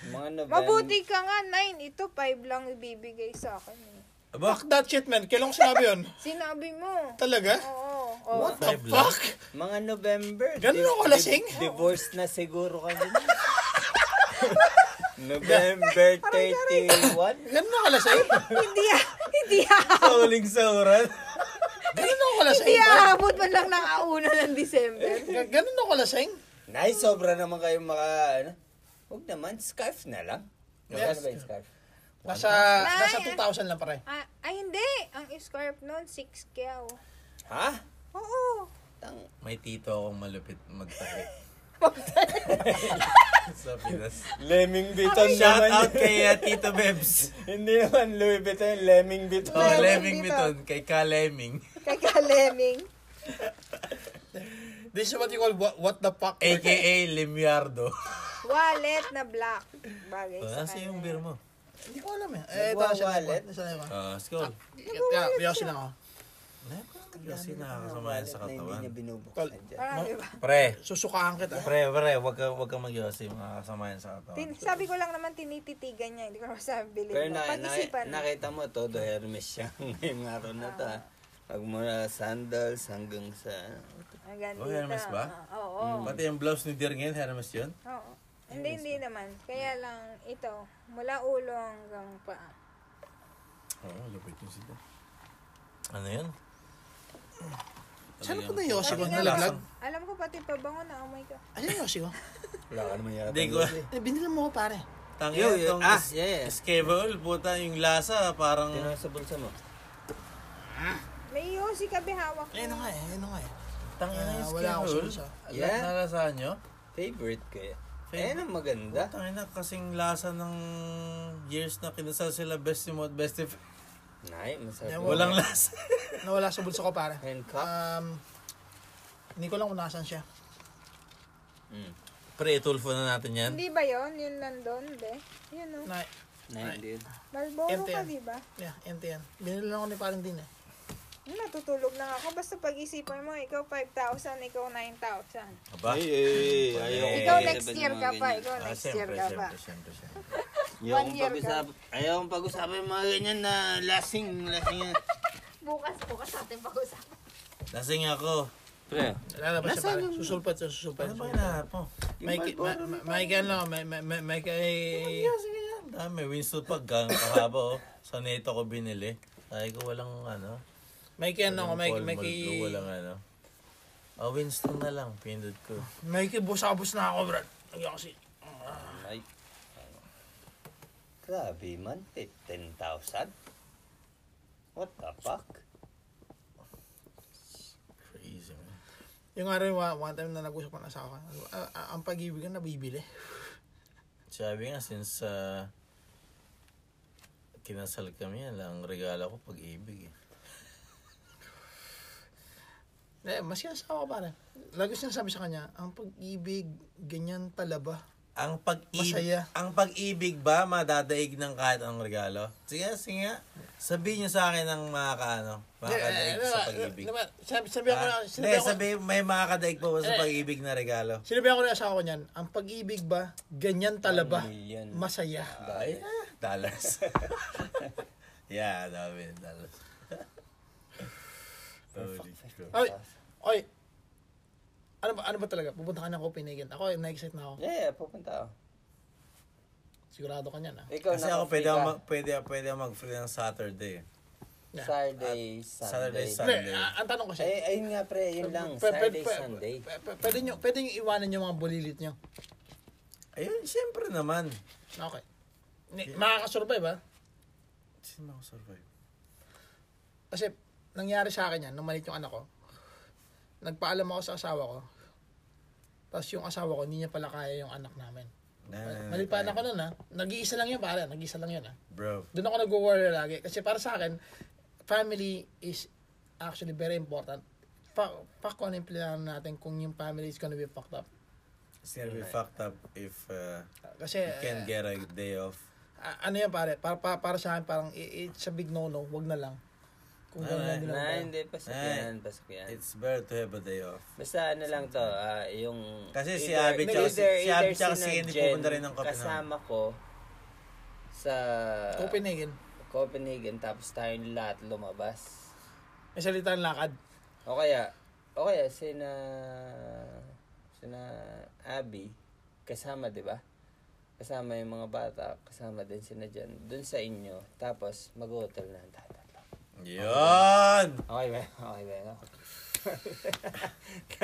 S3: Mga November.
S4: Mabuti ka nga, 9. Ito, 5 lang ibibigay sa akin. eh.
S2: Aba,
S1: Fuck that shit, man. Kailan ko sinabi yun?
S4: Sinabi mo.
S1: Talaga?
S4: Oo. oo.
S1: What the
S2: Five lang?
S1: fuck?
S3: Mga November.
S1: Ganun
S3: Di-
S1: ako lasing?
S3: di- Divorce na siguro kami. nun. November 31.
S1: Ganun ako lasing?
S4: hindi ah, hindi ah.
S2: sa uling sa uran.
S1: Ganun ako lasing?
S4: Hindi aabot man lang ng auna ng December.
S1: Ga- Ganun ako lasing?
S3: Nay, sobra naman kayo mga, ano? Huwag naman, scarf na lang. Magkano ba yung scarf?
S1: Nasa, nasa 2,000 lang pare.
S4: Ah, ay, hindi. Ang scarf nun, 6 kyaw.
S3: Ha?
S4: Oo.
S3: Tang,
S2: May tito akong malupit magtahi. sa Pinas.
S3: Lemming Vuitton
S2: Shout out kay ah, Tito Bebs.
S3: Hindi naman Louis Vuitton, Lemming Vuitton.
S2: Oh, Leming Biton. Kay Ka Leming.
S4: Kay Kaleming.
S1: This is what you call what, what the fuck.
S2: AKA Limiardo.
S4: Wallet na black. Bagay sa
S2: Nasa yung beer mo?
S1: Hindi ko alam eh. Eh, ito na siya.
S3: Nagwa-wallet.
S1: Nasa na yun.
S2: Ah, skull.
S1: Kaya, piyosin ako.
S2: Kasi
S3: Ano
S2: nakakasama yan sa
S3: Na hindi niya
S2: katawan.
S3: binubuksan dyan.
S4: Marami ba?
S2: Pre,
S1: Susukahan kita.
S2: pre, pre, wag ka, wag ka mag-yossi. Makakasama yan sa katawan.
S4: Tin- sabi ko lang naman tinititigan niya. Hindi ko naman sabi bilhin
S3: Pero
S4: mo.
S3: na, na,
S4: Pag-isipan mo.
S3: nakita mo to, do Hermes siya ngayong araw na to. ah. Pag mula sandals hanggang sa...
S4: Ang ganda.
S2: Oh, Hermes ba?
S4: Ah, Oo.
S3: Mm.
S2: Pati yung blouse ni Dear ngayon, Hermes yun?
S4: Oo. Hindi, hindi naman. Kaya
S2: Mm.
S4: lang ito, mula ulo hanggang paa.
S2: Oo, lupit yung sila. Ano yun?
S1: Saan ko na yosi ko?
S4: Pati
S2: Ano
S4: nga
S1: Nalaglag?
S4: lang- Alam ko pati pabango na, oh my God.
S1: Ayan yosi ko.
S3: Wala ka naman yata.
S2: Hindi ko.
S1: Eh, binili mo ko pare.
S2: Tangin
S3: Yo,
S2: yun,
S3: yo,
S2: itong
S3: ah,
S2: ah,
S3: yeah, yeah.
S2: puta, yung lasa, parang...
S3: Tingnan sa bulsa mo.
S4: May yosi ka hawak
S1: Eh, ano nga eh. Ano nga eh.
S2: Tangin na
S1: Ah,
S2: yung
S1: wala ako
S2: schedule.
S1: sa-
S2: Yeah.
S3: Yeah.
S2: Nalasahan nyo?
S3: Favorite ko yan. Ayan ang maganda.
S2: Tangin na, kasing lasa ng years na kinasal sila bestie mo at bestie friend.
S3: Nay, masarap.
S2: Walang lasa.
S1: Nawala sa bulsa ko pare.
S3: Hand cup.
S1: Um, hindi ko lang kung nasaan siya.
S3: Mm.
S2: Pre, itulfo na natin yan.
S4: Hindi ba yon Yun nandun, be? Yun o.
S1: Na,
S3: Nay, dude.
S4: Malboro
S1: Empty
S4: ka, diba?
S1: yan.
S4: di ba?
S1: yeah, empty yan. Binili lang ako ni parang din eh.
S4: Hmm, Natutulog na ako. Basta pag-isipan mo, ikaw 5,000, ikaw 9,000.
S2: Aba?
S3: ay,
S2: Eh,
S4: ikaw
S2: eh,
S4: next year ka pa. Ikaw
S2: Ah,
S4: next year
S2: siyempre,
S4: ka pa.
S2: siyempre, siyempre, siyempre.
S3: Ayaw
S4: One year ka.
S3: pag-usap- ayaw kong pag-usapan yung mga ganyan na lasing, lasing yan.
S7: Bukas, bukas natin pag-usapan.
S2: Lasing ako.
S3: Pre,
S1: Lalabas siya pare. Susulpat siya, susulpat
S2: Ano ba
S1: siya.
S2: hinahanap mo?
S1: May, may, may, may, ano, may, may, may, may, may,
S2: Sige yan. Eh, Dami, Winston pag gang kahaba oh. Sa neto ko binili. Sabi ko walang ano.
S1: may, kay ano, may,
S2: Paul
S1: may,
S2: Maldo,
S1: may,
S2: walang ano. Ah, Winston na lang. Pindot ko.
S1: may, kibusabos na ako, brad. Ang yosi.
S3: Ay. Grabe man, ti- 10,000? What the fuck?
S2: Crazy man.
S1: Yung nga rin, wa- one time na nag-usap ko na sa akin, "Ah, ah, ang pag-ibig na nabibili.
S2: Sabi nga, since ah, kinasal kami, yan lang ang regalo ko pag-ibig eh.
S1: Eh, mas kinasama ko pare. Lagi siya sabi sa kanya, ang pag-ibig, ganyan pala ba?
S2: Ang pag-ibig,
S1: Masaya.
S2: ang pag-ibig ba madadaig ng kahit anong regalo? Sige, sige nga. Sabihin niyo sa akin ng mga kaano, makakadaig
S1: Eh, eh,
S2: sa
S1: eh,
S2: pag-ibig.
S1: diba, Sabi, sabi ako,
S2: Ah,
S1: sinabi
S2: Hindi,
S1: ako, Eh.
S2: sabi, may makakadaig pa ba sa pag-ibig na regalo?
S1: sinabi ako ng asawa ko niyan, ang pag-ibig ba, ganyan tala ba?
S3: million.
S1: Masaya.
S2: Ay, dollars. yeah, dami, dollars. Holy crap.
S3: Ah,
S1: Oy, oy, ano ba, ano ba talaga? Pupunta ka ng Copenhagen. Ako, na-excite na ako.
S3: Yeah, pupunta ako.
S1: Sigurado ka niyan, ah.
S3: Ikaw
S2: Kasi
S3: na
S2: ako pwede ako, mag, pwede, pwede ako mag-free ng Saturday.
S1: Yeah.
S3: Saturday,
S2: Saturday,
S3: Sunday.
S1: Pre,
S2: Sunday.
S1: ah, ang tanong ko siya,
S3: Ay, ayun nga pre, yun lang.
S1: Pwede-
S3: Saturday,
S1: pwede-
S3: Sunday. Ah,
S1: p- p- pwede nyo, pwede nyo iwanan yung mga bulilit nyo.
S2: Ayun, siyempre naman.
S1: Okay. Ni, Makakasurvive, ah. ha?
S2: Sino ako survive?
S1: Kasi, nangyari sa akin yan, nung maliit yung anak ko, nagpaalam ako sa asawa ko, tapos yung asawa ko, hindi niya pala kaya yung anak namin. Maliit pa anak ko nun, ha? Nag-iisa lang yun, ah. pare. Nag-iisa lang yun, ha?
S2: Bro,
S1: Doon ako nag-warrior lagi. Kasi para sa akin, family is actually very important. Fuck, fuck kung ano yung plano natin kung yung family is gonna be fucked up.
S2: It's gonna be fucked up if uh,
S1: Kasi,
S2: you can't get a day off.
S1: ah, ano yan pare, para, para, para sa akin, parang i- it's a big no-no, wag na lang. Kung
S2: Ah,
S1: gano'n
S2: ah,
S1: lang din ako.
S3: Na, hindi, pasok
S2: Ay.
S3: yan, pasok yan.
S2: Eh, It's better to have a day off.
S3: Basta ano lang to, ah, yung...
S2: Kasi si
S3: either-
S2: Abby tsaka si-
S3: either-
S2: si Abby
S3: either
S2: tsaka si
S3: Nan
S2: Andy
S3: Jen
S2: pupunta rin ng Copenhagen.
S3: Kasama ko sa
S2: uh,
S1: Copenhagen,
S3: Copenhagen, tapos tayong lahat lumabas.
S1: may salita ng lakad.
S3: O kaya, o kaya sina sina Abby kasama, 'di ba? Kasama yung mga bata, kasama din sina Jan doon sa inyo. Tapos mag-hotel na ang tatatlo.
S2: Yun!
S3: Okay ba? Okay ba? No?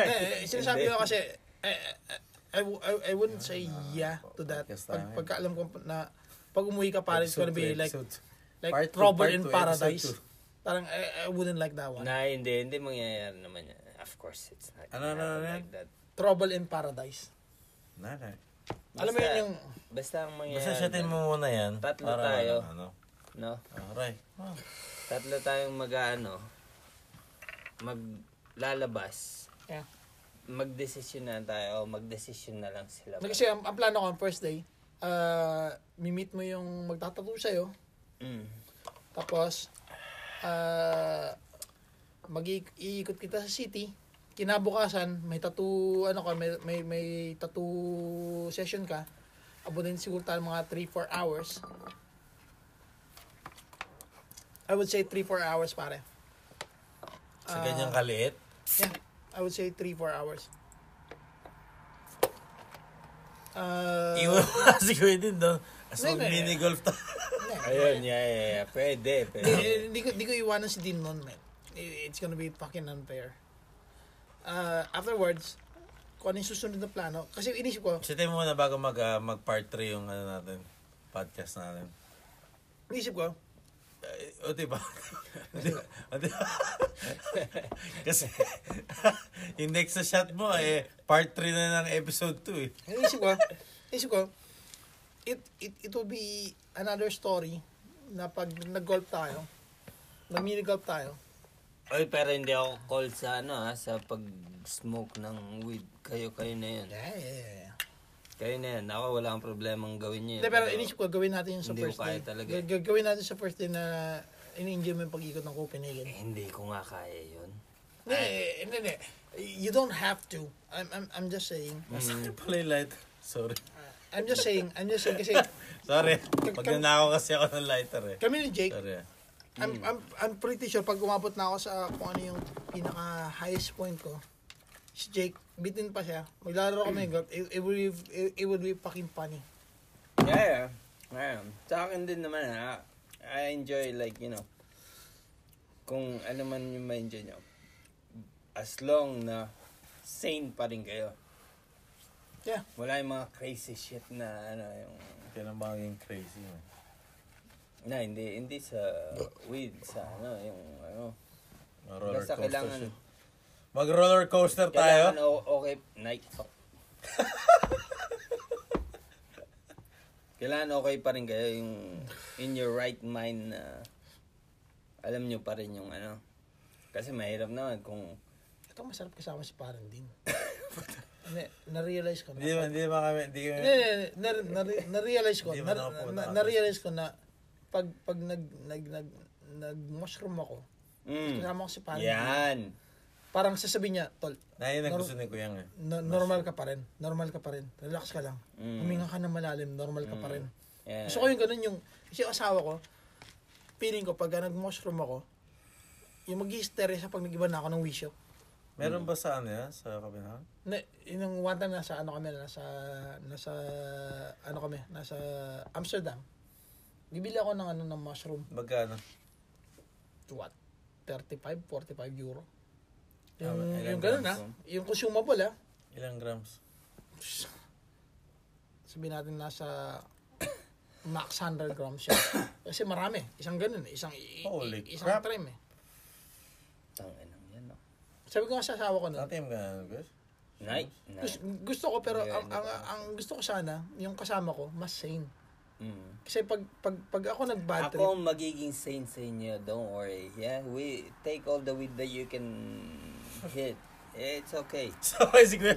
S1: eh, eh, sinasabi ko kasi, eh, eh, I, wou- I, I wouldn't say yeah to that.
S2: podcast
S1: Pag,
S2: tayo.
S1: pagka alam ko na, pag umuwi ka pare, it's gonna be
S2: Episode to
S1: like,
S2: episode.
S1: like
S2: Part two,
S1: trouble
S2: part
S1: in
S2: two,
S1: paradise.
S2: episode
S1: Parang, eh, I, I wouldn't like that one.
S3: Na hindi, hindi mangyayari naman yan. Of course, it's not
S2: Ano, ano,
S3: gonna happen
S2: ano yan?
S3: like that.
S1: Trouble in paradise.
S2: Nana.
S1: Alam mo yun
S3: Basta-
S1: yung,
S3: Basta ang mangyayari.
S2: Basta shootin mo muna yan.
S3: Tatlo tayo.
S2: walang Ano,
S3: No?
S2: Aray. Oh.
S3: Tatlo tayong ano, mag-ano, maglalabas.
S1: yeah.
S3: Magdesisyon na tayo o magdesisyon na lang sila.
S1: Na Kasi ang, ang plano ko, ang first day, uh, mi-meet mo yung magtatattoo sa'yo,
S3: Mm.
S1: tapos, uh, mag-iikot kita sa city, kinabukasan, may tattoo, ano ka, may, may, may tattoo session ka, abutin siguro tayo mga 3-4 hours. I would say 3-4 hours, pare.
S2: Sa ganyang kaliit.
S1: Yeah, I would say 3-4 hours. Uh,
S2: Iwan mo na si Kuya din doon. As
S1: Hindi,
S2: mag
S1: hindi.
S2: mini golf tayo.
S3: Ayun, yeah, yeah, yeah. Pwede, pwede.
S1: Hindi ko, Eh, di ko iwanan si Dean nun, man. I- It's gonna be fucking unfair. Uh, afterwards, kung ano yung susunod na plano, kasi inisip ko,
S2: Shootin mo muna bago mag, ah, mag part 3 yung ano natin. Podcast natin.
S1: inisip ko,
S2: Eh, O diba? O diba? O diba? Kasi yung next na shot mo eh part 3 na ng episode 2 eh.
S1: inisip ko, inisip ko, it, it, it will be another story na pag nag-golf tayo, nag golf tayo,
S3: Oy, pero hindi ako call sa ano ha, sa pag-smoke ng weed. Kayo, kayo na yun.
S1: yeah, yeah, yeah, yeah.
S3: Kayo na yun. Ako wala akang problemang gawin yun.
S1: Hindi, pero inisip ko, gawin natin yung sa
S3: Hindi ko
S1: first
S3: kaya
S1: day.
S3: talaga. eh.
S1: Ga- ga- Gawin natin sa first day na in-enjoy mo yung pag-ikot ng Copenhagen.
S3: Hindi ko nga kaya yun.
S1: Hindi, hindi, hindi. You don't have to. I'm, I'm, I'm just saying.
S2: Masakit pala yung lighter. Sorry.
S1: I'm just saying, I'm just saying kasi
S2: Sorry. Pag nanakaw kasi ako ng lighter eh.
S1: kami ni Jake,
S2: Sorry. ah.
S1: I'm, I'm, I'm pretty sure pag umabot na ako sa kung ano yung pinaka highest point ko, si Jake, bitin pa siya, maglalaro kami ng golf, it, it would be, it, it would be fucking funny.
S3: Yeah, yeah. Yeah. Sa akin din naman ha. I enjoy like, you know, kung ano man yung ma-enjoy nyo. As long na sane pa rin kayo.
S1: Yeah.
S3: Wala yung mga crazy shit na ano yung
S2: Kailan ba yung crazy man?
S3: na hindi hindi sa weed sa ano yung ano
S2: Mga Roller
S3: basta
S2: coaster
S3: kailangan
S2: shit. Mag roller coaster tayo.
S3: kailangan oh. o- okay Nike kailangan okay pa rin kayo yung in your right mind na alam nyo pa rin yung ano kasi mahirap naman kung
S1: Ito masarap kasama si parang din. Hindi, na-realize ko na.
S2: Hindi man, hindi man kami, hindi kami.
S1: Hindi, hindi, hindi. na- na- na-realize ko,
S2: Hindi
S1: na,
S2: man ako pumunta
S1: na-
S2: ako.
S1: na-realize ko na pag, pag nag, nag, nag, nag-mushroom ako,
S3: mm,
S1: kasama ko si parang din.
S3: yan
S1: Parang sasabihin niya, tol,
S2: Na yun ang gusto ni Kuya nga.
S1: No- normal ka pa rin. Normal ka pa rin. Relax ka lang.
S3: Mm.
S1: Huminga ka ng malalim. Normal ka pa rin.
S3: yeah.
S1: Gusto ko yung ganun yung... Kasi yung asawa ko, feeling ko pag nag-mushroom ako, yung mag hysteria siya pag nag-iba na ako ng wisyo.
S2: Meron ba sa ano yan? Sa Copenhagen?
S1: Na, yun yung one time nasa ano kami, nasa, nasa, ano kami, nasa Amsterdam. Bibili ako ng ano ng mushroom.
S2: Magkano?
S1: What? 35, 45 euro.
S2: Ah,
S1: Yung,
S2: ilang
S1: yung ganun ha.
S2: grams
S1: Yung consumable ah. ha.
S2: Ilang grams?
S1: sabihin natin nasa max 100 grams siya. Kasi marami. Isang ganun eh. Isang, i- i-
S2: Holy
S1: isang
S2: crap.
S1: trim eh.
S3: Tangin ang yan no?
S1: Sabi ko nga sa asawa ko nun,
S2: Dati yung ganun, ano, guys.
S3: Nike
S1: gusto,
S3: Nike
S1: gusto ko pero
S3: Yeah,
S1: ang, ang, ang, gusto ko sana, yung kasama ko, mas sane.
S3: Mm.
S1: Kasi pag, pag, pag ako nag-bad
S3: Ako
S1: trip,
S3: ang magiging saint sa inyo, don't worry. Yeah, we take all the weed that you can hit. It's okay.
S2: So, basically,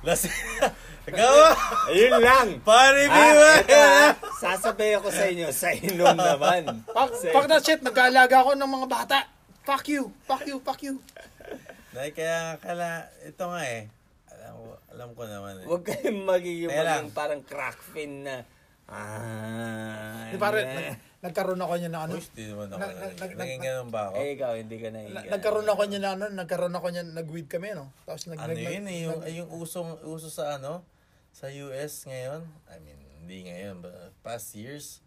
S2: last... Gawa!
S3: Ayun lang!
S2: Pare,
S3: Ah,
S2: biwa!
S3: eto ah, sasabay ako sa inyo sa inom naman.
S1: fuck,
S3: Sa-
S1: fuck that shit, nag-aalaga ako ng mga bata. Fuck you, fuck you, fuck you.
S2: Dahil kaya, kala, ito nga eh. Alam ko, alam ko naman eh.
S3: Huwag kayong magiging
S2: Kaya lang.
S3: maging parang crack fin na. Ah,
S1: Di pare,
S3: na.
S1: nag- nagkaroon ako niya na ano.
S2: Uy, di naman ako.
S1: Nag- nag- nag-
S2: Naging ganun ba ako?
S3: Eh, ikaw, hindi ka nahiga.
S1: na- nagkaroon ako niya na ano, nagkaroon ako niya, nag-weed kami, no? Tapos nag,
S2: Ano
S1: nag-
S2: yun eh,
S1: nag-
S2: yung,
S1: nag-
S2: yung usong, uso sa ano, sa US ngayon, I mean, hindi ngayon, but past years,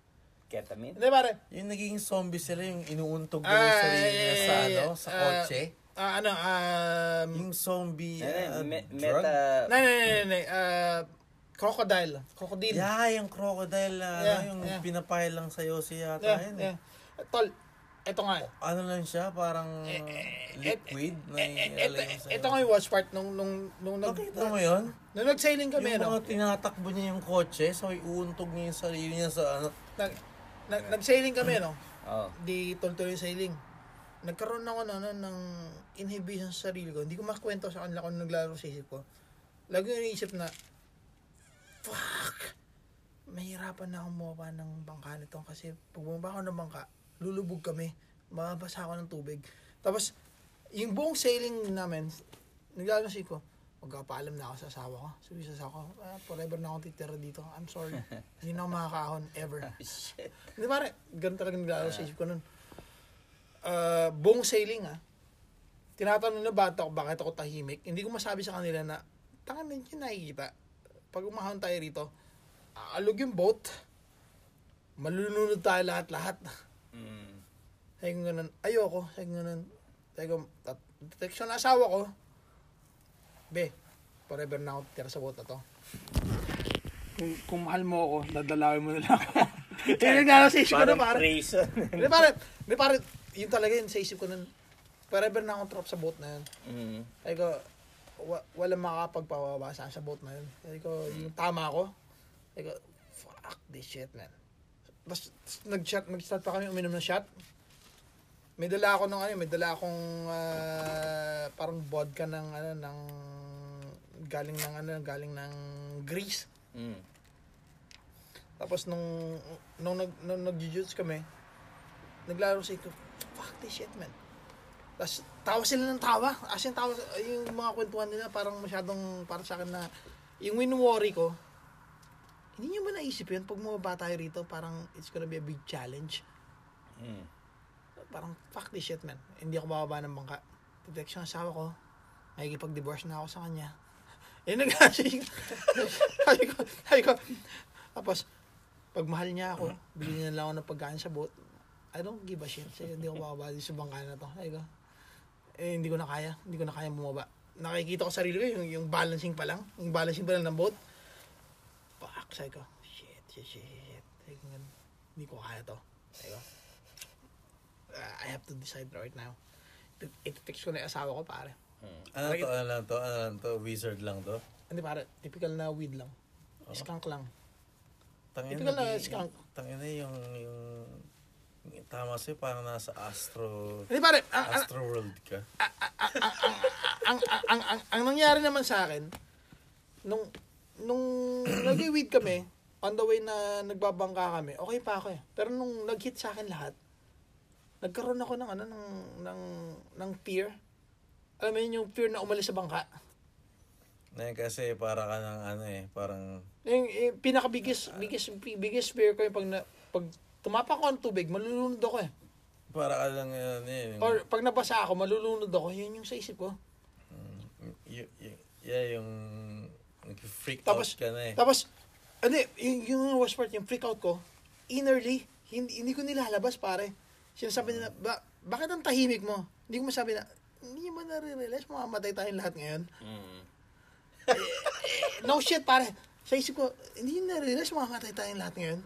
S3: Ketamine?
S1: Hindi pare,
S2: yung nagiging zombie sila, yung inuuntog nila
S1: Ah,
S2: yung sarili nila sa
S1: yeah,
S2: ano,
S1: yeah,
S2: sa
S1: yeah.
S2: kotse.
S1: ah, ano, um,
S2: yung zombie
S3: Ano yun?
S2: uh,
S1: ah,
S3: Me-
S2: drug.
S3: meta...
S1: nay, nay, nay, nay, nay, ah, crocodile, crocodile.
S2: Yeah, yung crocodile na ano,
S1: Yeah,
S2: yung
S1: yeah.
S2: pinapahil lang sa'yo siya yata
S1: Yeah,
S2: yun. eh.
S1: yeah. Tol, eto nga. eh.
S2: Ano lang siya, parang liquid na
S1: Eto,
S2: ilalagay mo sa'yo.
S1: eto eh, nga yung watch part nung, nung, nung, nag,
S2: Nakita mo yun?
S1: nung nag-sailing kami, ano?
S2: Yung
S1: no?
S2: mga tinatakbo niya yung kotse, so iuuntog niya yung sarili niya sa ano.
S1: Nag, nag, nag-sailing kami, ano? no?
S3: Oh.
S1: Di tuloy-tuloy sailing. Nagkaroon ako na, ano, ng inhibition sa sarili ko. Hindi ko makwento sa kanila kung naglaro sa isip ko. Lagi ko naisip na, fuck! Mahirapan na akong bumaba ng bangka nito kasi pag bumaba ako ng bangka, lulubog kami. Mababasa ako ng tubig. Tapos, yung buong sailing namin, naglaro sa isip ko, magpapaalam na ako sa asawa ko. Sabi sa asawa ko, "Ah, forever na akong titira dito. I'm sorry. Hindi na ako makakaahon ever.
S3: Shit.
S1: Hindi pare, ganun talaga naglalaro sa isip ko nun. Ah, buong sailing ah. Tinatanong na bata ko bakit ako tahimik. Hindi ko masabi sa kanila na, tangan na yun nakikita. Pag umahon tayo rito, aalog yung boat, malulunod tayo lahat-lahat.
S3: Mm.
S1: Sabi ko ganun, ayoko. Sabi ko ganun, sabi ko, tat- detection na asawa ko. Be, forever na ako tira sa boat na to. Kung, kung mahal mo ako, dadalawin mo na lang ako. Yung naglalaro sa isip ko na pare.
S3: Parang prison.
S1: Hindi pare, hindi pare, yun talaga yun sa isip ko nun. Forever na akong trap sa boat na yun.
S3: mm.
S1: Sabi ko, wa- walang makakapagpawaba sa akin sa boat na yun. Sabi ko, yung tama ko. Sabi ko, fuck this shit, man. Tapos, tapos nag-shot, nag-start pa kami uminom ng shot. May dala ako ng ano, may dala akong ah, parang vodka ng ano, ng galing ng ano, galing ng Greece.
S3: Mm.
S1: Tapos nung nung nag nung nag-jiu-jitsu kami, naglaro si ko, fuck this shit man. Tapos tawa sila ng tawa. As in, tawa, yung mga kwentuhan nila parang masyadong para sa akin na yung win-worry ko, hindi nyo ba naisip yun? Pag mababa tayo rito, parang it's gonna be a big challenge.
S3: Mm.
S1: Parang fuck this shit man. Hindi ako bababa ng bangka. Protection ang asawa ko. Nakikipag-divorce na ako sa kanya. Eh, nag Sabi ko, sabi ko, tapos, pag mahal niya ako, bilhin niya lang ako ng pagkain sa boat. I don't give a shit. Sige, hindi ko bababa dito sa bangka na to. Sabi ko, eh, hindi ko na kaya. Hindi ko na kaya bumaba. Nakikita ko sarili ko, yung, yung balancing pa lang. Yung balancing pa lang ng boat. Fuck, sabi ko, shit, shit, shit, shit, shit. Sabi ko, ganun, hindi ko kaya to. Sabi ko, "Ah, I have to decide right now. Ito- Ito-fix ko na yung asawa ko, pare.
S2: Ano to, ano lang to, ano lang to, wizard lang to.
S1: Hindi pare, typical na weed lang. Skunk lang.
S2: Tangin
S1: Typical na
S2: nag-
S1: skunk.
S2: Tangin na yung, yung, yung tama sa'yo, parang nasa astro,
S1: Hindi pare, ah, ang, ang,
S2: astro world ka.
S1: ang, ang, ang, ang, ang nangyari naman sa akin, nung, nung nag-weed kami, on the way na nagbabangka kami, okay pa ako eh. Pero nung nag-hit sa akin lahat, nagkaroon ako ng ano, ng, ng, ng fear. Alam mo yun, yung fear na umalis sa bangka.
S2: Na yun kasi para ka ng ano eh, parang,
S1: Yung, yung pinaka-biggest, biggest, biggest fear ko yung pag, na, pag tumapak ko ng tubig, malulunod ako eh.
S2: para ka lang ano eh. yung-
S1: Or pag nabasa ako, malulunod ako. Yun yung sa isip ko.
S2: y- y- yeah, yung nag-freak out
S1: Tapos-
S2: ka na eh.
S1: Tapos, ano eh, yung, yung worst part, yung freak out ko, innerly, hindi, hindi ko nilalabas pare. Sinasabi nila, ba, bakit ang tahimik mo? Hindi ko masabi na, hindi mo nare-realize, mamamatay tayong lahat ngayon.
S3: Mm.
S1: No shit pare. Sa isip ko, hindi nyo nare-realize, mamamatay tayong lahat ngayon.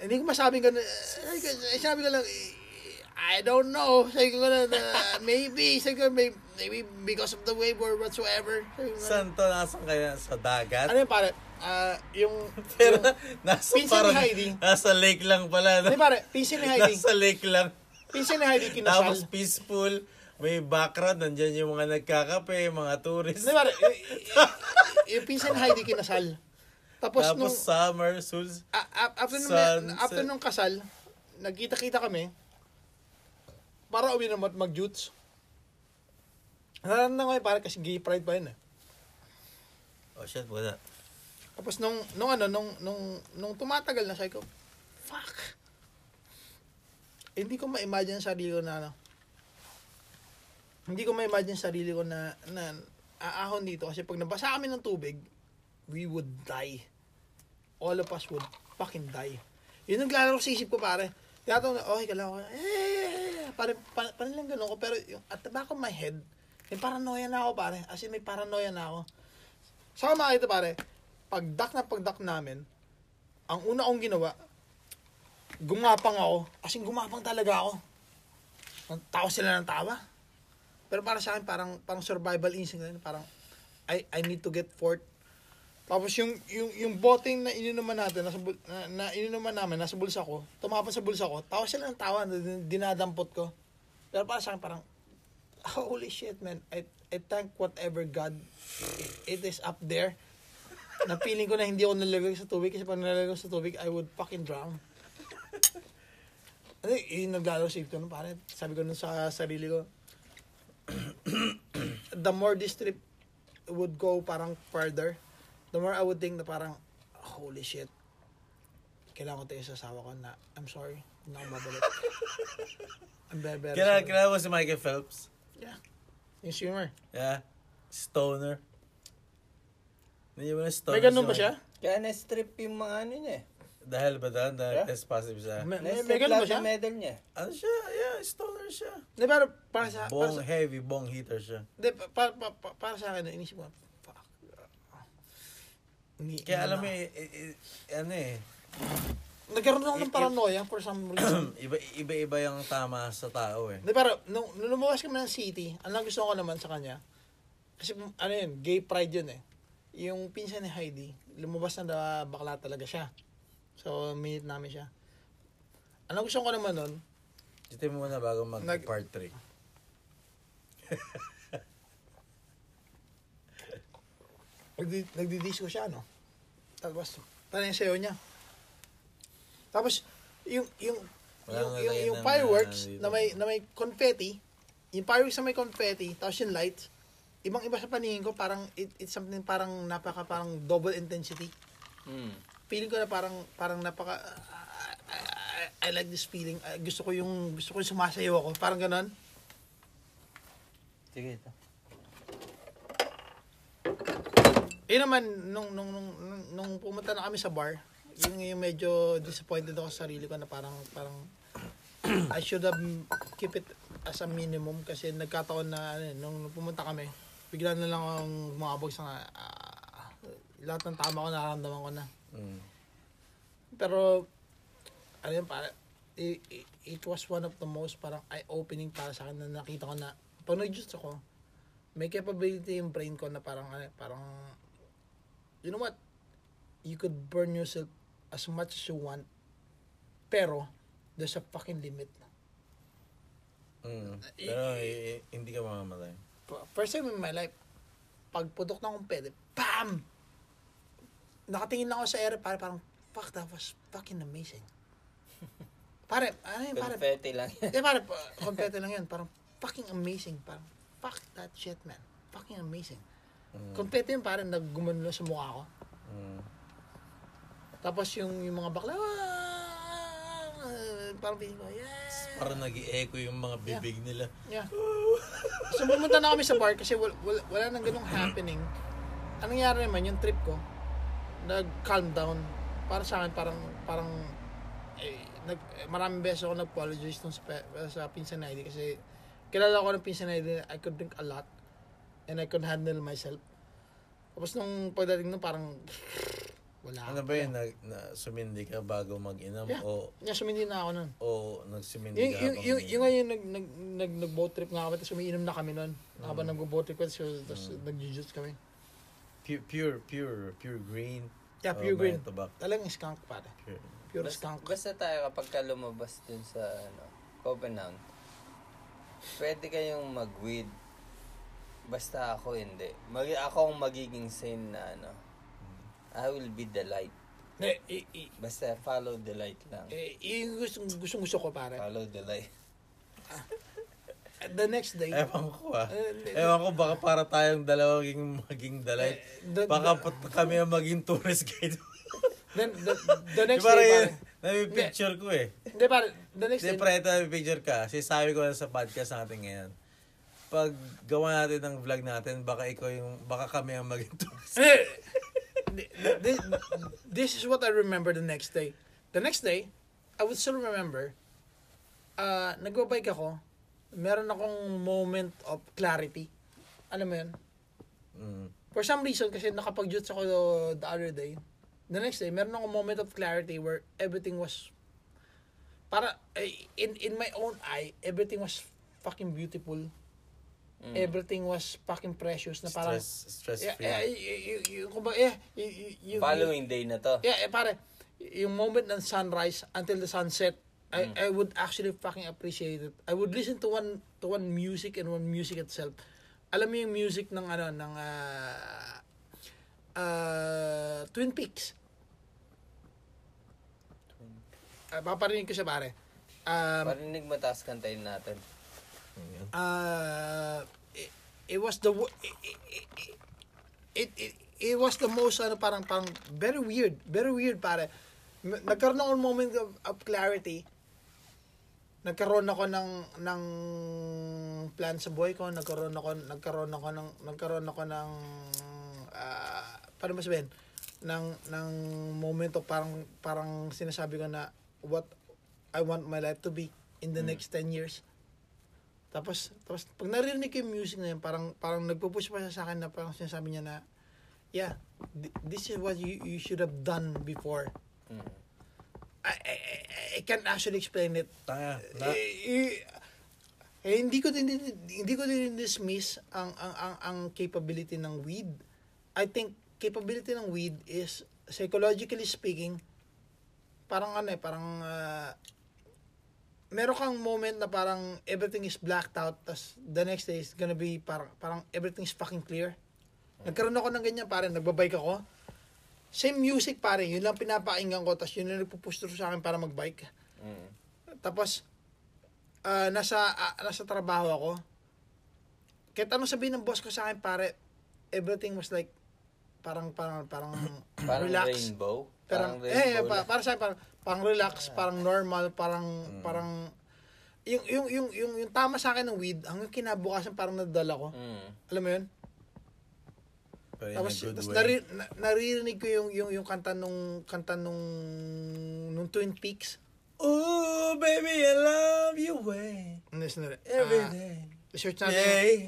S1: Hindi ko masabing ganun. Eh, Sabi ko lang, eh, I don't know. Sabi ko na, na, maybe, sabi ko, may- maybe because of the wave or whatsoever. Sabi ko,
S8: Saan to? Nasaan kaya? Sa dagat?
S1: ano yung pare? Ah, yung,
S8: Pero
S1: yung,
S8: nasa
S1: Pinsan ni
S8: parang,
S1: Heidi.
S8: nasa lake lang pala. No?
S1: Hindi, pare, pinsan ni Heidi.
S8: Nasa lake lang.
S1: pinsan ni Heidi kinasal.
S8: Tapos peaceful. May background. Nandyan yung mga nagkakape, mga tourist.
S1: Hindi, pare, y- y- yung Eh, pinsan ni Heidi kinasal. Tapos,
S8: Tapos
S1: nung,
S8: summer, suls.
S1: a- a- after, nung,
S8: sunset.
S1: after nung kasal, nagkita-kita kami, para uwi naman mag-jutes. Nararamdaman ko yun, pare, kasi gay pride pa yun eh.
S8: Oh shit, wala.
S1: Tapos nung nung ano nung nung nung tumatagal na sabi ko, fuck. Hindi ko ma-imagine sa sarili ko na ano. Hindi ko ma-imagine sa sarili ko na na aahon dito kasi pag nabasa kami ng tubig, we would die. All of us would fucking die. Yun ang lalaro sa isip ko pare. Tinatanong na, okay ka lang ako. Eh, pare, pa- parang lang ganun ko. Pero yung, at the back of my head, may paranoia na ako pare. As in, may paranoia na ako. Saka makita pare, pagdak na pagdak namin, ang una kong ginawa, gumapang ako. As in, gumapang talaga ako. Ang Tawa sila ng tawa. Pero para sa akin, parang, parang survival instinct na yun. Parang, I, I need to get forth. Tapos yung, yung, yung boteng na ininuman natin, nasa, bul- na, na ininuman namin, nasa bulsa ko, tumapon sa bulsa ko, tawa sila ng tawa, din- dinadampot ko. Pero para sa akin, parang, holy shit, man. I, I thank whatever God it, it is up there. na feeling ko na hindi ako nalagay sa tubig kasi pag nalagay sa tubig, I would fucking drown. Ano, yung naglaro sa ko nun, pare. Sabi ko nun sa sarili ko, the more this trip would go parang further, the more I would think na parang, holy shit, kailangan ko tayo sa asawa ko na, I'm sorry, hindi na ako mabalik. I'm very, very
S8: Kailangan,
S1: sorry.
S8: kailangan mo si Michael Phelps.
S1: Yeah. Yung swimmer.
S8: Yeah. Stoner. Hindi mo na stoner.
S1: May ganun
S8: si
S1: ba siya?
S6: Kaya na-strip yung mga ano niya eh.
S8: Michael. Dahil ba doon? Dahil
S6: Yeah.
S8: test positive siya.
S1: May, may, may
S6: Na-strip
S1: ganun ba
S6: lahat
S1: siya?
S6: ng medal niya.
S8: Ano siya? Yeah, stoner siya.
S1: Hindi, pero para sa... para
S8: Bong
S1: sa-
S8: heavy, bong hitter siya.
S1: Hindi, pa- pa- pa- pa- para sa akin, inisip ko, fuck. Ni,
S8: Kaya alam
S1: na-
S8: mo, eh, eh, eh, ano eh,
S1: Nagkaroon ako ng
S8: i-
S1: paranoia for some reason.
S8: iba, iba-iba yung tama sa tao eh.
S1: Hindi, pero nung, nung lumuwas kami ng city, ang lang gusto ko naman sa kanya, kasi ano yun, gay pride yun eh. Yung pinsan ni Heidi, lumabas na na bakla talaga siya. So, minute namin siya. Ang gusto ko naman nun,
S8: Dito muna bago
S1: Nag-
S8: mag-part 3.
S1: nagdi, nagdi-disco siya, no? Tapos, tanong yung sayo niya. Tapos, yung, yung,
S8: Wala
S1: yung,
S8: nang
S1: yung,
S8: lagay
S1: yung
S8: ng,
S1: fireworks
S8: ah, dito.
S1: na may, na may confetti, yung fireworks na may confetti, tapos yung lights, ibang iba sa paningin ko, parang, it, it's something parang napaka, parang double intensity.
S3: Mm.
S6: Hmm.
S1: Feeling ko na parang, parang napaka, I- I- I, I like this feeling. Ah, gusto ko yung, gusto ko yung sumasayaw ako. Parang ganon.
S6: Sige ito.
S1: Eh naman, nung, nung, nung, nung, nung pumunta na kami sa bar, yung, yung medyo disappointed ako sa sarili ko na parang, parang, I should have keep it as a minimum kasi nagkataon na, ano, eh, nung pumunta kami, bigla na lang akong umabog sa, ah, lahat ng tama ko nararamdaman ko na.
S8: Mm.
S1: Pero, ano yun, para, i- i- it, was one of the most parang eye-opening para sa akin na nakita ko na, pag nag-juice ako, may capability yung brain ko na parang, ano, parang, you know what, you could burn yourself as much as you want, pero, there's a fucking limit.
S8: Mm. Pero eh, eh, hindi ka mamamatay.
S1: F- First time in my life, pag putok na akong pwede, BAM! Nakatingin lang ako sa air, pare, parang, fuck, that was fucking amazing. pare, ano yun, pare,
S6: Confetti lang yan.
S1: Di parang, uh, kompleto lang yun. Parang, fucking amazing. Parang, fuck that shit, man. Fucking amazing. Kompleto yun, parang naggumanlo sa mukha ko.
S8: Mm.
S1: Tapos yung, yung mga bakla, "Wah!" parang feeling ko, yeah.
S8: Parang nag echo yung mga bibig nila.
S1: Yeah. So, pumunta na kami sa bar kasi wala, wala, wala nang ganung happening. Anong nangyari naman, yung trip ko, nag-calm down. Para sa akin, parang, parang, eh, nag, eh, maraming beses ako nag-apologize dun sa, pe- sa pinsan na ID kasi kilala ko ng pinsan na ID na I could drink a lot and I could handle myself. Tapos nung pagdating nung parang Wala.
S2: Ano ba yun? Na, na, sumindi ka bago mag-inom?
S1: Yeah.
S2: O,
S1: Yeah, sumindi na ako nun.
S2: o nagsumindi
S1: Yung,
S2: ka
S1: yung,
S2: habang
S1: yung,
S2: may-
S1: yung ngayon, nag, nag, nag, nag boat trip nga kami, tapos umiinom na kami nun. Habang
S2: Mm.
S1: nag-boat trip kami, so, tapos nag-jujutsu kami.
S2: Pu- pure, pure, pure green.
S1: Yeah,
S2: O
S1: pure
S2: may
S1: green.
S2: Tobacco.
S1: Talagang skunk, pare.
S2: Pure.
S1: Pure
S3: Bas-
S1: skunk.
S3: Basta tayo kapag ka lumabas dun sa ano, Covenant, pwede kayong mag-weed. Basta ako hindi. Mag ako ang magiging sane na ano. I will be the light.
S1: Eh, eh, eh,
S3: Basta follow the light lang.
S1: eh, yung gusto, gusto, gusto ko, pare.
S2: Ah.
S3: Follow the light.
S1: The next day,
S2: Ewan ko ah.
S1: Eh,
S2: Ewan ko baka para tayong dalawang maging, maging dalay.
S1: the-
S2: Baka pat- kami ang maging tourist guide.
S1: then, the, the
S2: Di
S1: next
S2: ba
S1: day,
S2: yun?
S1: pare.
S2: Nami-picture ko eh.
S1: Hindi, pare, the next
S2: Di
S1: day,
S2: pre, ito nami-picture ka. Sinasabi ko na sa podcast natin ngayon. Pag gawa natin ng vlog natin, baka ikaw yung, baka kami ang maging tourist.
S1: Eh, this, this is what I remember the next day. The next day, I would still remember, uh, nagbabike ako, meron akong moment of clarity. Alam mo yun?
S2: Mm.
S1: For some reason, kasi nakapag-jutes ako the other day, the next day, meron akong moment of clarity where everything was, para, eh, in, in my own eye, everything was fucking beautiful. Everything was fucking precious na parang,
S2: Mm. Stress, stress
S1: Yeah,
S2: free.
S1: yeah, y- y- y- y- kumbaga, yeah, y- y- y-
S3: Following day na to.
S1: Yeah, eh, pare, y- yung moment ng sunrise until the sunset, I, I would actually fucking appreciate it. I would listen to one to one music and one music itself. Alam mo yung music ng ano ng ah, ah, Twin Peaks. Uh, paparinig ko siya pare. Um,
S3: Parinig mataas kantayin natin.
S1: uh, it, it was the wo- it, it, it, it, it was the most ano parang parang very weird very weird pare M- nagkaroon ako ng moment of, of clarity nagkaroon ako ng ng plan sa buhay ko nagkaroon ako nagkaroon ako ng nagkaroon ako ng ah, paano ba sabihin ng ng momento parang parang sinasabi ko na what I want my life to be in the next 10 years tapos, tapos pag naririnig ko yung music na yun, parang, parang nagpo-push pa siya sa akin na parang sinasabi niya na, yeah, th- this is what you, you should have done before. I, I, I- I can't actually explain it.
S2: Tanga.
S1: Eh,
S2: La-
S1: eh, eh, hindi ko din hindi ko din dismiss ang ang ang ang capability ng weed. I think capability ng weed is psychologically speaking parang ano eh, parang ah, meron kang moment na parang everything is blacked out tas the next day is gonna be parang parang everything is fucking clear. Nagkaroon ako ng ganyan pare, nagbabike ako. Same music pare, yun lang pinapakinggan ko tas yun lang nagpo-push through sa akin para magbike.
S3: Mm.
S1: Tapos, ah, nasa, ah, nasa trabaho ako. Kahit anong sabihin ng boss ko sa akin, pare, everything was like, parang, parang, parang,
S3: Parang
S1: relax.
S3: rainbow.
S1: Parang, eh, pa, parang sa akin, parang, parang relax, parang normal, parang,
S2: Mm.
S1: parang, yung, yung, yung, yung, yung tama sa akin ng weed, hanggang kinabukasan parang nadala ko.
S3: Mm.
S1: Alam mo yun?
S2: Pero in a
S1: Tapos,
S2: good
S1: tapos
S2: way.
S1: nari- na- naririnig ko yung, yung, yung kanta nung, kanta nung, nung Twin Peaks.
S2: Ooh, baby, I love you way.
S1: Ano yun, sinari-
S2: Every
S1: ah,
S2: day.
S1: Search natin,
S2: Yay!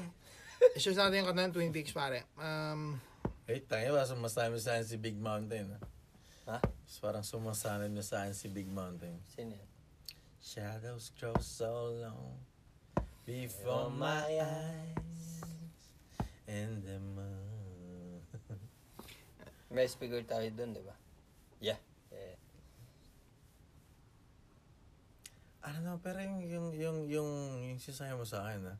S1: search natin yung kanta ng Twin Peaks, pare. Um,
S2: Eh, tanga ba? Sumasama sa akin si Big Mountain. ah."
S3: Ha?
S2: Mas parang sumasama niya sa akin si Big Mountain.
S3: Sino yan?
S2: Shadows grow so long before my eyes and the moon.
S3: May speaker tayo dun, di ba? Yeah. Eh,
S2: I don't know, pero yung, yung, yung, yung, yung sinasabi mo sa akin, ha?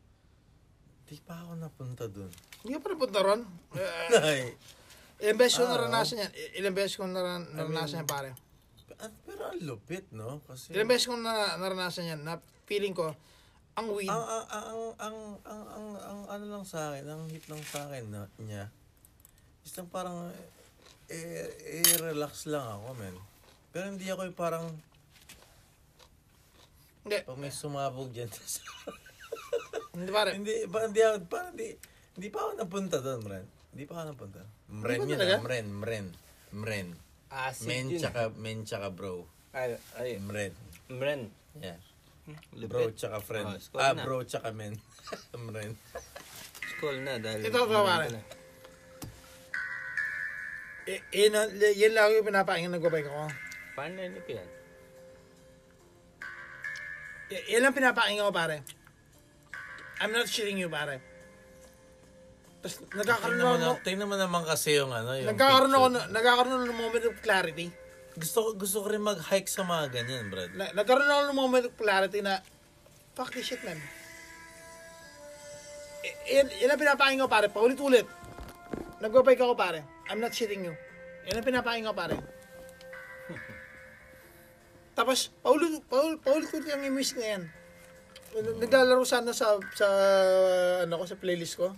S2: Di pa ako napunta dun.
S1: hindi ka pa napunta ron. Eh,
S2: Ay,
S1: Ilang beses ko
S2: Ah,
S1: naranasan yan. I- Ilang beses ko naran- naranasan yan, pare.
S2: at- pero ang lupit, no? Kasi...
S1: Ilang beses ko na- naranasan yan na feeling ko, ang weed,
S2: ang ang ang ang ang ang, ang ano lang sa akin, ang hit lang sa akin na, niya. Is lang parang eh, eh, relax lang ako, men. Pero hindi ako yung parang
S1: hindi,
S2: pag may sumabog diyan.
S1: hindi pare.
S2: hindi ba hindi ako parang hindi hindi pa ako napunta doon, Mren. Hindi pa ako napunta. Mren
S1: Hindi ba
S2: yun,
S1: talaga?
S2: ah, Mren, Mren, Mren.
S1: Ah,
S3: acid
S2: Men
S3: Ah, yun. eh.
S2: tsaka, men tsaka bro.
S3: Ay, ay,
S2: Mren.
S3: Mren.
S2: Yeah.
S1: hmm?
S2: Bro
S3: Lupit.
S2: tsaka
S3: Oh,
S2: friend.
S3: score
S2: ah,
S3: na.
S2: bro tsaka men. Mren.
S3: School ano na dahil...
S1: Ito, ito, pare. Y- yun, ang- yun lang yung pinapakinggan ng gabay ko.
S3: Paano na ko yan?
S1: Y- yun lang pinapakinggan ko, pare. I'm not shitting you, pare. Tapos nagkakaroon
S2: Tingnan mo,
S1: ako,
S2: na, tingnan mo naman kasi yung ano, yung
S1: nagkakaroon ako,
S2: picture.
S1: nagkakaroon ako ng moment of clarity.
S2: Gusto, ko- gusto ko rin mag-hike sa mga ganyan, Brad.
S1: Na, nagkaroon ako ng moment of clarity na, fuck this shit, man. Y- Yun, yun ang pinapakinggan ko, pare. Paulit-ulit. Nagwapay ka ko, pare. I'm not shitting you. Yun ang pinapakinggan ko, pare. Tapos, paulit, paulit, paulit-ulit lang yung music na yan. N- Naglalaro sana sa, sa, ano ko, sa playlist ko.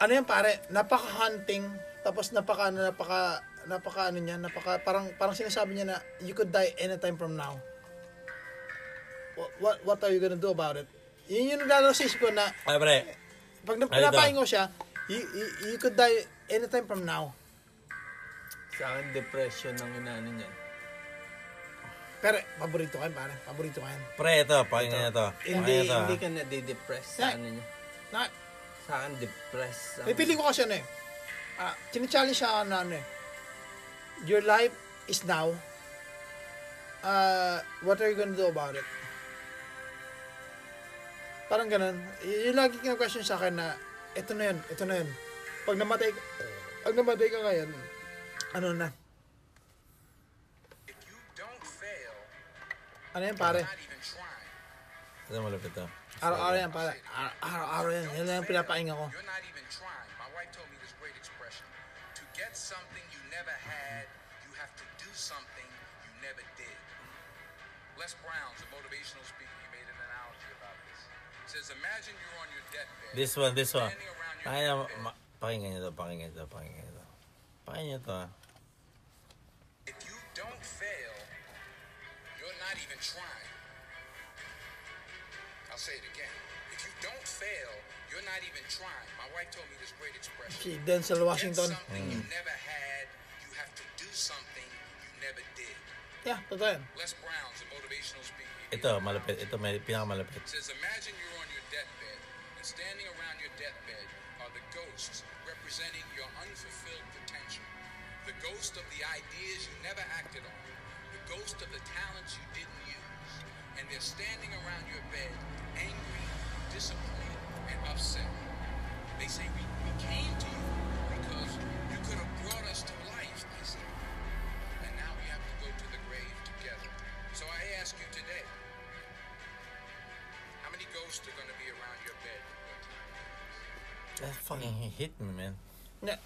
S1: Ano yan, pare? Napaka-hunting, tapos napaka, ano, napaka, napaka, ano niya, napaka, parang, parang sinasabi niya na, you could die anytime from now. What, what, what are you gonna do about it? Yun yung naglalaro sa isip ko na,
S2: Ay, pre.
S1: pag nap-
S2: Ay, ito.
S1: pinapain ko siya, you, you, you could die anytime from now.
S3: Sa akin, depression ang inaano niyan.
S1: Pero, paborito ko yan, pare. Paborito ko yan.
S2: Pre, ito. Pakinggan niya ito.
S3: Hindi,
S2: Pakinggan niya ito.
S3: hindi ka nade-depress ah. sa
S1: Eh.
S3: ano niya.
S1: Na,
S3: Sa akin, depressed. ang-
S1: May pili ko kasi ano eh. Ah, challenge siya na ano eh. Your life is now. Ah, what are you gonna do about it? Parang ganun. Y- yung lagi kina question sa akin na, ito na yun, ito na yun. Pag namatay, pag namatay ka ngayon, ano na? Ano yan pare?
S2: Ito malapit ito.
S1: Araw-araw yan pare. Ar- Araw-araw yan. Yan lang yung Eh, pinapahinga ko.
S9: You're not even trying. My wife told me this great expression. To get something you never had, you have to do something you never did. Les Brown's a motivational speaker. He made an analogy about this. He says, imagine you're on your deathbed.
S2: This one, this one.
S9: standing around your
S2: Pakinggan mo,
S9: deathbed.
S2: ma- pakinggan niya ito, pakinggan niya ito, pakinggan niya ito. Pakinggan niya ito, ha.
S9: If you don't fail, you're not even trying. I'll say it again. If you don't fail, you're not even trying. My wife told me this great
S1: Si
S9: expression.
S1: Denzel
S9: Get
S1: Washington.
S9: something you
S2: Mm.
S9: never had, you have to do something you never did.
S1: Yeah, totoo yan.
S9: Les Brown's a motivational speaker. He
S2: Ito,
S9: made an
S2: malapit.
S9: analogy.
S2: Ito, may pinakamalapit.
S9: It says, imagine you're on your deathbed, and standing around your deathbed are the ghosts representing your unfulfilled potential. The ghost of the ideas you never acted on, the ghost of the talents you didn't use. And they're standing around your bed, angry, disappointed, and upset. They say, we, we came to you because you could have brought us to life, they say. And now we have to go to the grave together. So I ask you today, how many ghosts are going to be around your bed?
S2: That fucking hit me, man.
S1: Na-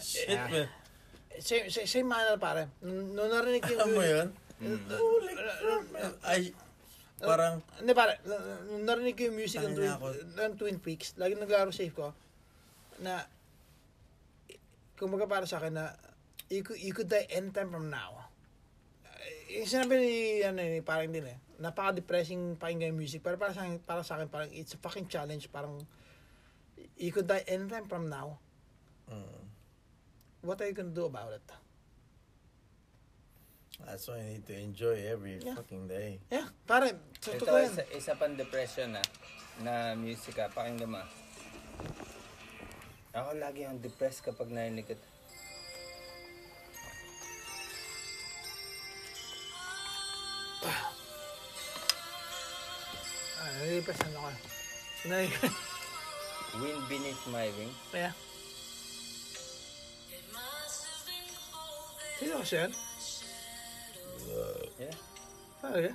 S2: Shit, man.
S1: Same, same, same manner, pare. Nung nung narinig ko
S2: Alam mo
S1: yung...
S2: yun? Ay, parang,
S1: Hindi, pare. Nung narinig ko yung music ng
S2: Tangina
S1: Twin,
S2: ako.
S1: ng Twin Peaks, lagi naglaro save ko, na... Kumbaga para sa akin na, you could, you could die anytime from now. Eh, Yung sinabi ni, ano, ni parang din eh, napaka-depressing pakinggan yung music, pero para sa akin, para sa akin, parang it's a fucking challenge, parang, you could die anytime from now. What are you gonna do about it?
S2: that's why I need to enjoy every
S1: Yeah.
S2: fucking day.
S1: Yeah, pare, sa
S3: Ito, eh,
S1: totoo yan.
S3: isa, isa pang depression na, na music ah. Pakinggan mo. ah. Ako lagi ang depressed kapag narinig ko. ito.
S1: Ah, nalilipas na ako. Nalilipas.
S3: Wind beneath my wing.
S1: Kaya. Sino kasi yan?
S3: Yeah.
S1: Talaga?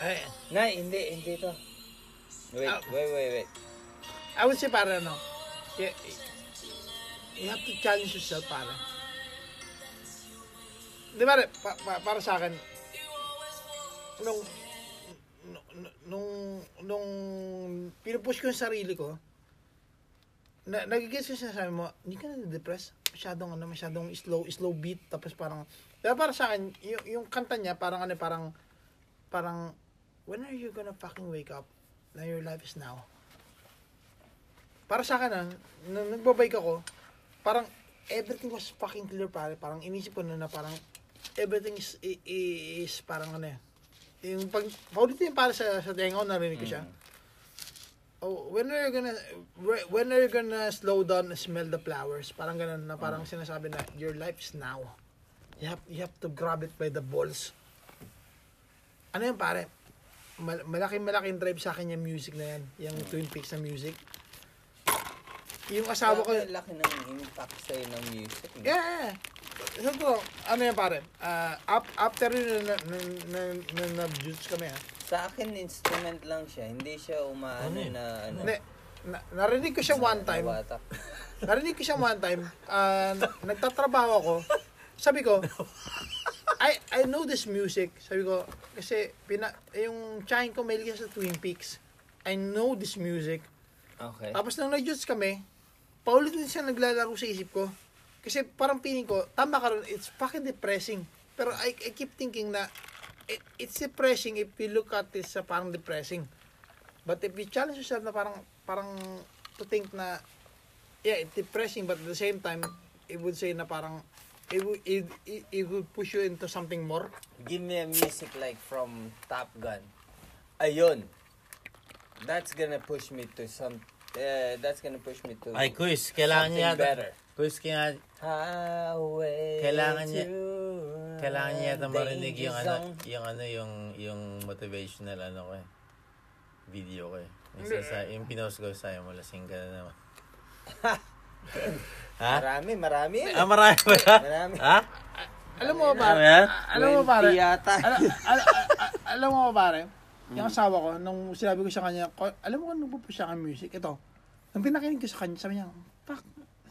S1: Ay,
S3: Nay, hindi, hindi to. Wait,
S1: Ah.
S3: wait, wait, wait.
S1: I would say para ano, you, you have to challenge yourself para. Di ba, re, pa, pa, para sa akin, nung, nung, nung, nung pinupush ko yung sarili ko, na, nagigits ko siya sabi mo, hindi ka na-depress. Masyadong, ano, masyadong slow, slow beat. Tapos parang, pero para sa akin, yung, yung kanta niya, parang ano, parang, parang, when are you gonna fucking wake up? Na your life is now para sa akin ah, nung nagbabike ako, parang everything was fucking clear pare. Parang inisip ko na na parang everything is, i- i- is parang ano eh. Yung pag, paulit yun para sa, sa tenga ko, narinig ko siya. oh, when are you gonna re- when are you gonna slow down and smell the flowers? Parang ganun na parang sinasabi na your life's now. You have you have to grab it by the balls. Ano yan pare? Mal- malaking malaking drive sa akin yung music na yan, yung Twin Peaks na music. Yung asawa ko,
S3: Laki- Laki ng impact sa'yo ng music. no?
S1: Yeah, yeah. Sabi ko, ano yan pare? Ah, ap- after yun, na, na, na, na, na, juice kami ha.
S3: Sa akin, instrument lang siya. Hindi siya umaano na ano.
S1: Na, na, narinig ko siya one time.
S3: Watak.
S1: Narinig ko siya one time. ah, nagtatrabaho ako. Sabi ko, I I know this music. Sabi ko, kasi pina, yung chain ko may sa Twin Peaks. I know this music.
S3: Okay.
S1: Tapos nung nag-judge kami, paulit din siya naglalaro sa isip ko. Kasi parang piling ko, tama ka ron, it's fucking depressing. Pero I, I keep thinking na, it, it's depressing if you look at it sa parang depressing. But if you challenge yourself na parang, parang to think na, yeah, it's depressing, but at the same time, it would say na parang, it would, it, it, it would push you into something more.
S3: Give me a music like from Top Gun. Ayun. That's gonna push me to some... eh, that's gonna push me to
S2: Ay, quiz. Kailangan niya.
S3: something better.
S2: Quiz kaya.
S3: Highway
S2: Kailangan niya-
S3: to a
S2: Kailangan niya yata marinig yung ano,
S3: danger zone.
S2: yung ano, yung, yung motivational ano ko eh. Video ko eh. Yung, sasa, yung pinost ko sa'yo mo, lasing ka na naman. Ha?
S3: Marami, marami. yan.
S2: Ah, marami ba?
S3: Marami.
S2: ha?
S1: Alam mo ba?
S2: Marami yan?
S1: Alam mo pare?
S3: 20 yata.
S1: Ala- ala- a- alam mo ba, pare, yung asawa ko, nung sinabi ko sa kanya, ko- alam mo kung nagpo-push siya ng music, ito, nung pinakinig ko sa kanya, sabi niya, fuck,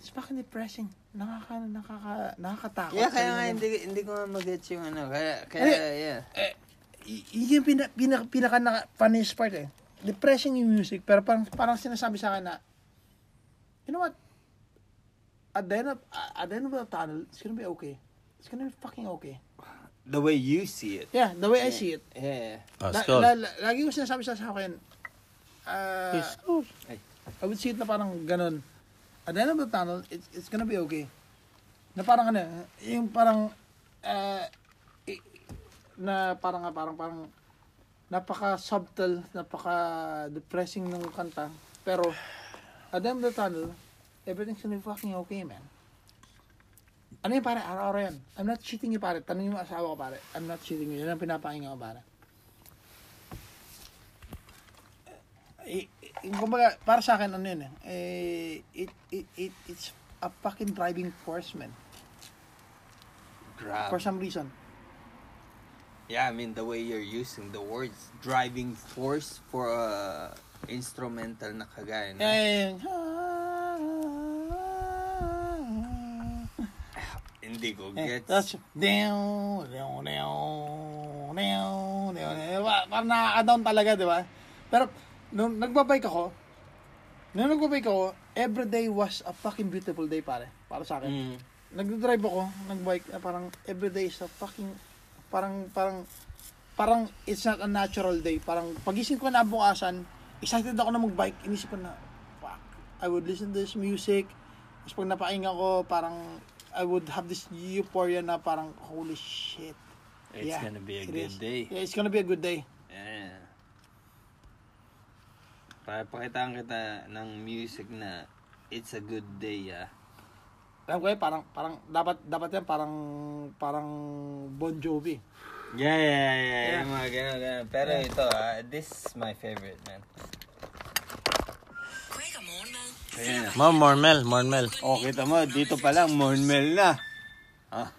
S1: it's fucking depressing. Nakaka, nakaka,
S2: Ah,
S1: nakakatakot.
S3: Yeah, kaya
S1: Sabi
S3: nga
S1: niya,
S3: hindi, hindi ko nga mag-gets yung ano. Kaya, kaya,
S1: Hindi.
S3: yeah.
S1: "Y- yun yung pina, pina, pinaka na, funniest part eh. Depressing yung music, pero parang, parang sinasabi sa akin na, you know what, at the end of, at the end of the tunnel, it's gonna be okay. It's gonna be fucking okay.
S3: The way you see it.
S1: Yeah, the way I see it.
S3: Yeah.
S2: Oh,
S1: La,
S2: skull.
S1: la, la, lagi ko sinasabi sa sa akin, ah,
S3: Ay.
S1: I would see it na parang ganun. At the end of the tunnel, it's, it's gonna be okay. Na parang ano, yung parang, ah, i- na parang nga, parang, parang, napaka subtle, napaka depressing ng kanta. Pero, at the end of the tunnel, everything's gonna be fucking okay, man. Ano yun pare, araw-araw yan. I'm not cheating you pare. Tanong yung asawa ko pare. I'm not cheating you. Yan ang pinapakinggan ko pare. I, i, kumbaga, para sa akin, ano yun eh. eh it, it, it, it's a fucking driving force, man. For
S3: Grabe.
S1: some reason.
S3: Yeah, I mean the way you're using the words driving force for a instrumental na kagaya na.
S1: Eh,
S3: Hindi ko
S1: eh,
S3: gets.
S1: that's, down, down, down, down, down. Eh, wa- Parang nakaka-down talaga, di ba? Pero, nung nagbabike ako, nung nagbabike ako, every day was a fucking beautiful day, pare. Para sa akin.
S3: Mm.
S1: nagdadrive ako, nagbike, ah, parang everyday is a fucking, parang, parang, parang it's not a natural day. Parang pagising ko na bukasan, excited ako na magbike, inisip ko na, fuck, I would listen to this music. Tapos pag napahinga ko, parang, I would have this euphoria na parang, holy shit.
S3: It's
S1: Yeah,
S3: gonna be a
S1: it
S3: good
S1: is.
S3: day.
S1: Yeah, it's gonna be a good day.
S3: Yeah. Para pakitaan kita ng music na it's a good day, ah.
S1: Alam ko eh, parang, parang, dapat, dapat yan, parang, parang Bon Jovi.
S3: Yeah, yeah, yeah. yeah. Yung mga ganun, ganun. Pero ito, ah, this is my favorite, man. Ayan.
S2: Ma'am, Mormel, Mormel.
S3: Oh, kita mo, dito pa lang, Mormel na. Ah.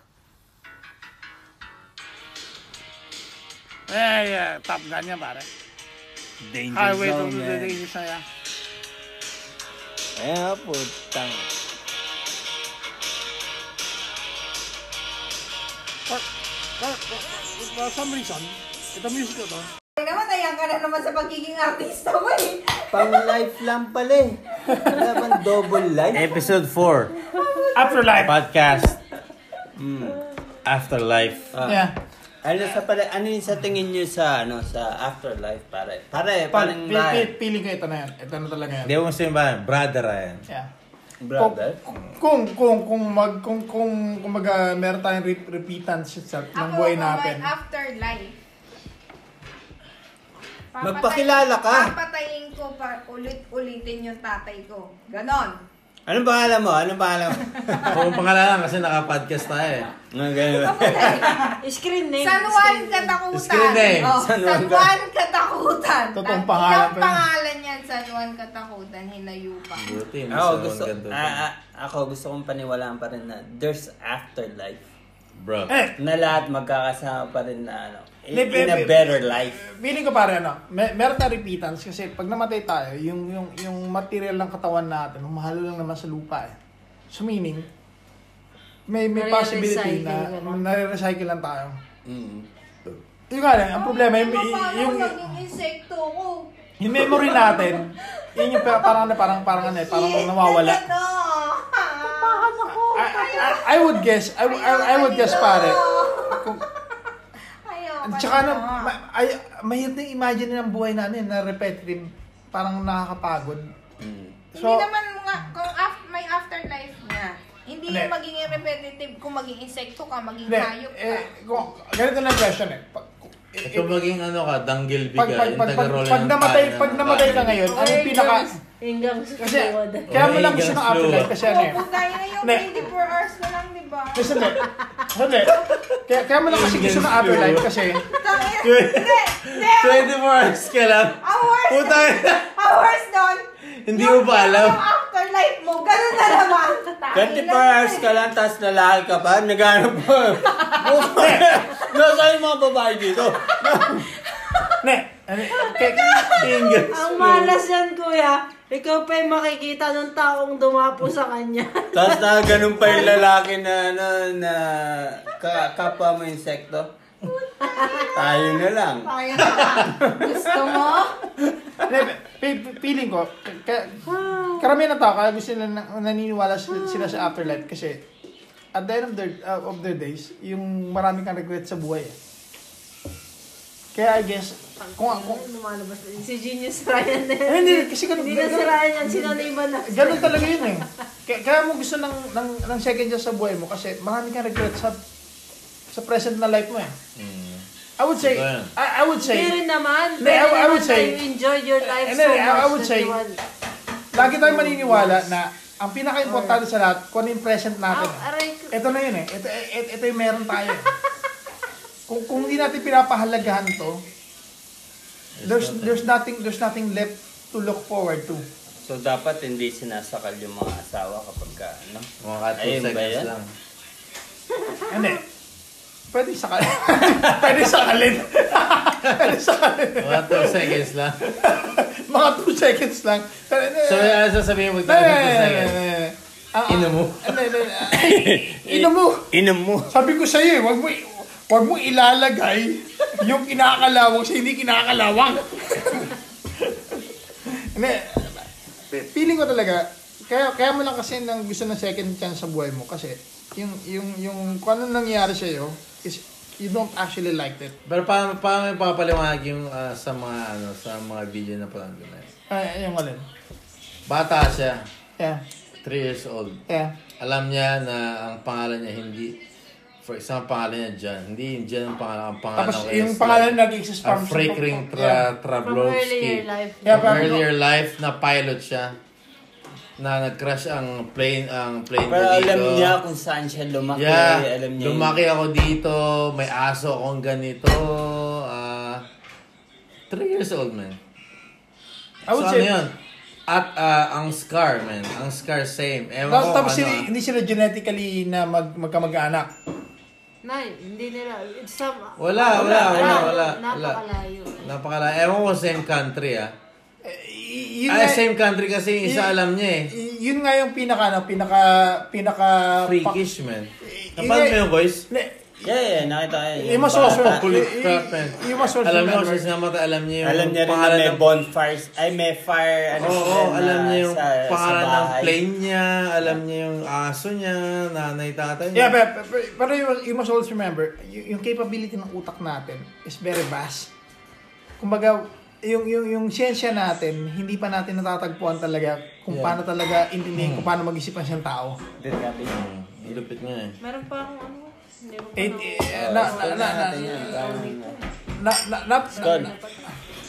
S1: Eh, yeah, top gun yan, pare.
S3: Danger
S1: Highway to
S3: zone,
S1: the
S3: man.
S1: days na yan.
S3: Eh, putang.
S1: For, for, for some reason, ito music ko to,
S4: Namatayan ka na naman sa pagiging artista mo eh.
S3: Pang life lang pala eh. Wala bang double life?
S2: Episode 4. Afterlife. Podcast. Afterlife.
S1: Yeah.
S3: Hmm. Ano sa pala, ano yung sa tingin nyo sa, ano, sa afterlife pare? Pare, parang
S1: pi- pi-
S3: life.
S1: piling ko ito na yan. Ito na talaga yan.
S2: Hindi mo sabihin ba, brother ah, Ryan.
S1: Yeah.
S3: Brother?
S1: Kung, kung, kung, mag, kung, kung, kung maga, meron tayong re- repentance sa ng buhay natin.
S4: afterlife.
S3: Magpakilala ka.
S4: Papatayin ko pa pa- ulit-ulitin yung tatay ko. Ganon.
S3: Anong pangalan mo? Anong pangalan mo?
S2: Oo, pangalanan kasi naka-podcast tayo eh.
S3: Ano ganun ba?
S10: Screen name.
S4: San Juan Katakutan.
S2: Screen name.
S4: Oh,
S3: San
S4: San
S3: Juan
S4: Juan,
S3: ba?
S4: Katakutan. Tang-
S11: Totoong pangalan
S4: Ang
S11: pa yun.
S4: pangalan niyan, San Juan Katakutan, Hinayupa.
S2: Buti, mas
S3: Ako
S11: oh,
S2: naman
S3: gusto,
S2: ganito.
S3: ah, ah, ako gusto kong paniwalaan pa rin na there's afterlife.
S2: Bro.
S11: Eh,
S3: Na lahat magkakasama pa rin na ano, in,
S11: Live
S3: in a
S11: every-
S3: better life.
S11: Feeling ko pare ano, may, meron tayong repentance kasi pag namatay tayo, yung yung yung material ng katawan natin, humahalo lang naman sa lupa eh. So meaning may may possibility na
S10: Nare-recycle lang.
S11: nare-recycle lang tayo.
S3: Mm.
S11: Yung nga lang, ang problema yung
S4: Ay, paano
S11: yung,
S4: yung, naging insekto ko?
S11: yung memory natin, yun yung pa- parang parang parang ano eh, parang nawawala.
S4: Ano?
S11: I, I- I would guess, I, I, I would guess pare. Kung,
S4: Ayaw.
S11: At saka na, ma, ay, mahirap na imagine ng buhay natin na repetitive, parang nakakapagod. So,
S4: hindi naman nga, kung af- may afterlife na, hindi
S11: Hindi.
S4: yung magiging repetitive kung maging insekto ka, maging
S11: hindi,
S4: hayop ka.
S11: eh, kung, ganito lang question eh. Pag, eh,
S2: Ito maging ano ka, danggil
S11: pag,
S2: biga,
S11: pag,
S2: yung
S11: pag, pag,
S2: taga-roll
S11: pag
S2: ng
S11: namatay,
S2: tayo,
S11: pag
S2: ng
S11: namatay
S2: tayo.
S11: ka ngayon, ano yung pinaka...
S10: Hanggang sa
S11: Kasi,
S10: tuwod.
S11: kaya mo lang gusto ng
S2: Hanggang
S11: afterlife
S2: slow.
S11: kasi ano eh.
S4: Opo tayo ngayon,
S11: Hindi.
S4: 24 hours na lang, diba? di ba?
S11: Kasi hindi. Hindi. Kaya, kaya mo lang kasi gusto ng afterlife kasi...
S4: Tangina, Hindi, hindi.
S2: 24 hours ka lang.
S4: Hours,
S2: Puta,
S4: hours doon.
S2: hindi mo pa alam.
S4: Yung afterlife mo, ganun na naman.
S3: 24 hours ka lang, tapos lalaki ka pa, naghanap mo. Nasaan yung mga babae dito?
S11: Hindi. Ano, kaya,
S2: Hanggang
S10: Ang malas yan, kuya. Ikaw pa yung makikita ng taong dumapo sa kanya.
S3: Tapos na ganun pa yung lalaki na, ano, na ka, kapwa mo insekto. Tayo na lang.
S4: Gusto mo?
S11: Hindi, pe- pe- feeling ko, ka,
S10: Ah.
S11: karamihan ng tao, kaya gusto nila na- naniniwala sila, sila sa afterlife kasi at the end of their, uh, of their days, yung marami kang regret sa buhay. eh. Kaya I guess, kung, kung
S10: Lumalabas na yun. Si Genius Ryan na
S11: eh,
S10: yun.
S11: hindi, kasi ganun,
S10: Hindi na si
S11: ganun,
S10: Ryan yan. Sinaniban na.
S11: ganun talaga yun eh. Kaya, kaya mo gusto ng, ng, ng second chance sa buhay mo kasi marami kang regret sa sa present na life mo eh. I would say,
S2: Ito yan.
S11: I, I would say,
S10: Pero naman,
S11: eh. Hindi, I-
S10: pero
S11: I
S10: naman
S11: would say-
S10: tayo enjoy your life
S11: Eh,
S10: so
S11: hindi, I-
S10: much.
S11: I would say-
S10: 21.
S11: lagi tayong maniniwala na ang pinaka-importante sa lahat, kung ano yung present natin.
S10: Ah, aray ko.
S11: Ito na yun eh. Ito, ito, ito yung meron tayo. eh. kung, kung hindi natin pinapahalagahan to, there's, there's nothing there's nothing left to look forward to.
S3: So dapat hindi sinasakal yung mga asawa kapag ka, ano?
S2: Mga ka two
S3: Ayun ba
S2: seconds
S3: yan?
S2: lang.
S10: Ah,
S11: Ano eh? Pwede sakalin. Pwede sakalin. Pwede sakalin.
S2: Mga 2 seconds lang.
S11: Mga 2 seconds lang. Pero, eh,
S2: So, ano sasabihin mo? Mga 2 seconds.
S11: Ah,
S2: Ino mo.
S11: Ino mo.
S3: Inom mo.
S11: Sabi ko sa'yo eh, wag mo, i- wag mo ilalagay yung kinakalawang sa hindi kinakalawang. Hindi, fe- feeling ko talaga, kaya, kaya mo lang kasi nang gusto ng second chance sa buhay mo kasi yung, yung, yung kung ano nangyari sa'yo is you don't actually like it.
S2: Pero paano, paano may papaliwanag yung ah, sa mga ano sa mga video na panood ko na yun?
S11: Ay, Ah, yung alin.
S2: Bata siya,
S11: Yeah,
S2: 3 years old.
S11: yeah.
S2: Alam niya na ang pangalan niya hindi for example, ang pangalan niya John. Hindi yung John ang pangalan. Ang pangalan
S11: Tapos
S2: ko
S11: yung
S2: is
S11: pangalan
S2: Ano, like,
S11: nag-exist
S2: A
S11: from sa-
S2: freak ring
S11: Yeah.
S2: tra,
S10: From earlier
S2: Trablowski.
S10: life.
S11: Yeah,
S2: From
S11: parang-
S2: earlier life na pilot siya na nag-crash ang plane ang plane
S3: Pero
S2: ko dito.
S3: alam niya kung saan siya lumaki.
S2: yeah,
S3: Alam niya yun.
S2: lumaki ako dito, may aso akong ganito. ah, three years old, man.
S11: I would
S2: so,
S11: say-
S2: ano yun? At ah, ang scar, man. Ang scar, same. Ewan
S11: Tapos,
S2: ko
S11: tapos
S2: ano.
S11: hindi- hindi sila genetically na mag, magkamag-anak.
S10: Nay, hindi nila. It's some...
S2: Wala, wala, wala, wala, wala.
S10: Napakalayo.
S2: Napakala. Ewan ko same country, ah.
S11: Eh, Y- yun
S2: Ay,
S11: nga-
S2: Ah, same country kasi yung isa
S11: yun-
S2: alam niya, eh.
S11: Y- yun nga yung pinaka ano, pinaka pinaka
S2: Freakish, man.
S11: y-
S2: Napanood
S11: y-
S2: mo yung voice?
S11: Ne,
S3: Yeah, yeah, nakita ko yun.
S2: Eh,
S11: Yung mas awesome.
S2: Kulit
S11: y-
S2: crap, man.
S11: y- Eh, yung mas awesome
S2: Alam
S11: na
S2: niyo,
S11: word.
S2: since namatay, alam niya yung
S3: Alam niya rin na
S2: pangalan
S3: may
S2: ng
S3: bonfires. Ay, may fire. Ano
S2: Oo,
S3: sila na
S2: alam niya yung
S3: sa,
S2: pangalan
S3: sa
S2: ng
S3: bahay.
S2: plane niya, alam niya yung aso niya, nanay, tatay niya.
S11: Yeah, pero, pero, pero you, must- you must always remember, y- yung capability ng utak natin is very vast. Kumbaga, yung yung yung siyensya natin, hindi pa natin natatagpuan talaga kung paano talaga intindihin kung paano mag-isip ang isang tao.
S2: Ang Lupit nga eh.
S10: Meron pa akong ano. Hindi ko pa
S2: Ah,
S11: Eh,
S10: na- Ah,
S11: eh, na, na, na, na,
S3: Alam niya.
S11: na, na, na,
S3: Skull.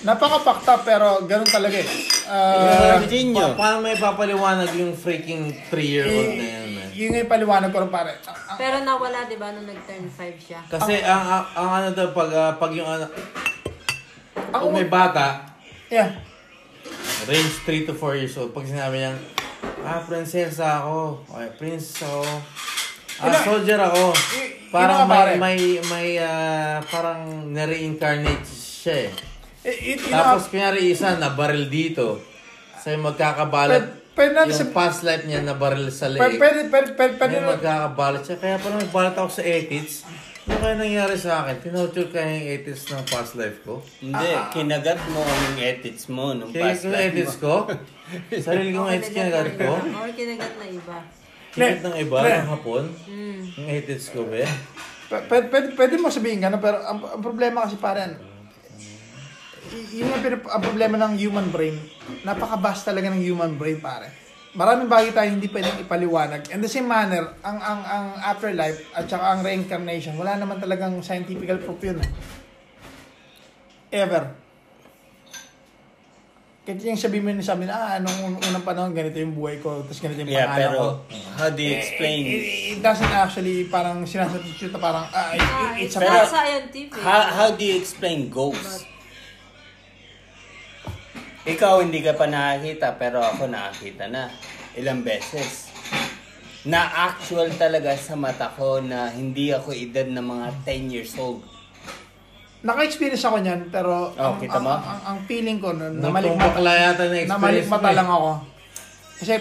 S11: Napaka-pakta pero ganun talaga eh. Ah,
S2: Uh, pa- paano may papaliwanag yung freaking 3-year-old
S11: Eh,
S2: na yan, man?
S11: yun nga yung paliwanag ko rin pare. Ah,
S10: Pero nawala, di ba, nung nag-turn 5 siya?
S2: Kasi ang, ang, ang ano daw, pag, ah, pag yung ano, kung may bata,
S11: Yeah.
S2: range 3 to 4 years old, pag sinabi niyang, ah, prinsesa ako, ay, prince ako, ah,
S11: Yun na-
S2: soldier ako,
S11: y- yun
S2: parang
S11: na nga, pare.
S2: may, may, may, ah, parang na-reincarnate siya eh.
S11: It, it, yun
S2: Tapos,
S11: nga-
S2: kunyari, isa, nabaril dito, sa magkakabalat,
S11: Pwede- pwede natin
S2: yung
S11: sa-
S2: past life niya nabaril sa
S11: pwede,
S2: leeg.
S11: pwede, pwede, pwede, pwede,
S2: eh, May magkakabalat siya. Kaya pala nagbalat ako sa 80s. Ano kaya nangyari sa akin? Pinouture kaya yung 80s ng past life ko?
S3: Hindi,
S10: Ah,
S3: kinagat mo yung edits mo nung
S2: Kaya
S3: past
S2: yung
S3: life
S2: edits
S3: mo.
S2: ko? Sarili kong edits kinagat ko?
S10: Or kinagat na iba.
S2: Kinagat ng iba,
S11: Pre.
S2: ng hapon? Yung edits ko, be?
S11: pwede, pwede, pwede mo sabihin ganun pero ang, ang problema kasi pare, y- yun ang, pinap- ang problema ng human brain. Napaka-vast talaga ng human brain pare. Maraming bagay tayo hindi pwedeng ipaliwanag. And the same manner, ang, ang, ang afterlife at saka ang reincarnation, wala naman talagang scientific proof yun. eh. Ever. Kahit yung sabi mo yun sa amin, ah, anong unang panahon, ganito yung buhay ko, tapos ganito yung
S3: Yeah,
S11: pangalan ko.
S3: pero how do you
S2: Eh,
S3: explain?
S11: It, it doesn't actually parang sinasubstitute na parang ah, it-
S10: Ah,
S11: it- it's
S10: it's
S11: a
S10: not
S11: fact.
S10: scientific.
S3: How, how do you explain ghosts? Ikaw hindi ka pa nakakita pero ako nakakita na ilang beses. Na actual talaga sa mata ko na hindi ako edad ng mga 10 years old.
S11: Naka-experience ako niyan pero
S3: Oh,
S11: ang,
S3: kita
S11: ang,
S3: mo?
S11: ang, ang feeling ko nun,
S2: Nung tumbakla
S11: namalikmata,
S2: yata na experience
S11: namalikmata
S2: mo eh.
S11: lang ako. Kasi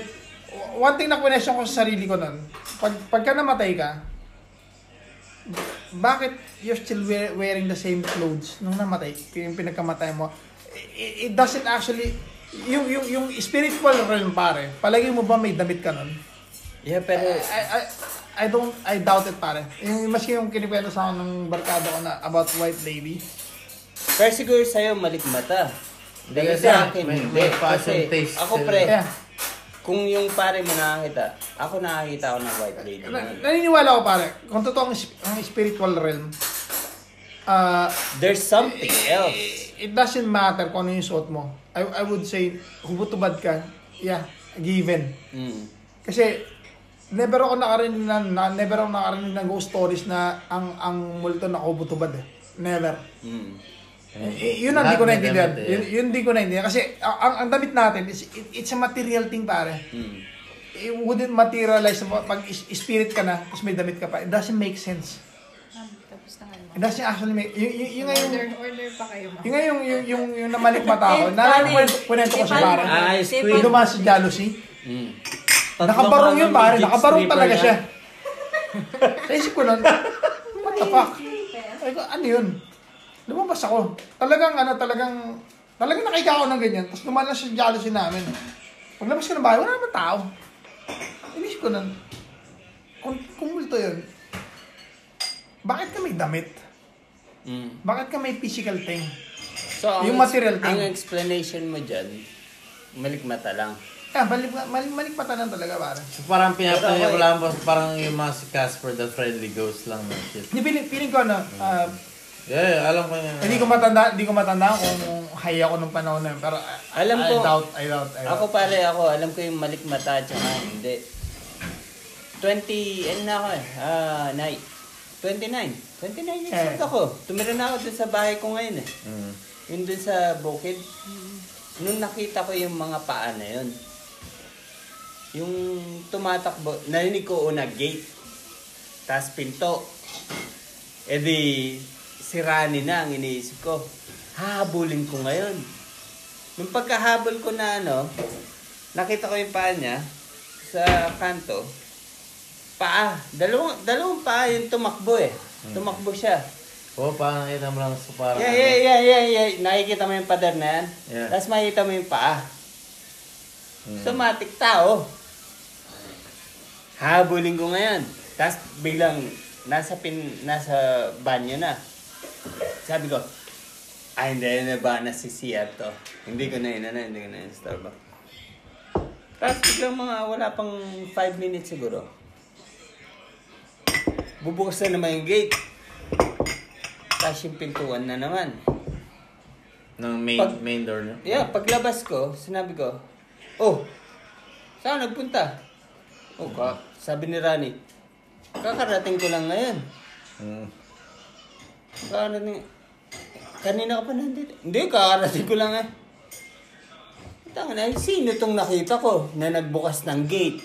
S11: w- one thing na question ko sa sarili ko nun, pag, pagka namatay ka, bakit you're still wear- wearing the same clothes nung namatay, yung pinagkamatay mo? It, it doesn't actually, yung, yung, yung spiritual realm pare, palagi mo ba may damit ka nun?
S3: Yeah, pero
S10: Eh,
S11: I, I, I don't, I doubt it pare. Yung, maski yung kinikwento sa akin ng barkada ko na about white lady.
S3: pero siguro sa'yo malikmata. Dahil
S2: Kasi
S3: sa akin,
S2: may-
S3: hindi.
S2: may fashion
S3: Kasi
S2: taste eh.
S3: ako
S2: sila.
S3: pre,
S11: Yeah.
S3: kung yung pare mo nakakita, ako nakakita ako ng white lady.
S11: Na, naniniwala ko pare, kung totoo ang, sp- ang spiritual realm, ah,
S3: There's something else.
S11: it doesn't matter kung ano yung suot mo. I, I would say, hubutubad ka, yeah, given.
S3: Mm.
S11: Kasi, never ako nakarinig na, na- never ako nakarinig ng ghost stories na ang ang multo na hubutubad eh. Never.
S3: Mm.
S11: Eh, yun ang hindi ko
S2: Lahat may
S11: naintindihan.
S2: damit eh.
S11: Yun, yun hindi ko naintindihan. Kasi a- ang, ang damit natin, is, it- it's a material thing pare.
S3: Mm.
S11: It wouldn't materialize na pag is- spirit ka na, tapos may damit ka pa. It doesn't make sense.
S12: Ah, Tapos na nga
S11: It doesn't actually make... Yung, yung, yung, nga yung,
S12: Order, order pa kayo ma.
S11: yung, nga yung, yung, yung, yung namalikmata ako, naalala ko kwento- kwento ko sa pare.
S3: Ah, ice
S11: Yung dumaan sa jealousy.
S3: Mm.
S11: Nakabarong yun pare, nakabarong talaga siya. sa isip ko nun, what the fuck? Ay ko, ano yun? Lumabas ako. Talagang ano, talagang, talagang nakika ako ng ganyan. Tapos lumalas yung jealousy namin. Paglabas ko ng bahay, wala naman tao. Inisip ko nun, kung, kung multo yun, bakit ka may damit?
S3: Mm.
S11: Bakit ka may physical thing?
S3: So, ang,
S11: Yung material
S3: Ang
S11: thing.
S3: explanation mo dyan, malikmata lang.
S11: Ah, balik, balik, balik patanan talaga pare.
S2: So, parang pinapanood niya,
S3: Pero
S2: wala mo, parang yung mga si Casper the Friendly Ghost lang na shit.
S11: Hindi, feeling, feeling ko ano, ah,
S2: Yeah, yeah, alam ko yun.
S11: Hindi ko matanda, hindi ko matanda kung high ako nung panahon na yun. Pero I,
S3: Alam
S11: I
S3: ko-
S11: doubt, I doubt, I doubt.
S3: Ako pare, ako, alam ko yung malikmata at saka hindi. 20, ano na ako eh, ah, night. 29. 29 years
S11: Eh.
S3: old ako. Tumira na ako dun sa bahay ko ngayon eh.
S2: Mm.
S3: Yun dun sa bukid. Nung nakita ko yung mga paa na yun, yung tumatakbo, narinig ko una gate, tas pinto. E di, sirani na ang iniisip ko. Hahabulin ko ngayon. Nung pagkahabol ko na ano, nakita ko yung paa niya sa kanto. Paa. Dalawang, dalawang paa yung tumakbo eh. Tumakbo siya.
S2: Oo, parang nakita mo lang sa parang... ano?
S3: Yeah, yeah, yeah, yeah, yeah. Nakikita mo yung pader na yan.
S2: Yeah.
S3: Tapos makikita mo yung paa. Somatic tao. Habulin ko ngayon. Tapos biglang nasa pin nasa banyo na. Sabi ko, ay hindi na ba na si Sia to. Hindi ko na yun, ano, hindi ko na yun, Starbucks. Tapos biglang mga wala pang 5 minutes siguro. Bubukas na naman yung gate. Tapos yung pintuan na naman.
S2: ano,
S8: Ng main,
S3: Pag-
S8: main door niya?
S3: Yeah, paglabas ko, sinabi ko, Oh, saan nagpunta? Oh, ka, sabi ni Rani, kakarating ko lang ngayon.
S8: Mm.
S3: Kakarating, kanina ka pa nandito? Hindi, kakarating ko lang ngayon. Tanga na, sino tong nakita ko na nagbukas ng gate?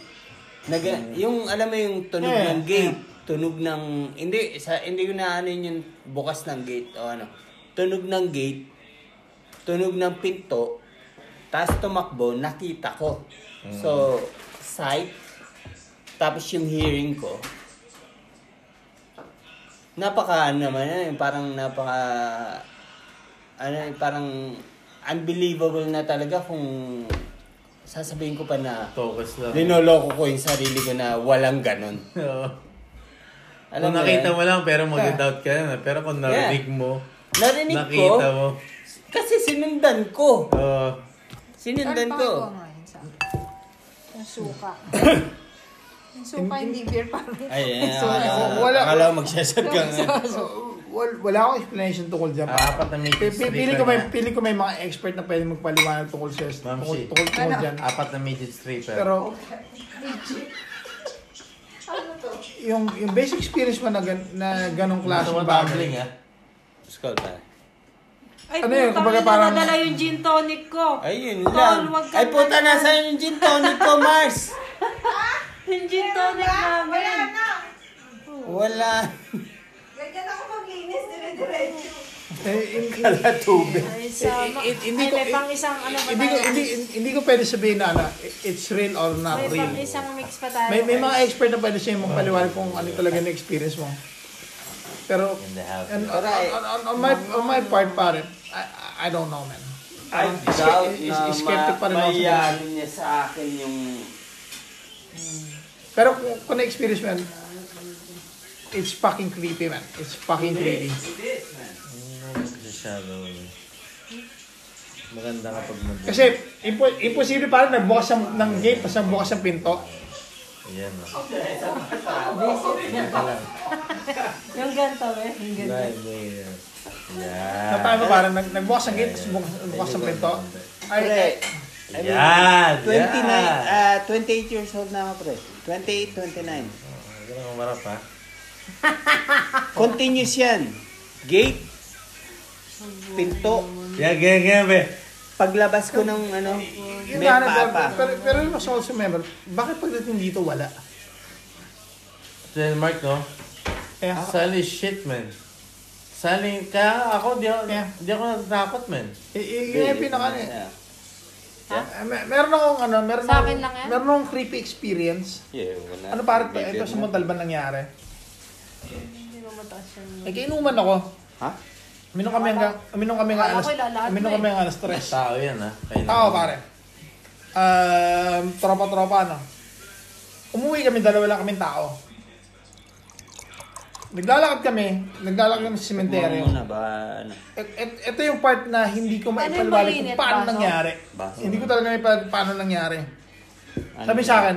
S3: Nag, Yung, alam mo yung tunog
S10: Eh,
S3: ng gate, tunog ng, hindi, sa, hindi ko na ano yun yung bukas ng gate o ano. Tunog ng gate, tunog ng pinto, tapos tumakbo, nakita ko.
S8: Mm.
S3: So, sight, tapos yung hearing ko. Napaka ano naman yun, parang napaka, ano yun, parang unbelievable na talaga kung sasabihin ko pa na
S8: Focus lang.
S3: linoloko ko yung sarili ko na walang ganun.
S8: Oo.
S3: Alam
S8: kung
S3: mo
S8: Oh, nakita
S3: yan?
S8: mo lang, pero
S3: Yeah.
S8: mag-doubt ka na. Pero kung narinig
S3: Yeah.
S8: mo,
S3: Narinig ko?
S8: nakita mo. Oh,
S3: Kasi sinundan ko.
S8: Oo.
S3: Sinundan
S4: Ano
S3: ko.
S4: pangagawa mo ngayon sa akin? Yung suka. yung suka, hindi beer parang.
S3: Ay, ay,
S4: Sorry.
S3: akala,
S11: Wala.
S3: akala ko magsasad ka nga.
S11: Wal, wala akong explanation tungkol dyan.
S8: Ah, apat na may
S11: Pi- pi-
S8: sleeper
S11: pili ko may
S8: na.
S11: pili ko may mga expert na pwede magpaliwanag tungkol sa
S8: Ma'am
S11: tungkol,
S8: Shi.
S11: tungkol, tungkol
S4: Ano?
S11: dyan.
S8: Apat na midget stripper.
S11: Pero yung yung basic experience mo na, gan, na ganong klase ng
S8: tumatambling
S11: bagay.
S8: ah.
S3: Skull pa.
S10: Ay,
S11: Ano yun,
S10: putang
S11: kumbaga
S10: ina,
S11: parang-
S10: nadala yung gin tonic ko.
S3: Ay, yun
S10: Tol,
S3: lang.
S10: wag ka
S3: Ay, puta
S10: na-
S3: na sa yung gin tonic ko, Mars.
S10: Yung gin tonic
S13: Wala
S10: namin.
S13: na.
S3: Wala.
S13: Ganyan ako maglinis, dire-diretso.
S11: Eh, in-
S3: Wala tubig.
S10: Ay, sama.
S11: Eh, eh, hindi
S10: Ay,
S11: ko-
S10: may pang isang ano pa
S11: hindi ko
S10: tayo.
S11: hindi, hindi ko pwede sabihin na ano, it's real or not
S10: May
S11: real.
S10: pang isang mix pa tayo.
S11: May, may mga expert na pwede sa'yo magpaliwanag kung ano talaga na experience mo. Pero, and on, on, on, on my, on my part, pare, I, I don't know, man.
S3: I
S11: Parang iske-
S3: doubt
S11: is-
S3: na
S11: is- skeptic pa rin ako sa ganun.
S3: mayayarin niya sa akin yung...
S11: Pero kung, kung na-experience mo yan, it's fucking creepy, man. It's fucking creepy.
S8: Ano Masyado. Maganda kapag mag
S11: Kasi, impo- imposible parang nagbukas ng, ng gate, tapos nagbukas ng pinto.
S8: Ayan ah.
S10: Yung ganito, eh. Yung ganito.
S8: Live later. Yan.
S11: Na tayo parang nag, nagbukas ng gate, tapos bukas- nagbukas ng pinto. Ay,
S3: Pre,
S8: Yan. Yan.
S3: 29, ah, 28 years old na ako, pre. 28, 29.
S8: Huwag kang umarap ha.
S3: Continuous yan. Gate, pinto,
S8: Yan, ganyan, ganyan be.
S3: paglabas ko ng ano,
S11: Yung
S3: may
S11: nga na, pero,
S3: papa.
S11: pero, pero yung mas also member, bakit pagdating dito wala?
S8: Denmark no?
S11: Eh,
S8: Sali shit man. Sali, kaya ako di ako,
S11: Yeah.
S8: di ako natatakot man.
S11: eh, eh, yun yung pinaka ano eh.
S3: Yeah.
S11: Eh, mer- Meron akong ano, meron
S4: Sa
S11: akong,
S4: akin
S10: eh.
S4: lang yan?
S11: meron akong creepy experience.
S3: Yeah, wala.
S11: Ano parang ito sa Montalban nangyari?
S10: Hindi mo mataas yun.
S11: Eh, kainuman ako.
S3: Ha?
S11: Uminom kami hanggang, uminom kami hanggang alas,
S10: Ako'y lalahat na
S11: uminom
S10: eh.
S11: kami hanggang alas tres.
S8: Tao yan ha. Kaya
S11: Tao, pare. Um, tropa-tropa, ano. Umuwi kami, dalawa lang kaming tao. Naglalakad kami, naglalakad kami sa
S3: Tingnan
S11: sementeryo.
S3: muna ba, ano,
S11: Et- et- Ito yung part na hindi ko maipaliwanag
S10: mainit,
S11: kung paano
S10: baso?
S11: nangyari.
S3: Baso.
S11: Hindi ko talaga maipaliwanag paano nangyari.
S3: ano
S11: Sabi sa akin,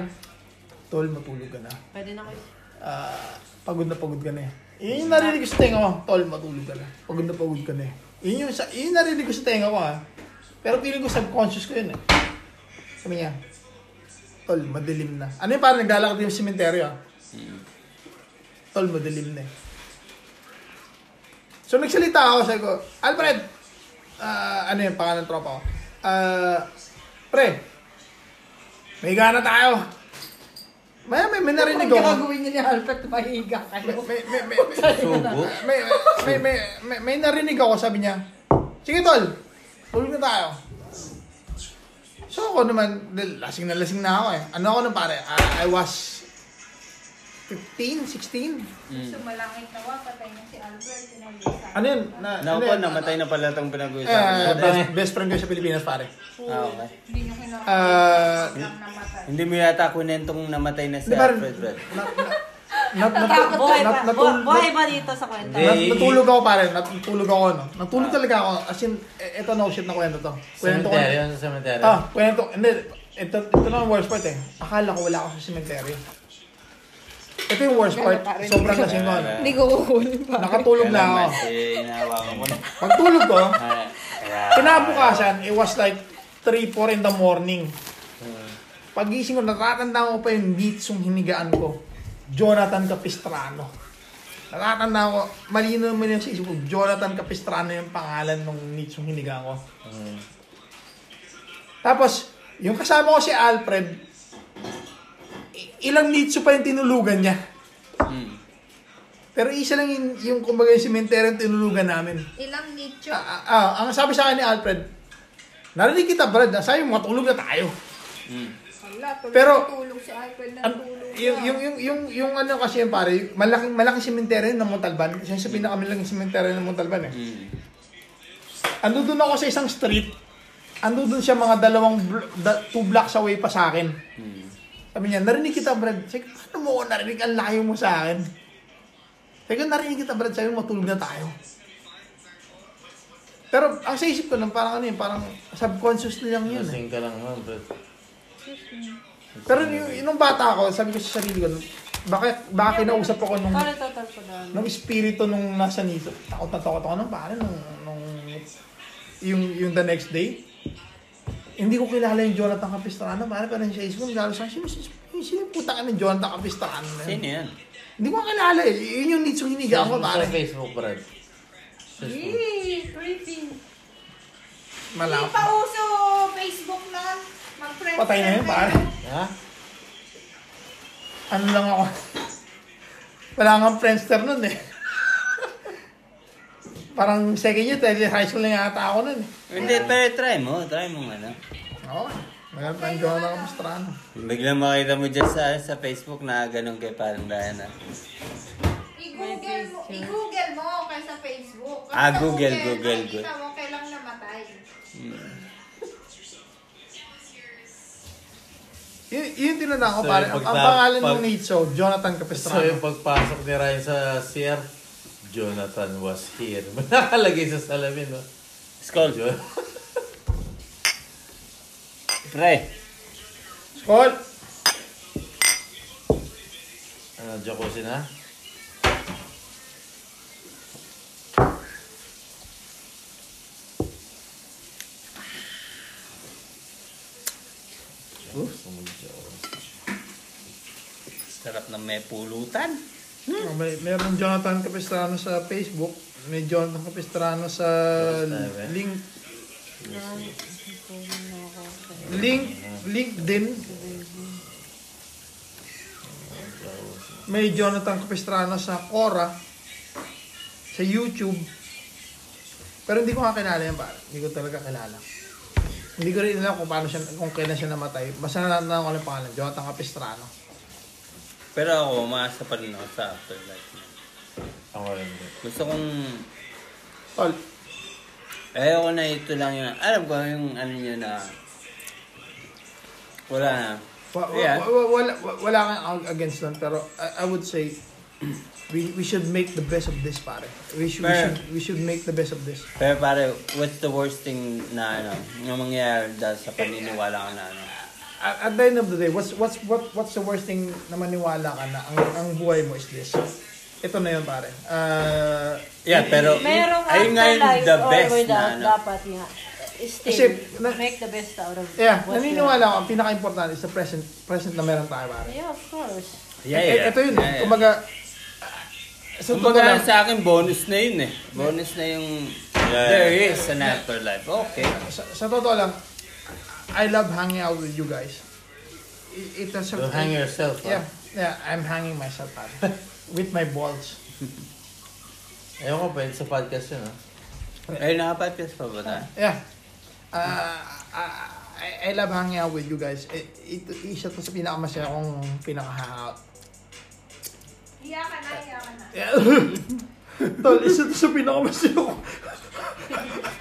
S11: Tol, matulog ka na.
S10: Pwede na kayo.
S11: Ah, pagod na pagod ka na eh. Yun yung narinig ko sa tenga ko, Tol, matulog ka na. Pagod na pagod ka na eh. Yun yung, sa- yun yung narinig ko sa tenga ko ah. Pero feeling ko subconscious ko yun eh. Sabi niya, Tol, madilim na. Ano yung parang naglalakad yung sementeryo ah.
S3: Hmm.
S11: Tol, madilim na eh. So nagsalita ako, sabi ko, Alfred, ah, ano yung pangalan ng tropa ko? Ah, pre, may na tayo. Maya, may, may narinig
S4: Ang
S11: ako.
S4: gagawin niya ni Alfred, mahihiga
S11: May,
S4: kayo.
S11: may, may, may, may, may, may, may, may narinig ako, sabi niya, Sige tol, tulog na tayo. So ako naman, lasing na lasing na ako eh. Ano ako nung pare? I, I was 15, 16?
S4: Sumalangit na wa, patay na si Alfred, pinag-isa.
S11: Ano yun? Na, ano
S3: Naku,
S11: yun?
S3: namatay na pala itong
S11: Eh,
S3: pinag-uusapan.
S11: best, best friend ko sa Pilipinas, pare.
S3: Ah, okay.
S4: Hindi niya kinakailangan
S11: Ah,
S4: ng namatay.
S3: Hindi mo yata kunentong namatay na si
S11: Di ba-
S3: Alfred, Brad.
S11: nat, nat,
S10: Buhay ba?
S11: nat, natul-
S10: Bu- Buhay ba dito sa kwento?
S11: nat- natulog ako, pare. Nat- Natulog ako, no? Natulog talaga ako. As in, eh, eto no shit na kwento to. Kwento ko.
S8: Cemetery, yun sa cemetery.
S11: Ah, kwento. Hindi, ito, ito na ang worst part eh. Akala ko wala ako sa cemetery. Eh, Ito yung worst part. Sobrang lasing nun.
S14: Hindi ko kukunin pa.
S11: Nakatulog na ako.
S3: Inawakan mo na.
S11: Pagtulog ko,
S3: Ah,
S11: kinabukasan, it was like 3, 4 in the morning. Pagising ko, natatanda ko pa yung beats yung hinigaan ko. Jonathan Capistrano. Natatanda ko, malino mo yung sa isip ko, Jonathan Capistrano yung pangalan ng beats yung hinigaan ko. Tapos, yung kasama ko si Alfred, i- ilang nitso pa yung tinulugan niya. Pero isa lang yung, yung kumbaga yung cemetery yung tinulugan namin.
S4: Ilang nicho.
S11: Ah, ah, ah, ang sabi sa akin ni Alfred, narinig kita Brad, ah, sabi mo matulog na tayo.
S4: Wala, tulog
S11: Pero-
S4: na tulog si Alfred ng
S11: An-
S4: tulog.
S11: yung, yung, yung, yung, yung ano kasi yung pare, yung malaking, malaking cemetery ng Montalban. Isa sa pinakamalaking cemetery ng Montalban eh. Ando doon ako sa isang street. Ando doon siya mga dalawang, bl- da- two blocks away pa sa akin. Sabi niya, narinig kita Brad. Sabi ko, paano mo ako narinig? Ang layo mo sa akin. Sabi ko, narinig kita Brad. Sabi mo, matulog na tayo. Pero ang sa isip ko, nang parang ano yun, parang subconscious na lang yun. eh.
S2: Lasing ka lang nun, bro.
S11: Pero yung, nung bata ako, sabi ko sa sarili ko, bakit, baka kinausap ako nung,
S10: Pare, total ko doon.
S11: nung espiritu nung nasa nito. Takot na takot ako nung pare, nung, nung, yung, yung the next day. Hindi ko kilala yung Jonathan Capistrano, pare, pero yung sa isip ko, nilalo sa akin, sino, sino, sino yung putang ina Jonathan Capistrano na
S3: Sino
S11: yun?
S3: yan?
S11: Hindi ko kilala eh, yun yung nitsong hiniga ako, pare.
S2: Sa Facebook, bro.
S10: Yee, creepy.
S4: Hindi
S11: Malapit.
S4: pa uso Facebook noon. Mag-friend
S11: Patay na yun, pare.
S2: Ha?
S11: Ano lang ako. Wala kang Friendster nun eh. Parang second year, third year high school na yata ako nun eh.
S3: Hindi, pero try mo. Try mo ano? nga lang.
S11: Oo. Meron tayong Jonathan Capistrano.
S3: Biglang makita mo dyan sa, sa Facebook na ganun kay parang Diana.
S4: I-google mo, i-google mo kaysa Facebook. Kasi
S3: Ah,
S4: sa
S3: Google, Google,
S4: Makikita mo kailang namatay.
S11: Yun, yun tinanong ko,
S2: So,
S11: pare.
S2: yung
S11: Ang, ang
S2: pagta-
S11: pangalan
S2: pag-
S11: ng Nietzsche, Jonathan
S2: So
S11: Capistrano.
S2: yung pagpasok ni Ryan sa CR, Jonathan was here. Nakalagay sa salamin, no?
S3: Skull.
S2: Yun.
S3: Pre.
S11: Skol!
S2: Ano, jacuzzi na?
S3: Sarap na may pulutan.
S11: Oh, may, meron Jonathan Capistrano sa Facebook. May Jonathan Capistrano sa link... Link, LinkedIn. May Jonathan Capistrano sa Quora. Sa YouTube. Pero hindi ko nga kilala yan, pare. Hindi ko talaga kilala. Hindi ko rin alam kung paano siya, kung kailan siya namatay. Basta natatandaan ko lang yung pangalan, Jonathan Capistrano.
S3: Pero ako, umaasa pa rin ako sa afterlife.
S2: Ako rin. bro.
S3: Gusto kong...
S11: Tol,
S3: Ayoko na ito lang yun. Alam ko yung ano yun na... Wala na.
S11: Wa- wa-
S3: Yeah.
S11: wa- wa- wala, wa- wala kang ag- against nun, pero I, I would say, we we should make the best of this, pare. We should, we
S3: Pare.
S11: should, we should make the best of this.
S3: Pero pare, what's the worst thing na ano, na mangyayari dahil sa paniniwala ka na ano?
S11: At, at the end of the day, what's, what's, what, what's the worst thing na maniwala ka na ang, ang buhay mo is this? Ito na yun, pare. Uh,
S3: Yeah, pero
S10: Merong
S3: ayun nga yung
S10: afterlife
S3: the
S10: or
S3: best na
S10: without,
S3: ano.
S10: dapat nga. Still,
S11: Kasi na-
S10: make the best out of
S11: yeah,
S10: what you
S11: naniniwala ako, ang pinaka-important is the present, present na meron tayo, pare.
S10: have. Yeah, of course.
S3: Yeah,
S11: Eh,
S3: yeah.
S11: Ito yun,
S3: Yeah, yeah.
S11: kumbaga, so,
S3: Kumbaga sa akin, bonus na yun eh. Bonus na yung there is an afterlife. Okay.
S11: sa, sa totoo lang, I love hanging out with you guys. It, it has a,
S2: So hang yourself, ha?
S11: Yeah, yeah, I'm hanging myself pare. with my balls.
S2: Ayaw ko, pwede sa podcast yun, ah. ha?
S3: Ay, nakapag-test pa ba tayo?
S11: Yeah. Uh, I- I, I love hanging out with you guys. It, it, isa to sa pinakamasaya kong pinaka-hangout.
S4: Hiya ka na, hiya ka na.
S11: Yeah. Tol, isa to sa pinakamasaya kong...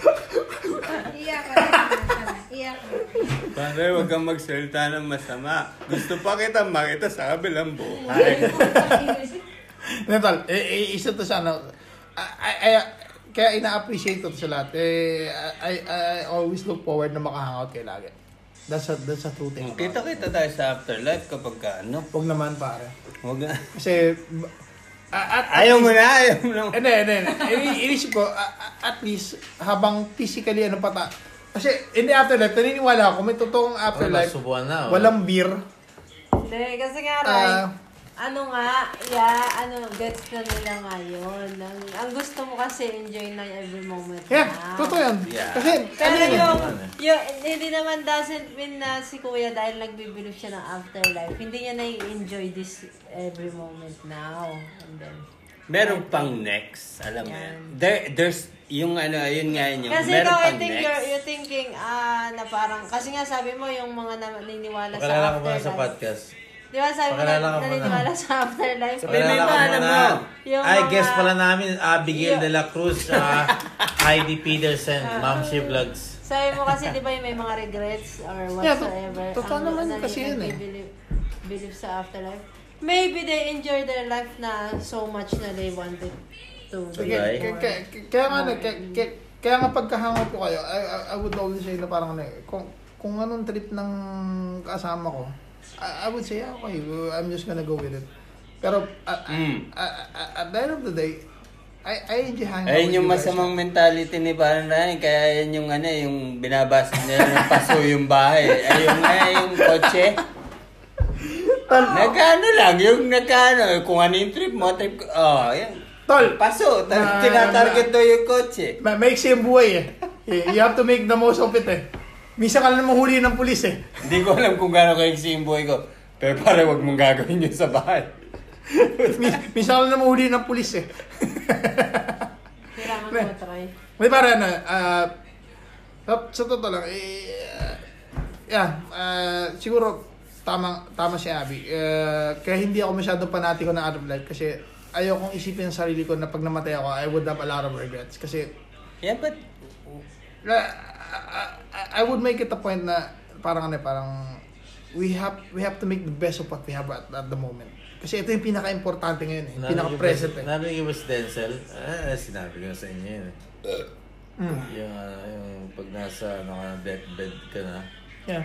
S4: Hiya ka na, hiya ka na, hiya ka na.
S3: Pare, huwag kang magsalita ng masama. Gusto pa kita makita sa kabilang buhay.
S11: Hindi, Tol, eh, eh, isa to sa ano... I- I, I, kaya ina-appreciate ko to sa lahat. Eh, I, I, I always look forward na makahangout kayo lagi. That's a, that's a true thing.
S3: Kita-kita tayo sa afterlife kapag ka, ano.
S11: Huwag naman pare.
S3: Huwag na.
S11: Kasi... At, at,
S3: Ayaw mo na, ayaw mo na.
S11: Hindi, hindi, hindi. Ini- Inisip ko, a- a- at least, habang physically, ano pa ta... Kasi, in the afterlife, naniniwala ako, may totoong afterlife.
S2: nasubuan na, oh.
S11: Walang beer.
S10: Hindi, kasi nga, Ray,
S11: Ah.
S10: ano nga, yeah, ano, gets na nila ngayon. Ang, ang gusto mo kasi enjoy na every moment.
S11: Yeah,
S3: Ah.
S10: na.
S11: totoo yan.
S3: Yeah.
S11: Kasi, ano
S10: Pero
S11: yun?
S10: yung, yung, hindi naman doesn't mean na si kuya dahil nagbibilog siya ng afterlife, hindi niya na-enjoy this every moment now. And then,
S3: Meron pang next, alam mo yan.
S10: Yan.
S3: There, there's, yung ano, yun nga yun yung,
S10: kasi
S3: meron
S10: ikaw, I
S3: pang
S10: think
S3: next.
S10: you're, you're thinking, ah, na parang, kasi nga sabi mo, yung mga naniniwala sa
S2: Pakilala ko muna
S10: afterlife.
S2: sa podcast.
S10: Di ba sabi mo,
S2: Pakilala ka
S10: na,
S2: muna.
S10: naniniwala sa afterlife?
S2: Pakilala
S3: may
S2: ko
S3: maalam
S2: muna.
S3: mo.
S10: Yung
S2: Ay,
S10: mga-
S2: guest pala namin, Abigail
S10: Yung-
S2: de la Cruz, tsaka Heidi Peterson, Ma'am She Vlogs.
S10: Sabi mo kasi, di ba yung may mga regrets or
S11: Yeah,
S10: whatsoever.
S11: to- totoo
S10: ang-
S11: naman
S10: ang-
S11: kasi yun eh.
S10: nagbibelieve- Believe sa afterlife. Maybe they enjoy their life na so much na they wanted to.
S11: Sige,
S3: Right.
S11: k- k- k- kaya nga, na- k- k- kaya nga pagkahanga po kayo, I, I- I would always say na parang, ano eh, kung, kung anong trip ng kasama ko, I, I would say, "Ah, okay, well, I'm just gonna go with it. Pero, a- a-
S3: Mm.
S11: a- a- at the end of the day, I, I enjoy hanging out
S3: Ayun
S11: with
S3: yung
S11: you guys.
S3: masamang mentality ni Parang Ryan, kaya yun yung ano, yung binabasa niya ng paso yung bahay. Ayun nga, yung kotse. Nagkano lang, yung nagkano, kung ano yung trip mo, trip ko, oh, yun.
S11: Tol,
S3: Paso,
S10: Ah.
S11: Ma-
S3: tar- tinatarget daw yung kotse.
S11: ma- maiksi yung buhay eh. Y- You have to make the most of it eh. Minsan ka lang mahuli ng pulis eh.
S3: Hindi ko alam kung gaano kaiksi yung buhay ko. Pero pare, wag mong gagawin yun sa bahay.
S11: Min- Minsan ka lang mahuli ng pulis eh.
S10: Kailangan mo try.
S11: May para na, ah, sa- sa totoo lang, eh, ah, yeah, ah, siguro, tama, tama si Abby. Ah, kaya hindi ako masyadong panati ko ng out of life kasi ayokong isipin sa sarili ko na pag namatay ako, I would have a lot of regrets. Kasi,
S3: Yeah, but
S11: ah, ah, ah, I would make it a point na parang ano, parang we have we have to make the best of what we have at, at the moment. Kasi ito yung pinaka-importante ngayon eh, pinaka-present eh.
S2: Narinig yung si Denzel, ah, sinabi ko na sa inyo yun. eh. Yung, ano, yung pag nasa ano, ka na, deathbed ka na,
S11: Yeah.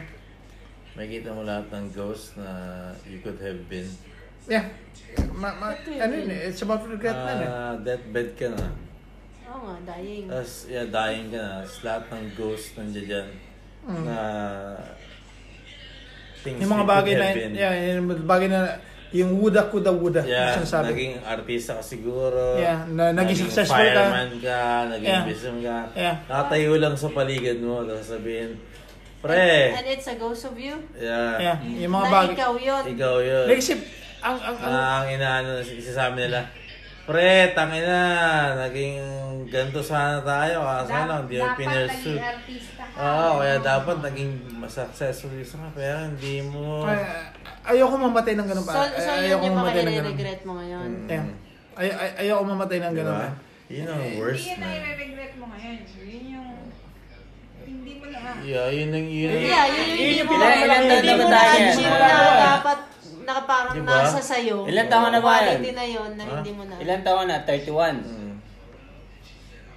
S2: makikita mo lahat ng ghosts na you could have been.
S11: Yeah. Ma, ma, ano yun eh, it's about regret na eh.
S2: Ah, deathbed ka na.
S10: Oo nga, dying.
S2: Tapos, yeah, dying ka na. Tapos lahat ng ghosts nandiyan dyan. Na things
S11: Mm. Yung mga
S2: you could
S11: bagay na,
S2: have been.
S11: yeah, yung mga bagay na, yung wuda kuda wuda,
S2: Yeah,
S11: yung sinasabi.
S2: naging artista ka siguro.
S11: Yeah, na- naging successful ka.
S2: fireman ka. Naging
S11: Yeah.
S2: businessman ka.
S11: Yeah.
S2: Nakatayo lang sa paligid mo. Tapos sabihin, pre,
S10: And it's a ghost of you.
S2: yeah,
S11: yeah, yung mga
S10: na
S11: bagay.
S10: ikaw yun.
S2: ikaw yun.
S11: Like, kasi, ang, ang, ang,
S2: Na ang inaano, isasabi nila, pre, tangina, naging ganito sana tayo. Kaso lang, hindi mo pinersu.
S4: artista ka.
S2: Oo, kaya dapat naging mas successful isa ka, pero hindi mo...
S11: ay, ayoko mamatay ng ganun
S10: So,
S11: pa.
S10: so
S11: Ay-
S10: yun
S11: ayoko
S10: yung mga
S11: mamatay ng ganun.
S10: nire-regret mo ngayon.
S11: Yeah. Ay, ay, ayoko mamatay ng ganun.
S2: Diba?
S11: man.
S2: Yun ang worst,
S4: Yun ang
S2: man.
S4: regret mo ngayon. Yun yung... Hindi mo na...
S2: Yeah, yun ang yun. ang-
S10: Yeah, yun yung hindi mo
S3: Ilan- ilan taon
S10: hindi
S3: na
S10: mo
S3: ba tayo?
S10: na-achieve na dapat na parang
S2: Diba?
S10: nasa sayo.
S3: Ilan taon na ba yan?
S10: Quality na yun na hindi mo na.
S3: ilan taon na? 31?
S2: Mm.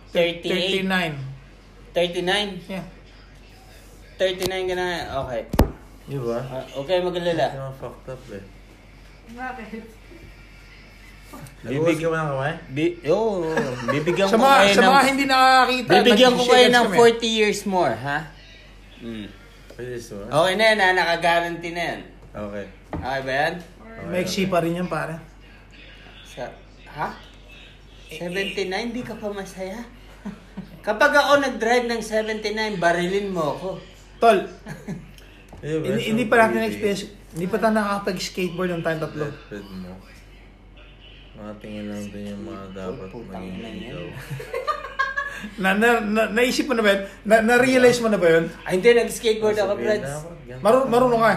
S3: 38?
S11: 39.
S3: 39?
S11: Yeah.
S3: 39 ka na. Okay.
S2: Diba?
S3: Ah, okay,
S2: Hindi
S3: magalala.
S2: mo fucked up eh.
S4: Bakit?
S2: Bibigyan mo ng kamay?
S3: Bi oh, bibigyan
S11: Sa
S3: ko
S11: mga,
S3: kayo
S11: sa mga
S3: ng...
S11: hindi nakakita,
S3: Bibigyan ko kayo
S11: nag-shake
S3: ng
S11: hands kami.
S3: 40 years more, ha?
S2: Hmm.
S3: Mm.
S2: Pwede so.
S3: Okay na yan, ha? Nakagaranti na yan.
S2: Okay.
S3: Okay ba yan?
S11: Maiksi pa rin yan, pare.
S3: Sa, ha? 79? Di ka pa masaya? Kapag ako nag-drive ng 79, barilin mo ako.
S11: Tol,
S2: Diba?
S11: hindi, hindi pa natin na-experience, hindi pa tayo nakakapag-skateboard ng tayong tatlo.
S2: Deathbed mo. Mga tingin lang din yung mga dapat
S3: Putang
S2: maging
S3: ina
S2: ikaw.
S3: yan.
S11: Na, na, na, naisip mo na ba yun? Na, na-realize mo na ba yun?
S3: Ay, Ah, hindi, nag-skateboard ako,
S2: Sabihin
S3: Brads.
S2: na ako, ganun.
S11: Marun, marunong ka.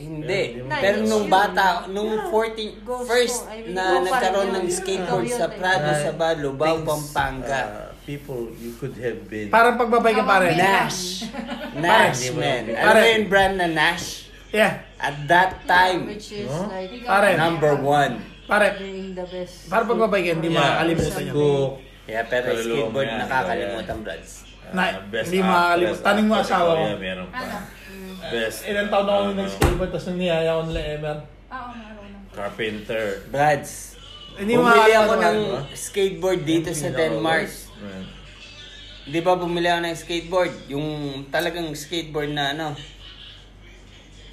S3: Hindi.
S2: Nice.
S3: Pero nung bata, nung 14,
S10: Ghost
S3: first
S10: mo, I mean,
S3: na
S10: go
S3: nagkaroon ng
S10: parang yun.
S3: skateboard
S10: Ikaw yun, eh.
S3: sa Prado,
S2: Right.
S3: sa Balubao,
S2: Things,
S3: Pampanga.
S2: uh, people you could have been.
S11: Parang pagbabay ka, pare.
S3: Nash. Nash,
S2: Pare.
S3: man.
S2: Pare.
S3: Ano yung brand na Nash?
S11: Yeah,
S3: At that time,
S10: Which is
S2: No?
S10: like,
S11: pare.
S3: number one.
S11: Pare,
S10: being the best.
S11: parang pagbabay ka, hindi makakalimutan yun.
S2: Cook,
S3: Yeah, pero
S2: Kaluluwa
S3: skateboard
S2: mo yan.
S3: nakakalimutan, Brads.
S2: uh,
S11: Na-
S2: best
S11: hindi makakalimutan.
S2: actress,
S11: Tanong mo
S2: actor,
S11: asawa ko.
S2: Victoria, meron pa. Best. ano?
S11: Ilan taon na ako nung nag-skateboard, tapos nung niyaya ko nila
S15: Oo,
S11: Emer.
S15: marunong.
S2: Carpenter. Ano?
S3: Brads.
S11: Hindi mo
S3: bumili ako
S11: makakatawa,
S3: ng
S11: no?
S3: skateboard dito sa
S2: Oh,
S3: Denmark. Di ba bumili ako ng skateboard? Yung talagang skateboard na ano.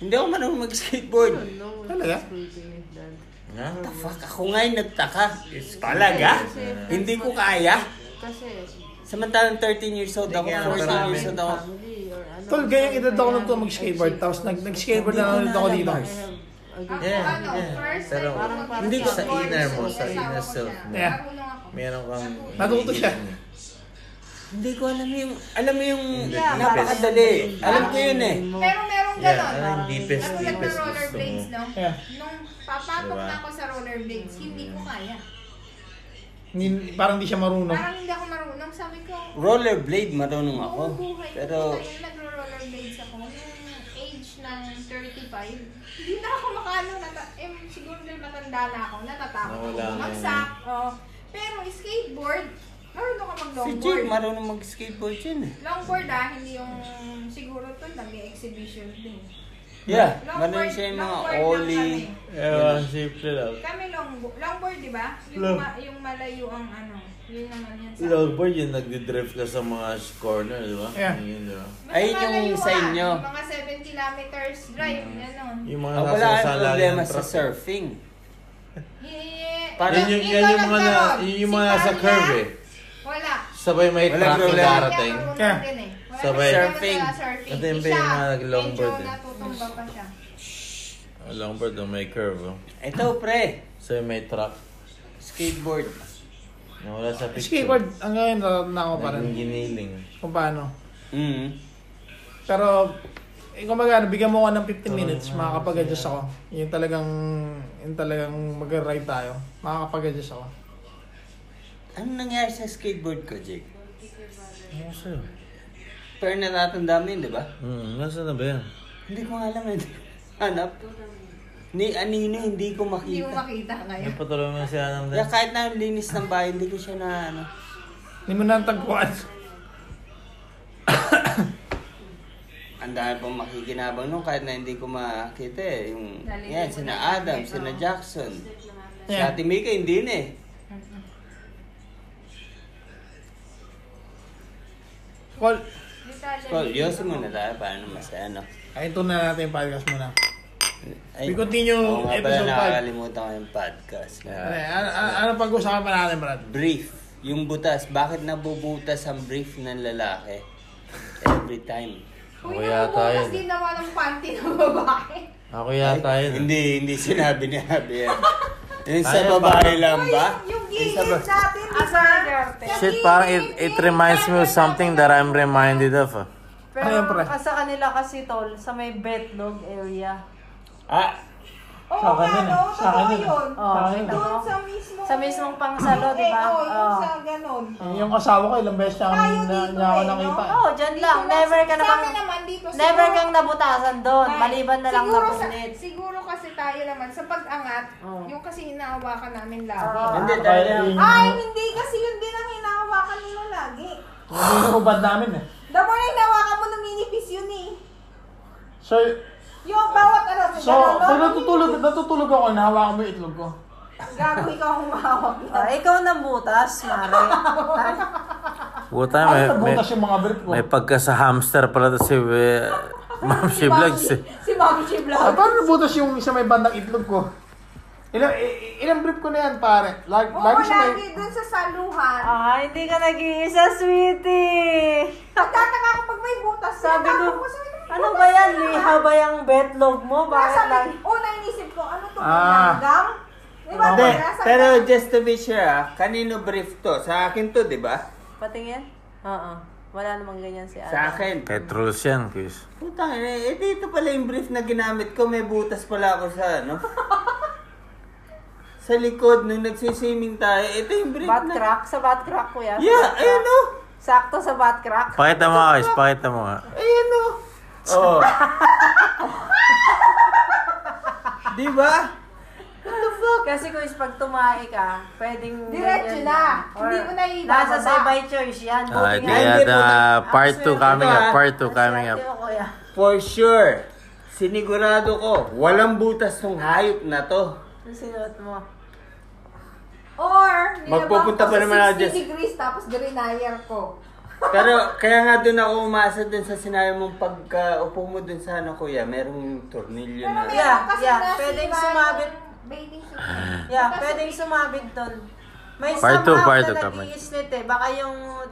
S3: Hindi ako marunong mag-skateboard.
S10: Talaga?
S2: Nga?
S3: What the fuck? Ako nga'y nagtaka.
S2: Talaga?
S3: Hindi ko kaya.
S10: Kasi,
S3: Samantalang 13 years old ako,
S11: Hindi nga
S3: 14
S11: marami.
S3: years old ako.
S10: ano,
S11: Tol, ganyang edad ako nung to mag-skateboard, tapos nag- nag-skateboard na lang ulit ako dito.
S2: Yeah,
S10: ano,
S2: yeah. Pero hindi ko sa inner mo, sa inner self mo.
S11: Yeah.
S2: Meron kang...
S11: Natuto siya.
S3: Hindi ko alam yung, alam mo yung
S2: Yeah,
S3: napakadali. Alam ko yun eh.
S10: Ano?
S4: Pero merong
S2: Yeah,
S4: ganon.
S2: parang deepest,
S4: Katulad ng
S2: deepest gusto mo.
S4: rollerblades, no?
S11: Yeah.
S4: Nung papatok
S2: Diba?
S4: na ako sa rollerblades, hindi ko kaya.
S11: Hindi- Parang di siya marunong.
S4: Parang hindi ako marunong. Sabi ko,
S3: Rollerblade marunong ako.
S4: buong buhay ko
S3: Pero
S4: tayo nagro-rollerblades ako. Yung age ng 35, hindi na ako makaano. Nata- eh, siguro dahil matanda na ako, natatakot ako.
S2: Nawala na yun.
S4: Magsak. Oh. Pero skateboard, marunong ka
S3: si Jake
S4: mag-longboard.
S3: marunong mag-skateboard yun eh.
S4: Longboard ah, hindi yung siguro to, nag-exhibition din.
S3: Yeah,
S4: Longboard-
S3: marunong siya yung mga
S4: longboard lang
S3: ollie.
S2: Ewan, simple lang.
S4: Kami longboard, longboard di ba? Yung,
S2: Long-
S4: ma- yung malayo ang ano, yun naman yan sa...
S2: Longboard yung nagdi-drift ka sa mga corner, di ba?
S11: Yeah.
S2: Yun, di ba?
S4: Mas
S3: Ayun
S4: malayo,
S3: yung sa
S4: ah,
S3: inyo.
S4: yung mga 7 kilometers drive, gano'n.
S2: Yung mga
S3: Ah,
S2: nasa
S3: wala akong
S2: sala
S3: problema
S2: ng
S3: sa
S2: truck.
S3: surfing.
S4: Yeah.
S3: Parang-
S2: Yan yung, yan yung mga na, yun yung mga nasa curve eh.
S4: Wala.
S2: Sabay may
S3: Wala
S2: truck na
S3: problema.
S2: darating.
S4: Kaya marunong din eh. Wala
S2: Sabay.
S4: problema
S3: Surfing.
S4: sa surfing.
S2: At yun pa
S4: Isa,
S2: yung mga longboard
S4: medyo
S2: eh.
S4: natutumba pa siya.
S2: Longboard na may curve. oh.
S3: Ito pre,
S2: Sabay may truck.
S3: skateboard.
S2: Nawala sa picture.
S11: Skateboard, ang ngayon na ako parang
S2: Naging giniling.
S11: kung paano.
S3: Mm.
S11: Pero, eh, kumbaga, bigyan mo ko ng 15
S2: Ah.
S11: minutes, makakapag-adjust ako. Yun talagang, yun talagang mag-ride tayo. Makakapag-adjust ako.
S3: Ano nangyari sa skateboard ko, Jake?
S2: Ano sa'yo?
S3: Pero natatanda mo yun, di ba?
S2: Hmm, nasa na ba yan?
S3: Hindi ko alam eh. Hanap. Ni Anino, hindi ko
S4: Hindi mo
S3: makita.
S4: makita ngayon.
S2: Napatuloy mo si Anam
S3: Kaya
S2: din.
S3: kahit na ang linis ng bahay, hindi ko siya na ano.
S11: Hindi mo natagpuan.
S3: Ang dami pang makikinabang nung kahit na hindi ko makita eh. Yung,
S4: Nalilito
S3: yan,
S4: na
S3: sina
S4: yung
S3: Adam,
S4: internet,
S3: sina
S4: oh.
S3: Jackson. Si
S11: Yeah.
S3: Ate Mika, hindi na eh.
S11: Call.
S3: Well, yosin muna tayo para ano. na masaya, no?
S11: Ay, ito na natin yung podcast muna.
S3: Ay,
S11: We continue
S3: oo nga pala,
S11: episode five.
S3: nakakalimutan ko yung podcast.
S11: Ano, ano, ano, ano pag-usapan pa natin, Brad?
S3: Brief. Yung butas. Bakit nabubutas ang brief ng lalaki? Every time.
S2: Ako
S4: Uy,
S2: yata
S4: nabubukas
S2: yun. eh.
S4: din naman ang panty ng babae.
S2: Ako yata yun. eh.
S3: Hindi, hindi sinabi ni Abby yan. Yung sa
S2: Ay,
S3: babae lang
S4: Uy,
S3: ba?
S4: yung gigil sa atin, di ba? Yung
S2: Shit, parang it,
S4: gigil,
S2: it reminds me of
S4: gigil
S2: something
S4: natin.
S2: that I'm reminded of. ah.
S10: Pero
S11: Siyempre.
S10: ah, sa kanila kasi tol, sa may betlog area.
S3: Ah,
S4: Oo
S11: Sa
S4: nga,
S11: akin
S4: no?
S11: yun. Sa
S4: Totoo
S11: akin yun.
S4: yun.
S10: Oh, kita
S4: Doon
S10: mo?
S4: sa mismo...
S10: Sa mismong pangsalo, di ba?
S4: Eh, oo, yung
S10: Oh.
S4: sa ganun.
S11: Yung asawa ko, ilang beses niya, ako-
S4: Tayo
S11: na,
S4: dito
S11: niya ako
S4: eh, no?
S11: nakita. eh.
S10: Oh, dyan lang.
S4: Dito lang
S10: Never
S4: sa-
S10: ka
S4: sa amin naman dito,
S10: namang, never
S4: siguro-
S10: kang nabutasan doon.
S4: Ay,
S10: Maliban na Oh. lang
S4: siguro sa-
S10: napunit.
S4: Siguro kasi tayo naman, sa pag-angat,
S10: Oo.
S4: yung kasi hinahawakan namin lagi.
S10: Oh.
S3: hindi
S11: Kaya
S3: tayo.
S11: yung,
S4: Ay, hindi kasi yun din ang hinahawakan nila lagi.
S11: yung hubad namin eh.
S4: The more na hinahawakan mo, numinipis yun eh.
S11: So,
S4: Yung bawat ano,
S11: so pag natutulog, natutulog ako, nahawakan mo yung itlog ko.
S4: Gago ikaw ang humahawak na.
S10: Ah, ikaw nang butas, Mare.
S2: Puta,
S11: Ano
S2: may, may,
S11: nabutas yung mga brief ko?
S2: may pagka sa hamster pala to si eh, Ma'am
S4: Si Mami-
S2: Shiblags. eh.
S4: Si Mami Chi Vlog.
S11: Ah, paano nabutas yung isa may bandang itlog ko? Ilang, i- ilang brief ko na yan, pare. Lag,
S4: Oo,
S11: lagi siya may...
S4: lagi dun sa saluhan.
S10: Ah, hindi ka nag-iisa, sweetie.
S4: Nagtataka ko pag may butas.
S10: Sabi ko,
S4: tinatawag sabi ko,
S10: ano
S4: "Butas
S10: ba yan?
S4: na."
S10: Liha ba yung betlog mo? Bakit
S4: Sabi,
S10: lang?
S4: una inisip ko, ano to?
S11: Ah.
S4: Langgam? Di ba?
S3: Hindi,
S4: nasa-
S3: pero just to be sure ah, kanino brief to? Sa akin to, di ba?
S10: Patingin? Oo. Wala namang ganyan si Adam.
S3: Sa akin.
S2: Petros yan, Chris.
S3: Putang ina, eh, dito pala yung brief na ginamit ko, may butas pala ako sa ano. sa likod, nung nagsiswimming tayo, ito yung brief
S10: Bat
S3: na...
S10: crack? Sa bat crack, kuya? Sa
S3: Yeah, oh!
S10: bat crack.
S3: ayun o!
S10: Sakto sa bat crack.
S2: Pakita mo, guys. Pakita mo. nga.
S3: Ayun o! Diba? Oo. di ba? What the
S10: Kasi kung is pag tumahi ka, pwedeng...
S4: Diretso
S10: ganyan
S4: na.
S10: Or
S4: Hindi mo na ibababa.
S10: Nasa say by choice yan.
S2: Alright,
S10: Booking
S2: kaya
S10: yan.
S2: uh, part 2 coming
S3: Ito,
S2: up.
S3: ah.
S2: Part 2 coming up.
S10: Hindi mo, kuya.
S3: For sure, sinigurado ko, walang butas tong hayop na to.
S10: Ang sinuot mo.
S4: Or,
S3: Magpupunta pa
S4: nilabang ko
S3: naman
S4: sa
S3: ako dyan.
S4: 60 degrees tapos grinayer ko.
S3: Pero kaya nga doon ako umasa dun sa sinabi mong pagka-upo mo dun sa ano kuya, merong tornilyo na.
S4: Pero
S10: Yeah,
S4: meron kasi
S10: yeah.
S4: nasa
S10: Pwedeng
S4: iba
S10: sumabit.
S4: yung Bathing suit.
S10: Yeah, pwedeng sumabit doon. May
S2: Part two,
S10: somehow
S2: part two,
S10: na
S2: kamay.
S10: nag-iislit eh. Baka yung